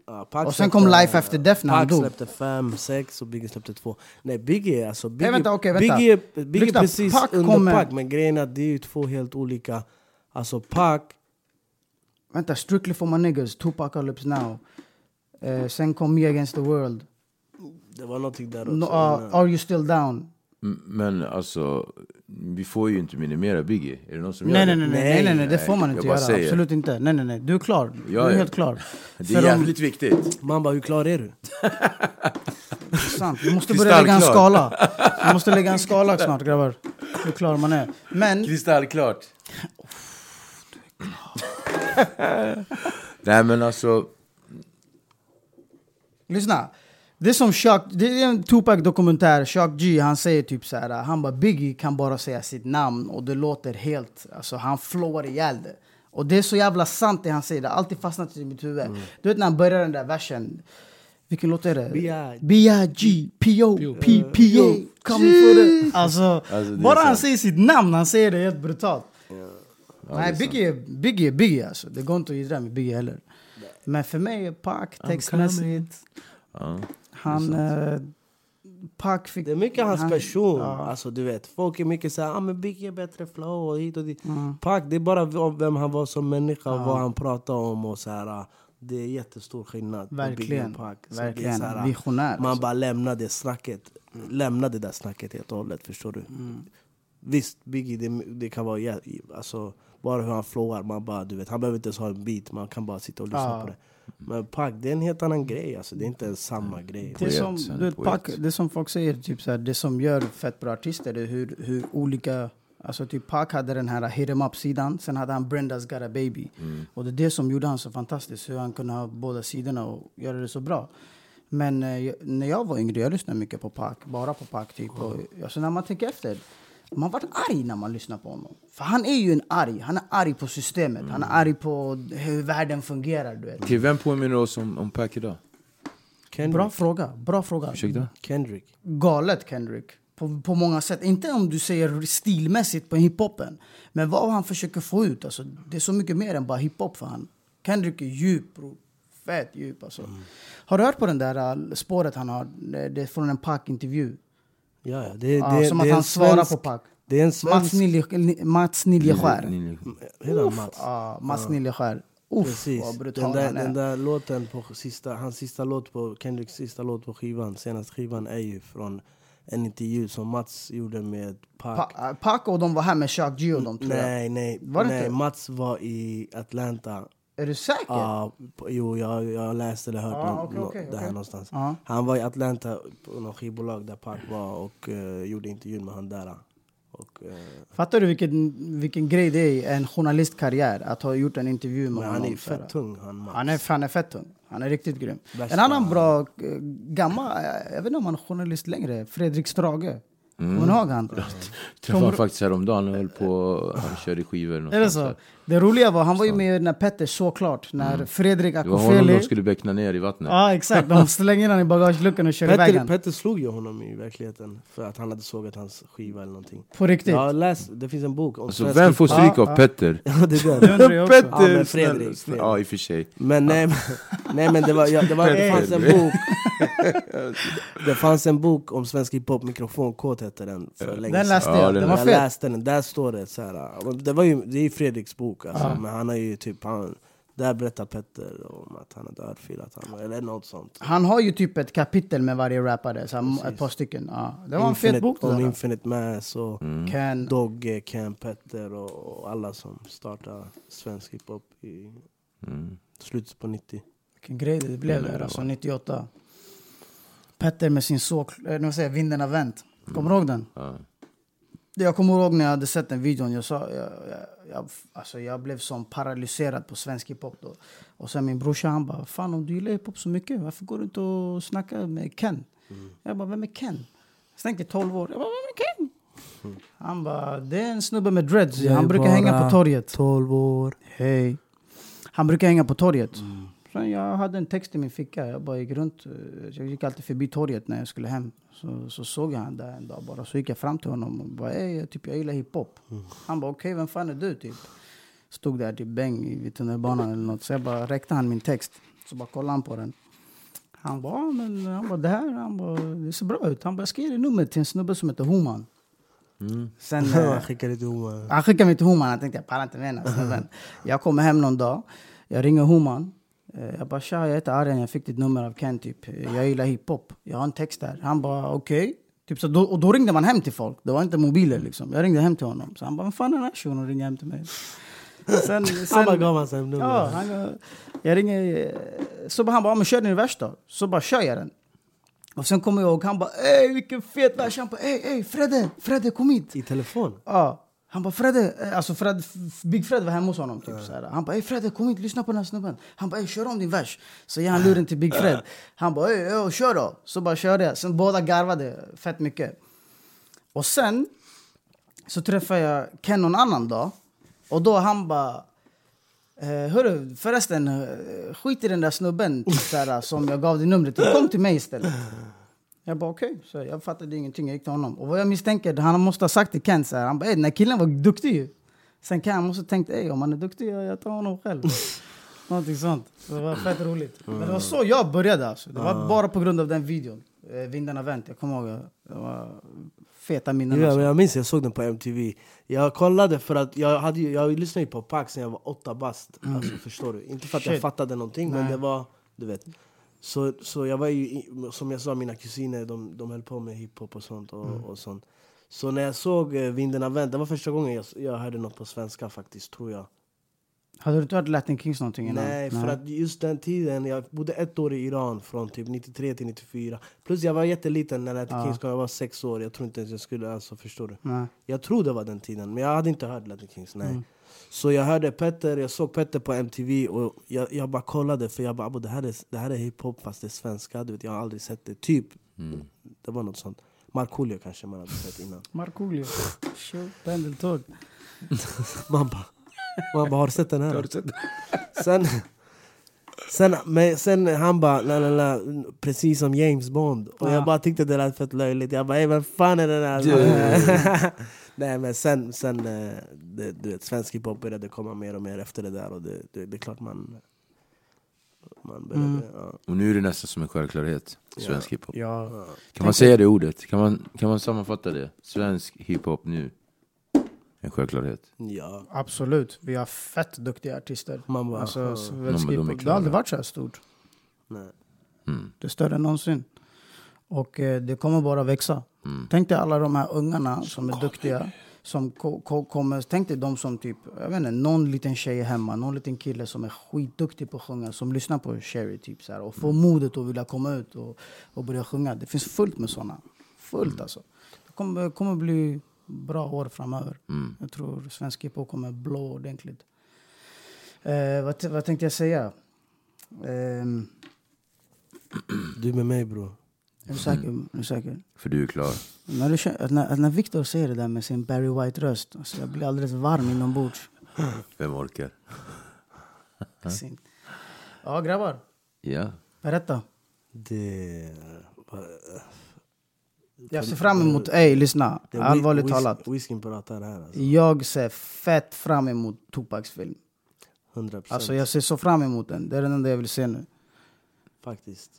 Speaker 5: ja, Pac
Speaker 4: Och sen kom
Speaker 5: släppte-
Speaker 4: Life After Death när han
Speaker 5: Pac
Speaker 4: dog.
Speaker 5: släppte fem, sex och Biggie släppte två. Nej Biggie alltså, Biggie,
Speaker 4: vänta, okej, vänta.
Speaker 5: Biggie, Biggie
Speaker 4: Lyssna,
Speaker 5: är precis
Speaker 4: Pac
Speaker 5: under
Speaker 4: kommer-
Speaker 5: Pac, men grejen är att det är ju två helt olika. Alltså Pac,
Speaker 4: Vänta, Strictly for my niggas, Tupacalypse now. Eh, sen kom Me Against the World.
Speaker 5: det var någonting där också.
Speaker 3: Alltså,
Speaker 4: No,
Speaker 3: eh,
Speaker 4: uh, are you still down?
Speaker 3: M- Men alltså, vi får ju inte minimera Biggie. Är det någon som
Speaker 4: Nej
Speaker 3: gör
Speaker 4: nej
Speaker 3: det?
Speaker 4: nej, nej, nej, nej, det får man
Speaker 3: jag
Speaker 4: inte
Speaker 3: bara
Speaker 4: göra.
Speaker 3: säger.
Speaker 4: Absolut inte. Nej, nej, nej. Du är klar.
Speaker 3: Ja,
Speaker 4: du är
Speaker 3: ja.
Speaker 4: helt klar.
Speaker 3: Det är
Speaker 4: För om-
Speaker 3: jävligt viktigt.
Speaker 5: Man bara, hur klar är du?
Speaker 4: Sant. Vi måste börja lägga en
Speaker 3: Kristallklar.
Speaker 4: skala. Vi måste lägga en skala snart grabbar. Hur klar man är. Men
Speaker 3: Kristallklart. Nej men alltså,
Speaker 4: lyssna. Det är som Chuck, det är en Tupac-dokumentär. Chuck G, han säger typ så här. Han bara Biggie kan bara säga sitt namn och det låter helt, alltså han flowar ihjäl det. Och det är så jävla sant det han säger. Det har alltid fastnat i mitt huvud. Du vet när han börjar den där versen. Vilken låt är det?
Speaker 5: B.I..
Speaker 4: B.I.G. P.O. P.P.A. Coming for the... Alltså,
Speaker 3: Alltså, det är
Speaker 4: bara han
Speaker 3: sant.
Speaker 4: säger sitt namn, han säger det helt brutalt. Nej, Biggie är Biggie, är Biggie alltså. Det går inte att gidra med Biggie heller. Men för mig är Pac textmässigt... Han... Eh, Pac fick...
Speaker 5: Det är mycket hans
Speaker 4: han-
Speaker 5: person.
Speaker 4: ja.
Speaker 5: Alltså du vet, folk är mycket såhär, ah, men Biggie är bättre flow och hit och dit. Pac, det är bara v- om vem han var som människa och vad han pratade om och såhär. ah, Det är jättestor skillnad på
Speaker 4: Verkligen.
Speaker 5: Biggie och Pac. Så det är
Speaker 4: Verkligen.
Speaker 5: så här, ah,
Speaker 4: Visionär.
Speaker 5: Man
Speaker 4: alltså.
Speaker 5: bara lämnar det snacket. Lämna det där snacket helt och hållet, förstår du?
Speaker 4: Mm.
Speaker 5: Visst, Biggie, det, det kan vara jä- alltså, bara hur han flowar. Man bara, du vet, han behöver inte ens ha en beat, man kan bara sitta och lyssna
Speaker 4: Ja.
Speaker 5: på det. Men Pac, det är en helt annan grej. Alltså, det är inte ens samma grej.
Speaker 4: Mm. Det
Speaker 3: Poet,
Speaker 4: som,
Speaker 3: sen
Speaker 4: du vet,
Speaker 3: poet.
Speaker 4: Pac, det som folk säger, typ så här, det som gör fett bra artister är hur, hur olika... Alltså typ Pac hade den här hit em up-sidan, sen hade han Brenda's got a baby.
Speaker 3: Mm.
Speaker 4: Och det är det som gjorde han så fantastisk, hur han kunde ha båda sidorna och göra det så bra. Men eh, jag- när jag var yngre, jag lyssnade mycket på Pac, bara på Pac typ. Och, alltså när man tänker efter, man vart arg när man lyssnar på honom. För han är ju en arg, han är arg på systemet, han är
Speaker 3: Mm.
Speaker 4: arg på hur världen fungerar du vet.
Speaker 3: okej, vem påminner oss om, om Pac idag?
Speaker 5: Kendrick.
Speaker 4: Bra fråga, bra fråga.
Speaker 3: Ursäkta?
Speaker 5: Kendrick.
Speaker 4: galet Kendrick. På, på många sätt. Inte om du säger stilmässigt på hiphopen. Men vad han försöker få ut. Alltså, det är så mycket mer än bara hiphop för han. Kendrick är djup bro. Fett djup alltså.
Speaker 5: Mm.
Speaker 4: Har du hört på den där uh, spåret han har? Det det är från en Pac-intervju.
Speaker 5: Ja, ja, det,
Speaker 4: Ja,
Speaker 5: det,
Speaker 4: som
Speaker 5: det
Speaker 4: att
Speaker 5: är en
Speaker 4: han svarar
Speaker 5: svensk-
Speaker 4: på Pac.
Speaker 5: Det är en
Speaker 4: Mats
Speaker 5: svensk...
Speaker 4: Nilje- Mats Niljeskär.
Speaker 5: Heter han Mats?
Speaker 4: Ja, Mats Niljeskär. Uff, vad
Speaker 5: Precis. Den
Speaker 4: brutal
Speaker 5: där,
Speaker 4: han
Speaker 5: den
Speaker 4: är.
Speaker 5: där låten på sista, hans sista låt på, Kendricks sista låt på skivan, senaste skivan är ju från en intervju som Mats gjorde med Pac.
Speaker 4: Pa- uh, Pac och de var här med Chuck G och de tror jag.
Speaker 5: Mm, nej, nej,
Speaker 4: Var det
Speaker 5: nej.
Speaker 4: inte?
Speaker 5: Mats var i Atlanta.
Speaker 4: Är du säker?
Speaker 5: Ja, på- jo, jag, jag läste eller hört
Speaker 4: Ja,
Speaker 5: nå-
Speaker 4: Ah, okej,
Speaker 5: nå-
Speaker 4: okej,
Speaker 5: det här
Speaker 4: okej.
Speaker 5: någonstans.
Speaker 4: Ja.
Speaker 5: Han var i Atlanta på något skivbolag där Pac var och eh, gjorde intervjun med han där. Och, eh,
Speaker 4: Fattar du vilken, vilken grej det är i en journalistkarriär att ha gjort en intervju med
Speaker 5: men
Speaker 4: honom?
Speaker 5: han är
Speaker 4: för-
Speaker 5: fett tung han Mats.
Speaker 4: Han är, han är fett tung. Han är riktigt grym.
Speaker 5: Värsta-
Speaker 4: En annan bra eh, gammal, eh, jag vet inte om han är journalist längre, Fredrik Strage.
Speaker 5: Mm.
Speaker 4: Kommer ni ihåg han?
Speaker 3: Träffade han faktiskt häromdagen, han höll på, han körde skivor
Speaker 4: Är det
Speaker 3: någonstans
Speaker 4: så?
Speaker 3: där.
Speaker 4: Det roliga var, han var ju med när Petter såklart, när
Speaker 5: Mm.
Speaker 4: Fredrik
Speaker 3: Det var honom
Speaker 4: Akofeli...
Speaker 3: de skulle beckna ner i vattnet.
Speaker 4: Ja exakt, de slänger honom i bagageluckan och kör iväg
Speaker 5: Petter,
Speaker 4: honom.
Speaker 5: Petter slog ju honom i verkligheten för att han hade sågat hans skiva eller någonting.
Speaker 4: På riktigt.
Speaker 5: Jag har läst, det finns en bok om
Speaker 3: Alltså
Speaker 5: svensk
Speaker 3: vem får
Speaker 5: hiphop.
Speaker 3: stryk av Petter?
Speaker 5: Ja, det är
Speaker 4: Det
Speaker 5: den.
Speaker 4: undrar jag också.
Speaker 5: Ja, men Fredrik,
Speaker 3: snälla.
Speaker 5: Fredrik.
Speaker 3: Ja i och för sig.
Speaker 5: Men nej, men, nej men det, var, ja, det, var, det fanns en bok Det fanns en bok om svensk hiphop, mikrofonkåt hette den för länge
Speaker 4: Den läste
Speaker 5: sedan.
Speaker 3: Ja,
Speaker 4: jag,
Speaker 3: den-
Speaker 4: den var
Speaker 5: Jag
Speaker 4: fet.
Speaker 5: läste den, där står det så här. och Det, var ju, det är ju Fredriks bok alltså, men han har ju typ han, Där berättar Petter om att han hade örfilat honom, eller något sånt
Speaker 4: Han har ju typ ett kapitel med varje rappare, så här, ett par stycken. Ja. Det var en fet
Speaker 5: Infinite-
Speaker 4: bok det
Speaker 5: Om
Speaker 4: där.
Speaker 5: Infinite Mass och
Speaker 3: Mm.
Speaker 4: Ken,
Speaker 5: Dogge, Ken, eh, Petter och, och alla som startade svensk hiphop i slutet på 90
Speaker 4: Vilken grej det blev där, alltså 98. Petter med sin såk, eh, nu säger jag, vinden har vänt. Kommer du ihåg den? Jag kommer ihåg när jag hade sett den videon. Jag, sa, jag, jag, jag, alltså jag blev som paralyserad på svensk hiphop. Då. Och sen min brorsa han bara, fan om du gillar hiphop så mycket, varför går du inte och snackar med Ken?
Speaker 5: Mm.
Speaker 4: Jag bara, vem är Ken? Jag tänkte 12 år. Jag bara, vem är Ken? Han bara, det är en snubbe med dreads.
Speaker 5: Jag Mm. är
Speaker 4: Han brukar hänga
Speaker 5: bara
Speaker 4: på torget.
Speaker 5: 12 år.
Speaker 4: Hej. Han brukar hänga på torget. Sen jag hade en text i min ficka. Jag bara gick runt. eh, Jag gick alltid förbi torget när jag skulle hem. Så, så såg jag han där en dag bara. Så gick jag fram till honom och bara Ey, jag- typ jag gillar hiphop. Han bara okej, vem fan är du typ? Stod där typ bäng i- vid tunnelbanan eller något. Så jag bara räckte han min text. Så bara kollade han på den. Han bara, "Ja, men han bara, det här han bara, det ser bra ut. Han bara, jag ska ge dig numret till en snubbe som heter Homan. Sen, eh,
Speaker 5: Han skickade till honom.
Speaker 4: han skickade mig till Homan. Jag tänkte jag pallar inte med den här snubben. Jag kommer hem någon dag. Jag ringer Homan. Eh, Jag bara tja, jag heter Arjan. Jag fick ditt nummer av Ken typ. Eh, Jag gillar hiphop. Jag har en text där. Han bara okej. Typ så, då, och då ringde man hem till folk. Det var inte mobiler liksom. Jag ringde hem till honom. Så han bara, vad fan är den här shunon ringer hem till mig? Sen,
Speaker 5: Han
Speaker 4: sen,
Speaker 5: bara gav hans nummer.
Speaker 4: Ja, han, eh, jag ringer... eh, Så bara han bara, "Ja, men kör din vers då. Så bara kör jag den. Och sen kommer jag ihåg, han bara, ey vilken fet vers. Han bara, ey, ey Fredde, Fredde kom hit.
Speaker 5: I telefon.
Speaker 4: Ja. Han bara Fredde, eh, alltså Fred, F- Big Fred var hemma hos honom. Typ, så här. Han bara ey Fredde kom hit, lyssna på den här snubben. Han bara ey kör om din vers. Så ger han luren till Big Fred. Han bara ey, ey kör då. Så bara körde jag. Sen båda garvade fett mycket. Och sen så träffade jag Ken någon annan dag. Och då han bara Eh, hörru, förresten, eh, skit i den där snubben typ, såhär, som jag gav dig numret till. Kom till mig istället. Jag bara okej, så jag fattade ingenting. Jag gick till honom. Och vad jag misstänker, han måste ha sagt till Ken så här, han bara "Ey, den här killen var duktig ju. Sen Ken måste ha tänkt, ey om han är duktig, jag, jag tar honom själv. Någonting sånt. Så det var fett roligt. Men det var så jag började alltså. Det var bara på grund av den videon. Eh, Vindarna vänt, jag kommer ihåg. Det var feta minnen.
Speaker 5: Ja,
Speaker 4: alltså.
Speaker 5: men jag minns jag såg den på MTV. Jag kollade för att jag, hade, ju- jag lyssnade ju på Pac sen jag var åtta bast. Alltså, förstår du? Inte för att jag
Speaker 4: Mm. Shit.
Speaker 5: fattade någonting, men det var... Du vet. Så, så jag var ju, i- som jag sa, mina kusiner de, de höll på med hiphop och sånt. Och,
Speaker 4: Mm.
Speaker 5: och sånt. Så när jag såg eh, Vinden har vänt, det var första gången jag, jag hörde något på svenska faktiskt, tror jag.
Speaker 4: Hade du inte hört Latin Kings någonting innan?
Speaker 5: Nej, för att just den tiden, jag bodde ett år i Iran från typ 93 till 94. Plus jag var jätteliten när Latin Kings kom, jag var sex år. Jag tror inte ens jag skulle, alltså förstår du?
Speaker 4: Nej. Mm.
Speaker 5: Jag tror det var den tiden, men jag hade inte hört Latin Kings. Nej. Så jag hörde Petter, jag såg Petter på MTV och jag, jag bara kollade för jag bara "Abo, det här är, det här är hiphop fast det är svenska, du vet, jag har aldrig sett det. Typ, det var något sånt. Markoolio kanske man hade sett innan.
Speaker 4: Markoolio, show, pendeltåg.
Speaker 5: Man bara, man bara har du sett den här? Sen, sen, men sen han bara, la, la, la, precis som James Bond. Och jag bara tyckte det lät fett löjligt. Jag bara, "Ey, vem fan är den här? Nej men sen, sen eh, det, du vet, svensk hiphop började komma mer och mer efter det där. Och det, det, det är klart man, man började,
Speaker 4: Mm.
Speaker 5: ja.
Speaker 3: Och nu är det nästan som en självklarhet, svensk hiphop.
Speaker 4: Ja.
Speaker 3: Kan man säga det ordet? Kan man, kan man sammanfatta det? Svensk hiphop nu. En självklarhet.
Speaker 5: ja.
Speaker 4: Absolut. Vi har fett duktiga artister.
Speaker 5: Man bara,
Speaker 4: alltså,
Speaker 3: men
Speaker 4: svensk
Speaker 3: de är
Speaker 4: hiphop. Det har
Speaker 3: klara.
Speaker 4: aldrig varit så här stort.
Speaker 5: Nej.
Speaker 4: Det är större än någonsin. Och eh, det kommer bara växa. Tänk dig alla de här ungarna som är duktiga. Som ko- ko- kommer, tänk dig de som typ, jag vet inte, någon liten tjej är hemma, någon liten kille som är skitduktig på att sjunga, som lyssnar på Cherry typ så här, och får modet att vilja komma ut och, och börja sjunga. Det finns fullt med sådana. Fullt alltså. Det kommer, kommer bli bra år framöver. Jag tror svensk hiphop kommer blå ordentligt. Eh, vad, t- vad tänkte jag säga? Ehm,
Speaker 5: Du med mig bror.
Speaker 4: är du säker? Är du säker?
Speaker 3: För du är klar.
Speaker 4: När, du, kö- att när, att när Victor säger det där med sin Barry White-röst, alltså jag blir alldeles varm inombords.
Speaker 3: Vem orkar?
Speaker 4: Sin- Ja, grabbar.
Speaker 3: Ja.
Speaker 4: Berätta.
Speaker 5: Det...
Speaker 4: Jag ser fram emot... Ey, lyssna.
Speaker 5: det-
Speaker 4: Allvarligt
Speaker 5: whis-
Speaker 4: talat.
Speaker 5: Whiskyn pratar här alltså.
Speaker 4: Jag ser fett fram emot Tupacs film.
Speaker 5: 100%
Speaker 4: Alltså jag ser så fram emot den. Det är den enda jag vill se nu.
Speaker 5: faktiskt.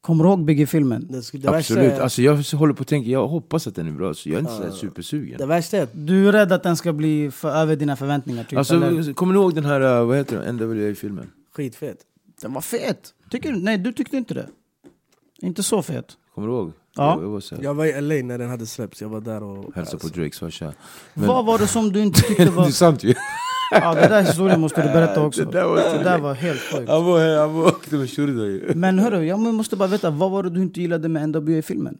Speaker 4: Kommer du ihåg Biggie-filmen?
Speaker 5: Det, skulle, det,
Speaker 3: Absolut.
Speaker 5: värsta, är,
Speaker 3: Alltså jag håller på att tänka, jag hoppas att den är bra. Så jag är inte så här supersugen.
Speaker 5: det värsta är att
Speaker 4: Du är rädd att den ska bli för över dina förväntningar? Typ,
Speaker 3: Alltså,
Speaker 4: eller?
Speaker 3: kommer ni ihåg den här, eh, vad heter den, NWA-filmen?
Speaker 5: skitfett.
Speaker 4: Den var fet! Tycker du? Nej, du tyckte inte det. Inte så fet.
Speaker 3: Kommer du ihåg?
Speaker 4: Ja.
Speaker 3: Jag, jag var så här,
Speaker 5: Jag var i LA när den hade släppts, jag var där och... Alltså,
Speaker 3: hälsade på Drakes farsa.
Speaker 4: Vad var det som du inte tyckte
Speaker 3: Det är
Speaker 4: var...
Speaker 3: sant ju!
Speaker 4: Ja, den där historien måste du berätta också.
Speaker 3: Det där var-
Speaker 4: Det där var helt sjukt.
Speaker 3: Han var här, han var- åkte med Shurda ju.
Speaker 4: Men hörru, jag måste bara veta, vad var det du inte gillade med NWA-filmen?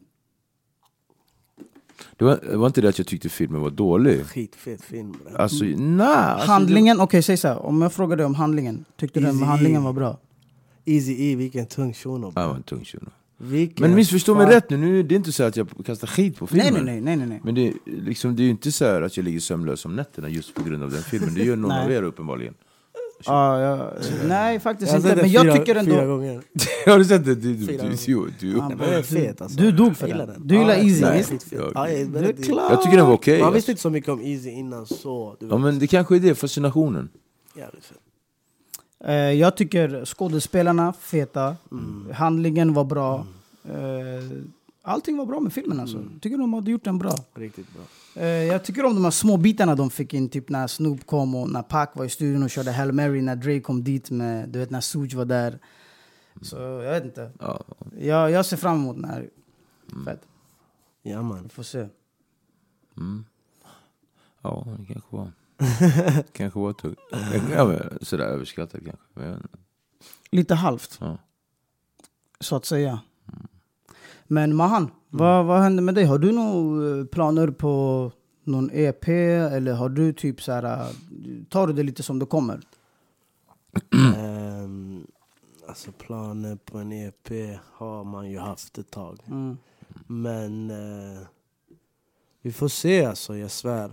Speaker 3: Det var, det var inte det att jag tyckte filmen var dålig.
Speaker 5: Skitfet film bre.
Speaker 3: Alltså, nej. Alltså,
Speaker 4: Handlingen, okej säg så här. om jag frågar dig om handlingen, tyckte du den
Speaker 5: Easy.
Speaker 4: handlingen var bra?
Speaker 5: Easy E, vilken tung shuno
Speaker 3: Det,
Speaker 5: bre.
Speaker 3: ja, det var en tung tjuv.
Speaker 5: Vilken
Speaker 3: Men missförstå mig
Speaker 5: fan.
Speaker 3: rätt nu, nu, det är inte så att jag kastar skit på filmen.
Speaker 4: Nej nej nej, nej nej nej.
Speaker 3: Men det, är- liksom, det är ju inte så här att jag ligger sömnlös om nätterna just på grund av den filmen. Det gör någon
Speaker 4: Nej.
Speaker 3: av er uppenbarligen.
Speaker 4: Ja, jag- nej faktiskt
Speaker 5: Jag har
Speaker 4: inte,
Speaker 5: sett den
Speaker 4: men jag
Speaker 5: fyra-
Speaker 4: tycker
Speaker 5: Fyra
Speaker 4: ändå...
Speaker 5: gånger.
Speaker 3: Har du sett det? Du, du,
Speaker 5: Fyra
Speaker 3: du, du, du.
Speaker 4: Han
Speaker 5: Den är
Speaker 4: bara,
Speaker 5: fet alltså.
Speaker 4: Du dog för
Speaker 5: Jag gillar
Speaker 4: den. Du gillar
Speaker 5: Ja,
Speaker 4: Easy, E?
Speaker 5: den är
Speaker 3: visst?
Speaker 5: skitfet.
Speaker 3: Jag-
Speaker 5: Ja, jag är väldigt-
Speaker 4: Det är klart.
Speaker 3: Jag tycker den var okej.
Speaker 5: Man
Speaker 3: alltså.
Speaker 5: visste inte så mycket om Easy innan så. Du vet.
Speaker 3: Ja men det kanske är det, fascinationen.
Speaker 5: Jävligt fett.
Speaker 4: Eh, jag tycker skådespelarna, feta.
Speaker 5: Mm.
Speaker 4: Handlingen var bra. Eh, allting var bra med filmen alltså. Tycker de hade gjort den bra.
Speaker 5: Mm. Riktigt bra.
Speaker 4: Eh, jag tycker om de här små bitarna de fick in, typ när Snoop kom och när Pac var i studion och körde Hail Mary, när Dre kom dit med, du vet när Suge var
Speaker 5: Mm.
Speaker 4: där. Så jag vet inte.
Speaker 3: Ja.
Speaker 4: Jag, jag ser fram emot den här.
Speaker 5: Mm.
Speaker 4: Fett.
Speaker 5: Ja man.
Speaker 4: Vi får se.
Speaker 3: Ja, det kanske var. kanske var tungt. Ja, men, sådär överskattat kanske. Men, jag vet inte.
Speaker 4: Lite halvt,
Speaker 3: ja.
Speaker 4: så att säga. Men Mahan,
Speaker 5: Mm.
Speaker 4: vad, vad händer med dig? Har du några eh, planer på någon EP? Eller har du typ så här, eh, tar du det lite som det kommer?
Speaker 5: Ehm, alltså planer på en EP har man ju haft ett tag.
Speaker 4: Mm.
Speaker 5: Men eh, vi får se alltså, jag svär.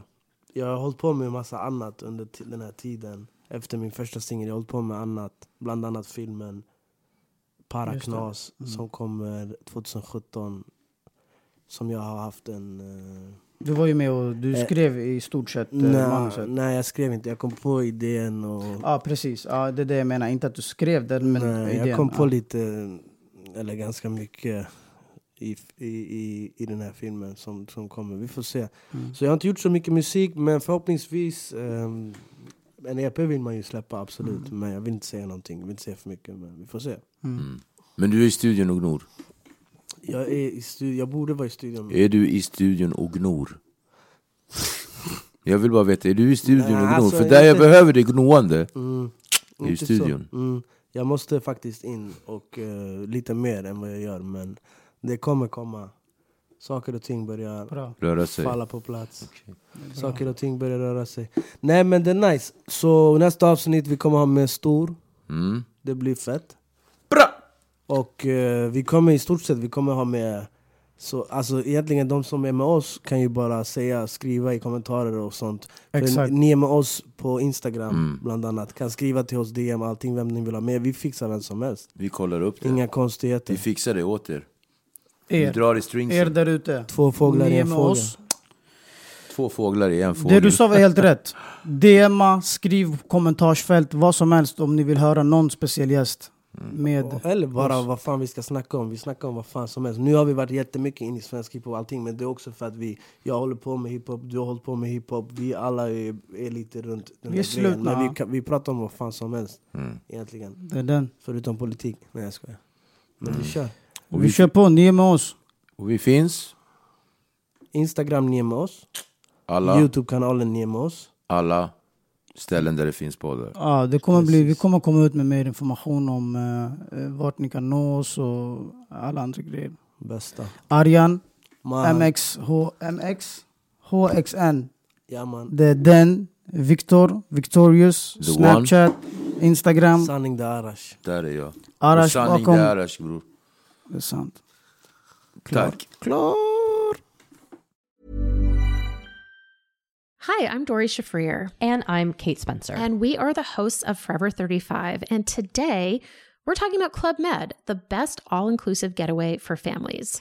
Speaker 5: Jag har hållit på med massa annat under ti- den här tiden. Efter min första singel, jag har hållit på med annat. Bland annat filmen Paraknas som kommer 2017. Som jag har haft en... Eh,
Speaker 4: Du var ju med och du
Speaker 5: Eh,
Speaker 4: skrev i stort sett eh,
Speaker 5: nej,
Speaker 4: manuset.
Speaker 5: nej, jag skrev inte. Jag kom på idén och...
Speaker 4: Ja, precis. Ja, det är det jag menar. Inte att du skrev den, men
Speaker 5: Nej,
Speaker 4: idén.
Speaker 5: jag kom på
Speaker 4: ja.
Speaker 5: lite, eller ganska mycket i, i, i, i den här filmen som, som kommer. Vi får se. Så jag har inte gjort så mycket musik, men förhoppningsvis... ehm, en EP vill man ju släppa, absolut. Men jag vill inte säga någonting, jag vill inte säga för mycket. Men vi får se.
Speaker 3: men du är i studion och gnor.
Speaker 5: Jag, är i studion, jag borde vara i studion.
Speaker 3: Är du i studion och gnor? Jag vill bara veta, är du i studion
Speaker 5: Nej,
Speaker 3: och gnor?
Speaker 5: alltså,
Speaker 3: För
Speaker 5: jag
Speaker 3: där jag
Speaker 5: inte-
Speaker 3: behöver det gnoande.
Speaker 5: Mm,
Speaker 3: I
Speaker 5: inte
Speaker 3: studion.
Speaker 5: Så. Mm, jag måste faktiskt in och eh, lite mer än vad jag gör. Men det kommer komma. Saker och ting börjar...
Speaker 4: Bra.
Speaker 3: Röra sig.
Speaker 5: falla på plats. Saker och ting börjar röra sig. Nej men det är nice. Så nästa avsnitt vi kommer ha med Stor.
Speaker 3: Mm.
Speaker 5: Det blir fett.
Speaker 3: Bra!
Speaker 5: Och eh, vi kommer i stort sett vi kommer ha med... Så, alltså egentligen de som är med oss kan ju bara säga, skriva i kommentarer och sånt. För
Speaker 4: Exakt.
Speaker 5: ni är med oss på Instagram
Speaker 3: Mm.
Speaker 5: bland annat. Kan skriva till oss, DM, allting, vem ni vill ha med. Vi fixar vem som helst.
Speaker 3: Vi kollar upp det.
Speaker 5: Inga
Speaker 3: Vi
Speaker 5: konstigheter.
Speaker 3: fixar det åt er. Vi
Speaker 4: Er,
Speaker 3: drar i
Speaker 4: er
Speaker 3: stringsen.
Speaker 4: där ute.
Speaker 5: Två fåglar
Speaker 4: Ni
Speaker 5: i
Speaker 4: är
Speaker 5: en
Speaker 4: med
Speaker 5: fågel.
Speaker 4: oss.
Speaker 3: Två fåglar i en
Speaker 4: Det
Speaker 3: fågel.
Speaker 4: du sa var helt rätt. DMa, skriv kommentarsfält, vad som helst om ni vill höra någon speciell gäst.
Speaker 5: Mm.
Speaker 4: Med
Speaker 5: Eller bara
Speaker 4: oss.
Speaker 5: vad fan vi ska snacka om. Vi snackar om vad fan som helst. Nu har vi varit jättemycket in i svensk hiphop och allting. Men det är också för att vi, jag håller på med hiphop, du har hållit på med hiphop. Vi alla är, är lite runt den
Speaker 4: Vi
Speaker 5: här
Speaker 4: är slutna,
Speaker 5: Men
Speaker 4: va?
Speaker 5: vi, kan, vi pratar om vad fan som helst
Speaker 3: Mm.
Speaker 5: egentligen.
Speaker 4: Det är den.
Speaker 5: Förutom politik. Nej jag skojar. Men vi kör.
Speaker 3: Och
Speaker 4: Vi
Speaker 3: vi,
Speaker 4: kör på, ni är med oss.
Speaker 3: och vi finns.
Speaker 5: Instagram ni är med oss.
Speaker 3: Alla,
Speaker 5: Youtube-kanalen ni är med oss.
Speaker 3: alla ställen där det finns poddar.
Speaker 4: Ja, det kommer bli, vi kommer komma ut med mer information om eh, eh, vart ni kan nå oss och alla andra grejer.
Speaker 5: Bästa.
Speaker 4: Arjan,
Speaker 5: Man.
Speaker 4: MX, H, MX, HXN.
Speaker 5: Ja man.
Speaker 4: Det är den. Victor, Victorious,
Speaker 3: The
Speaker 4: Snapchat, Instagram.
Speaker 5: Sanning där Arash.
Speaker 3: Där är jag.
Speaker 4: Arash
Speaker 3: Och sanning
Speaker 4: bakom.
Speaker 3: det är Arash bror.
Speaker 4: Det är sant.
Speaker 3: Tack.
Speaker 4: Klar!
Speaker 1: Hi, I'm Dori Shafrir.
Speaker 2: And I'm Kate Spencer.
Speaker 1: And we are the hosts of Forever 35. And today we're talking about Club Med, the best all inclusive getaway for families.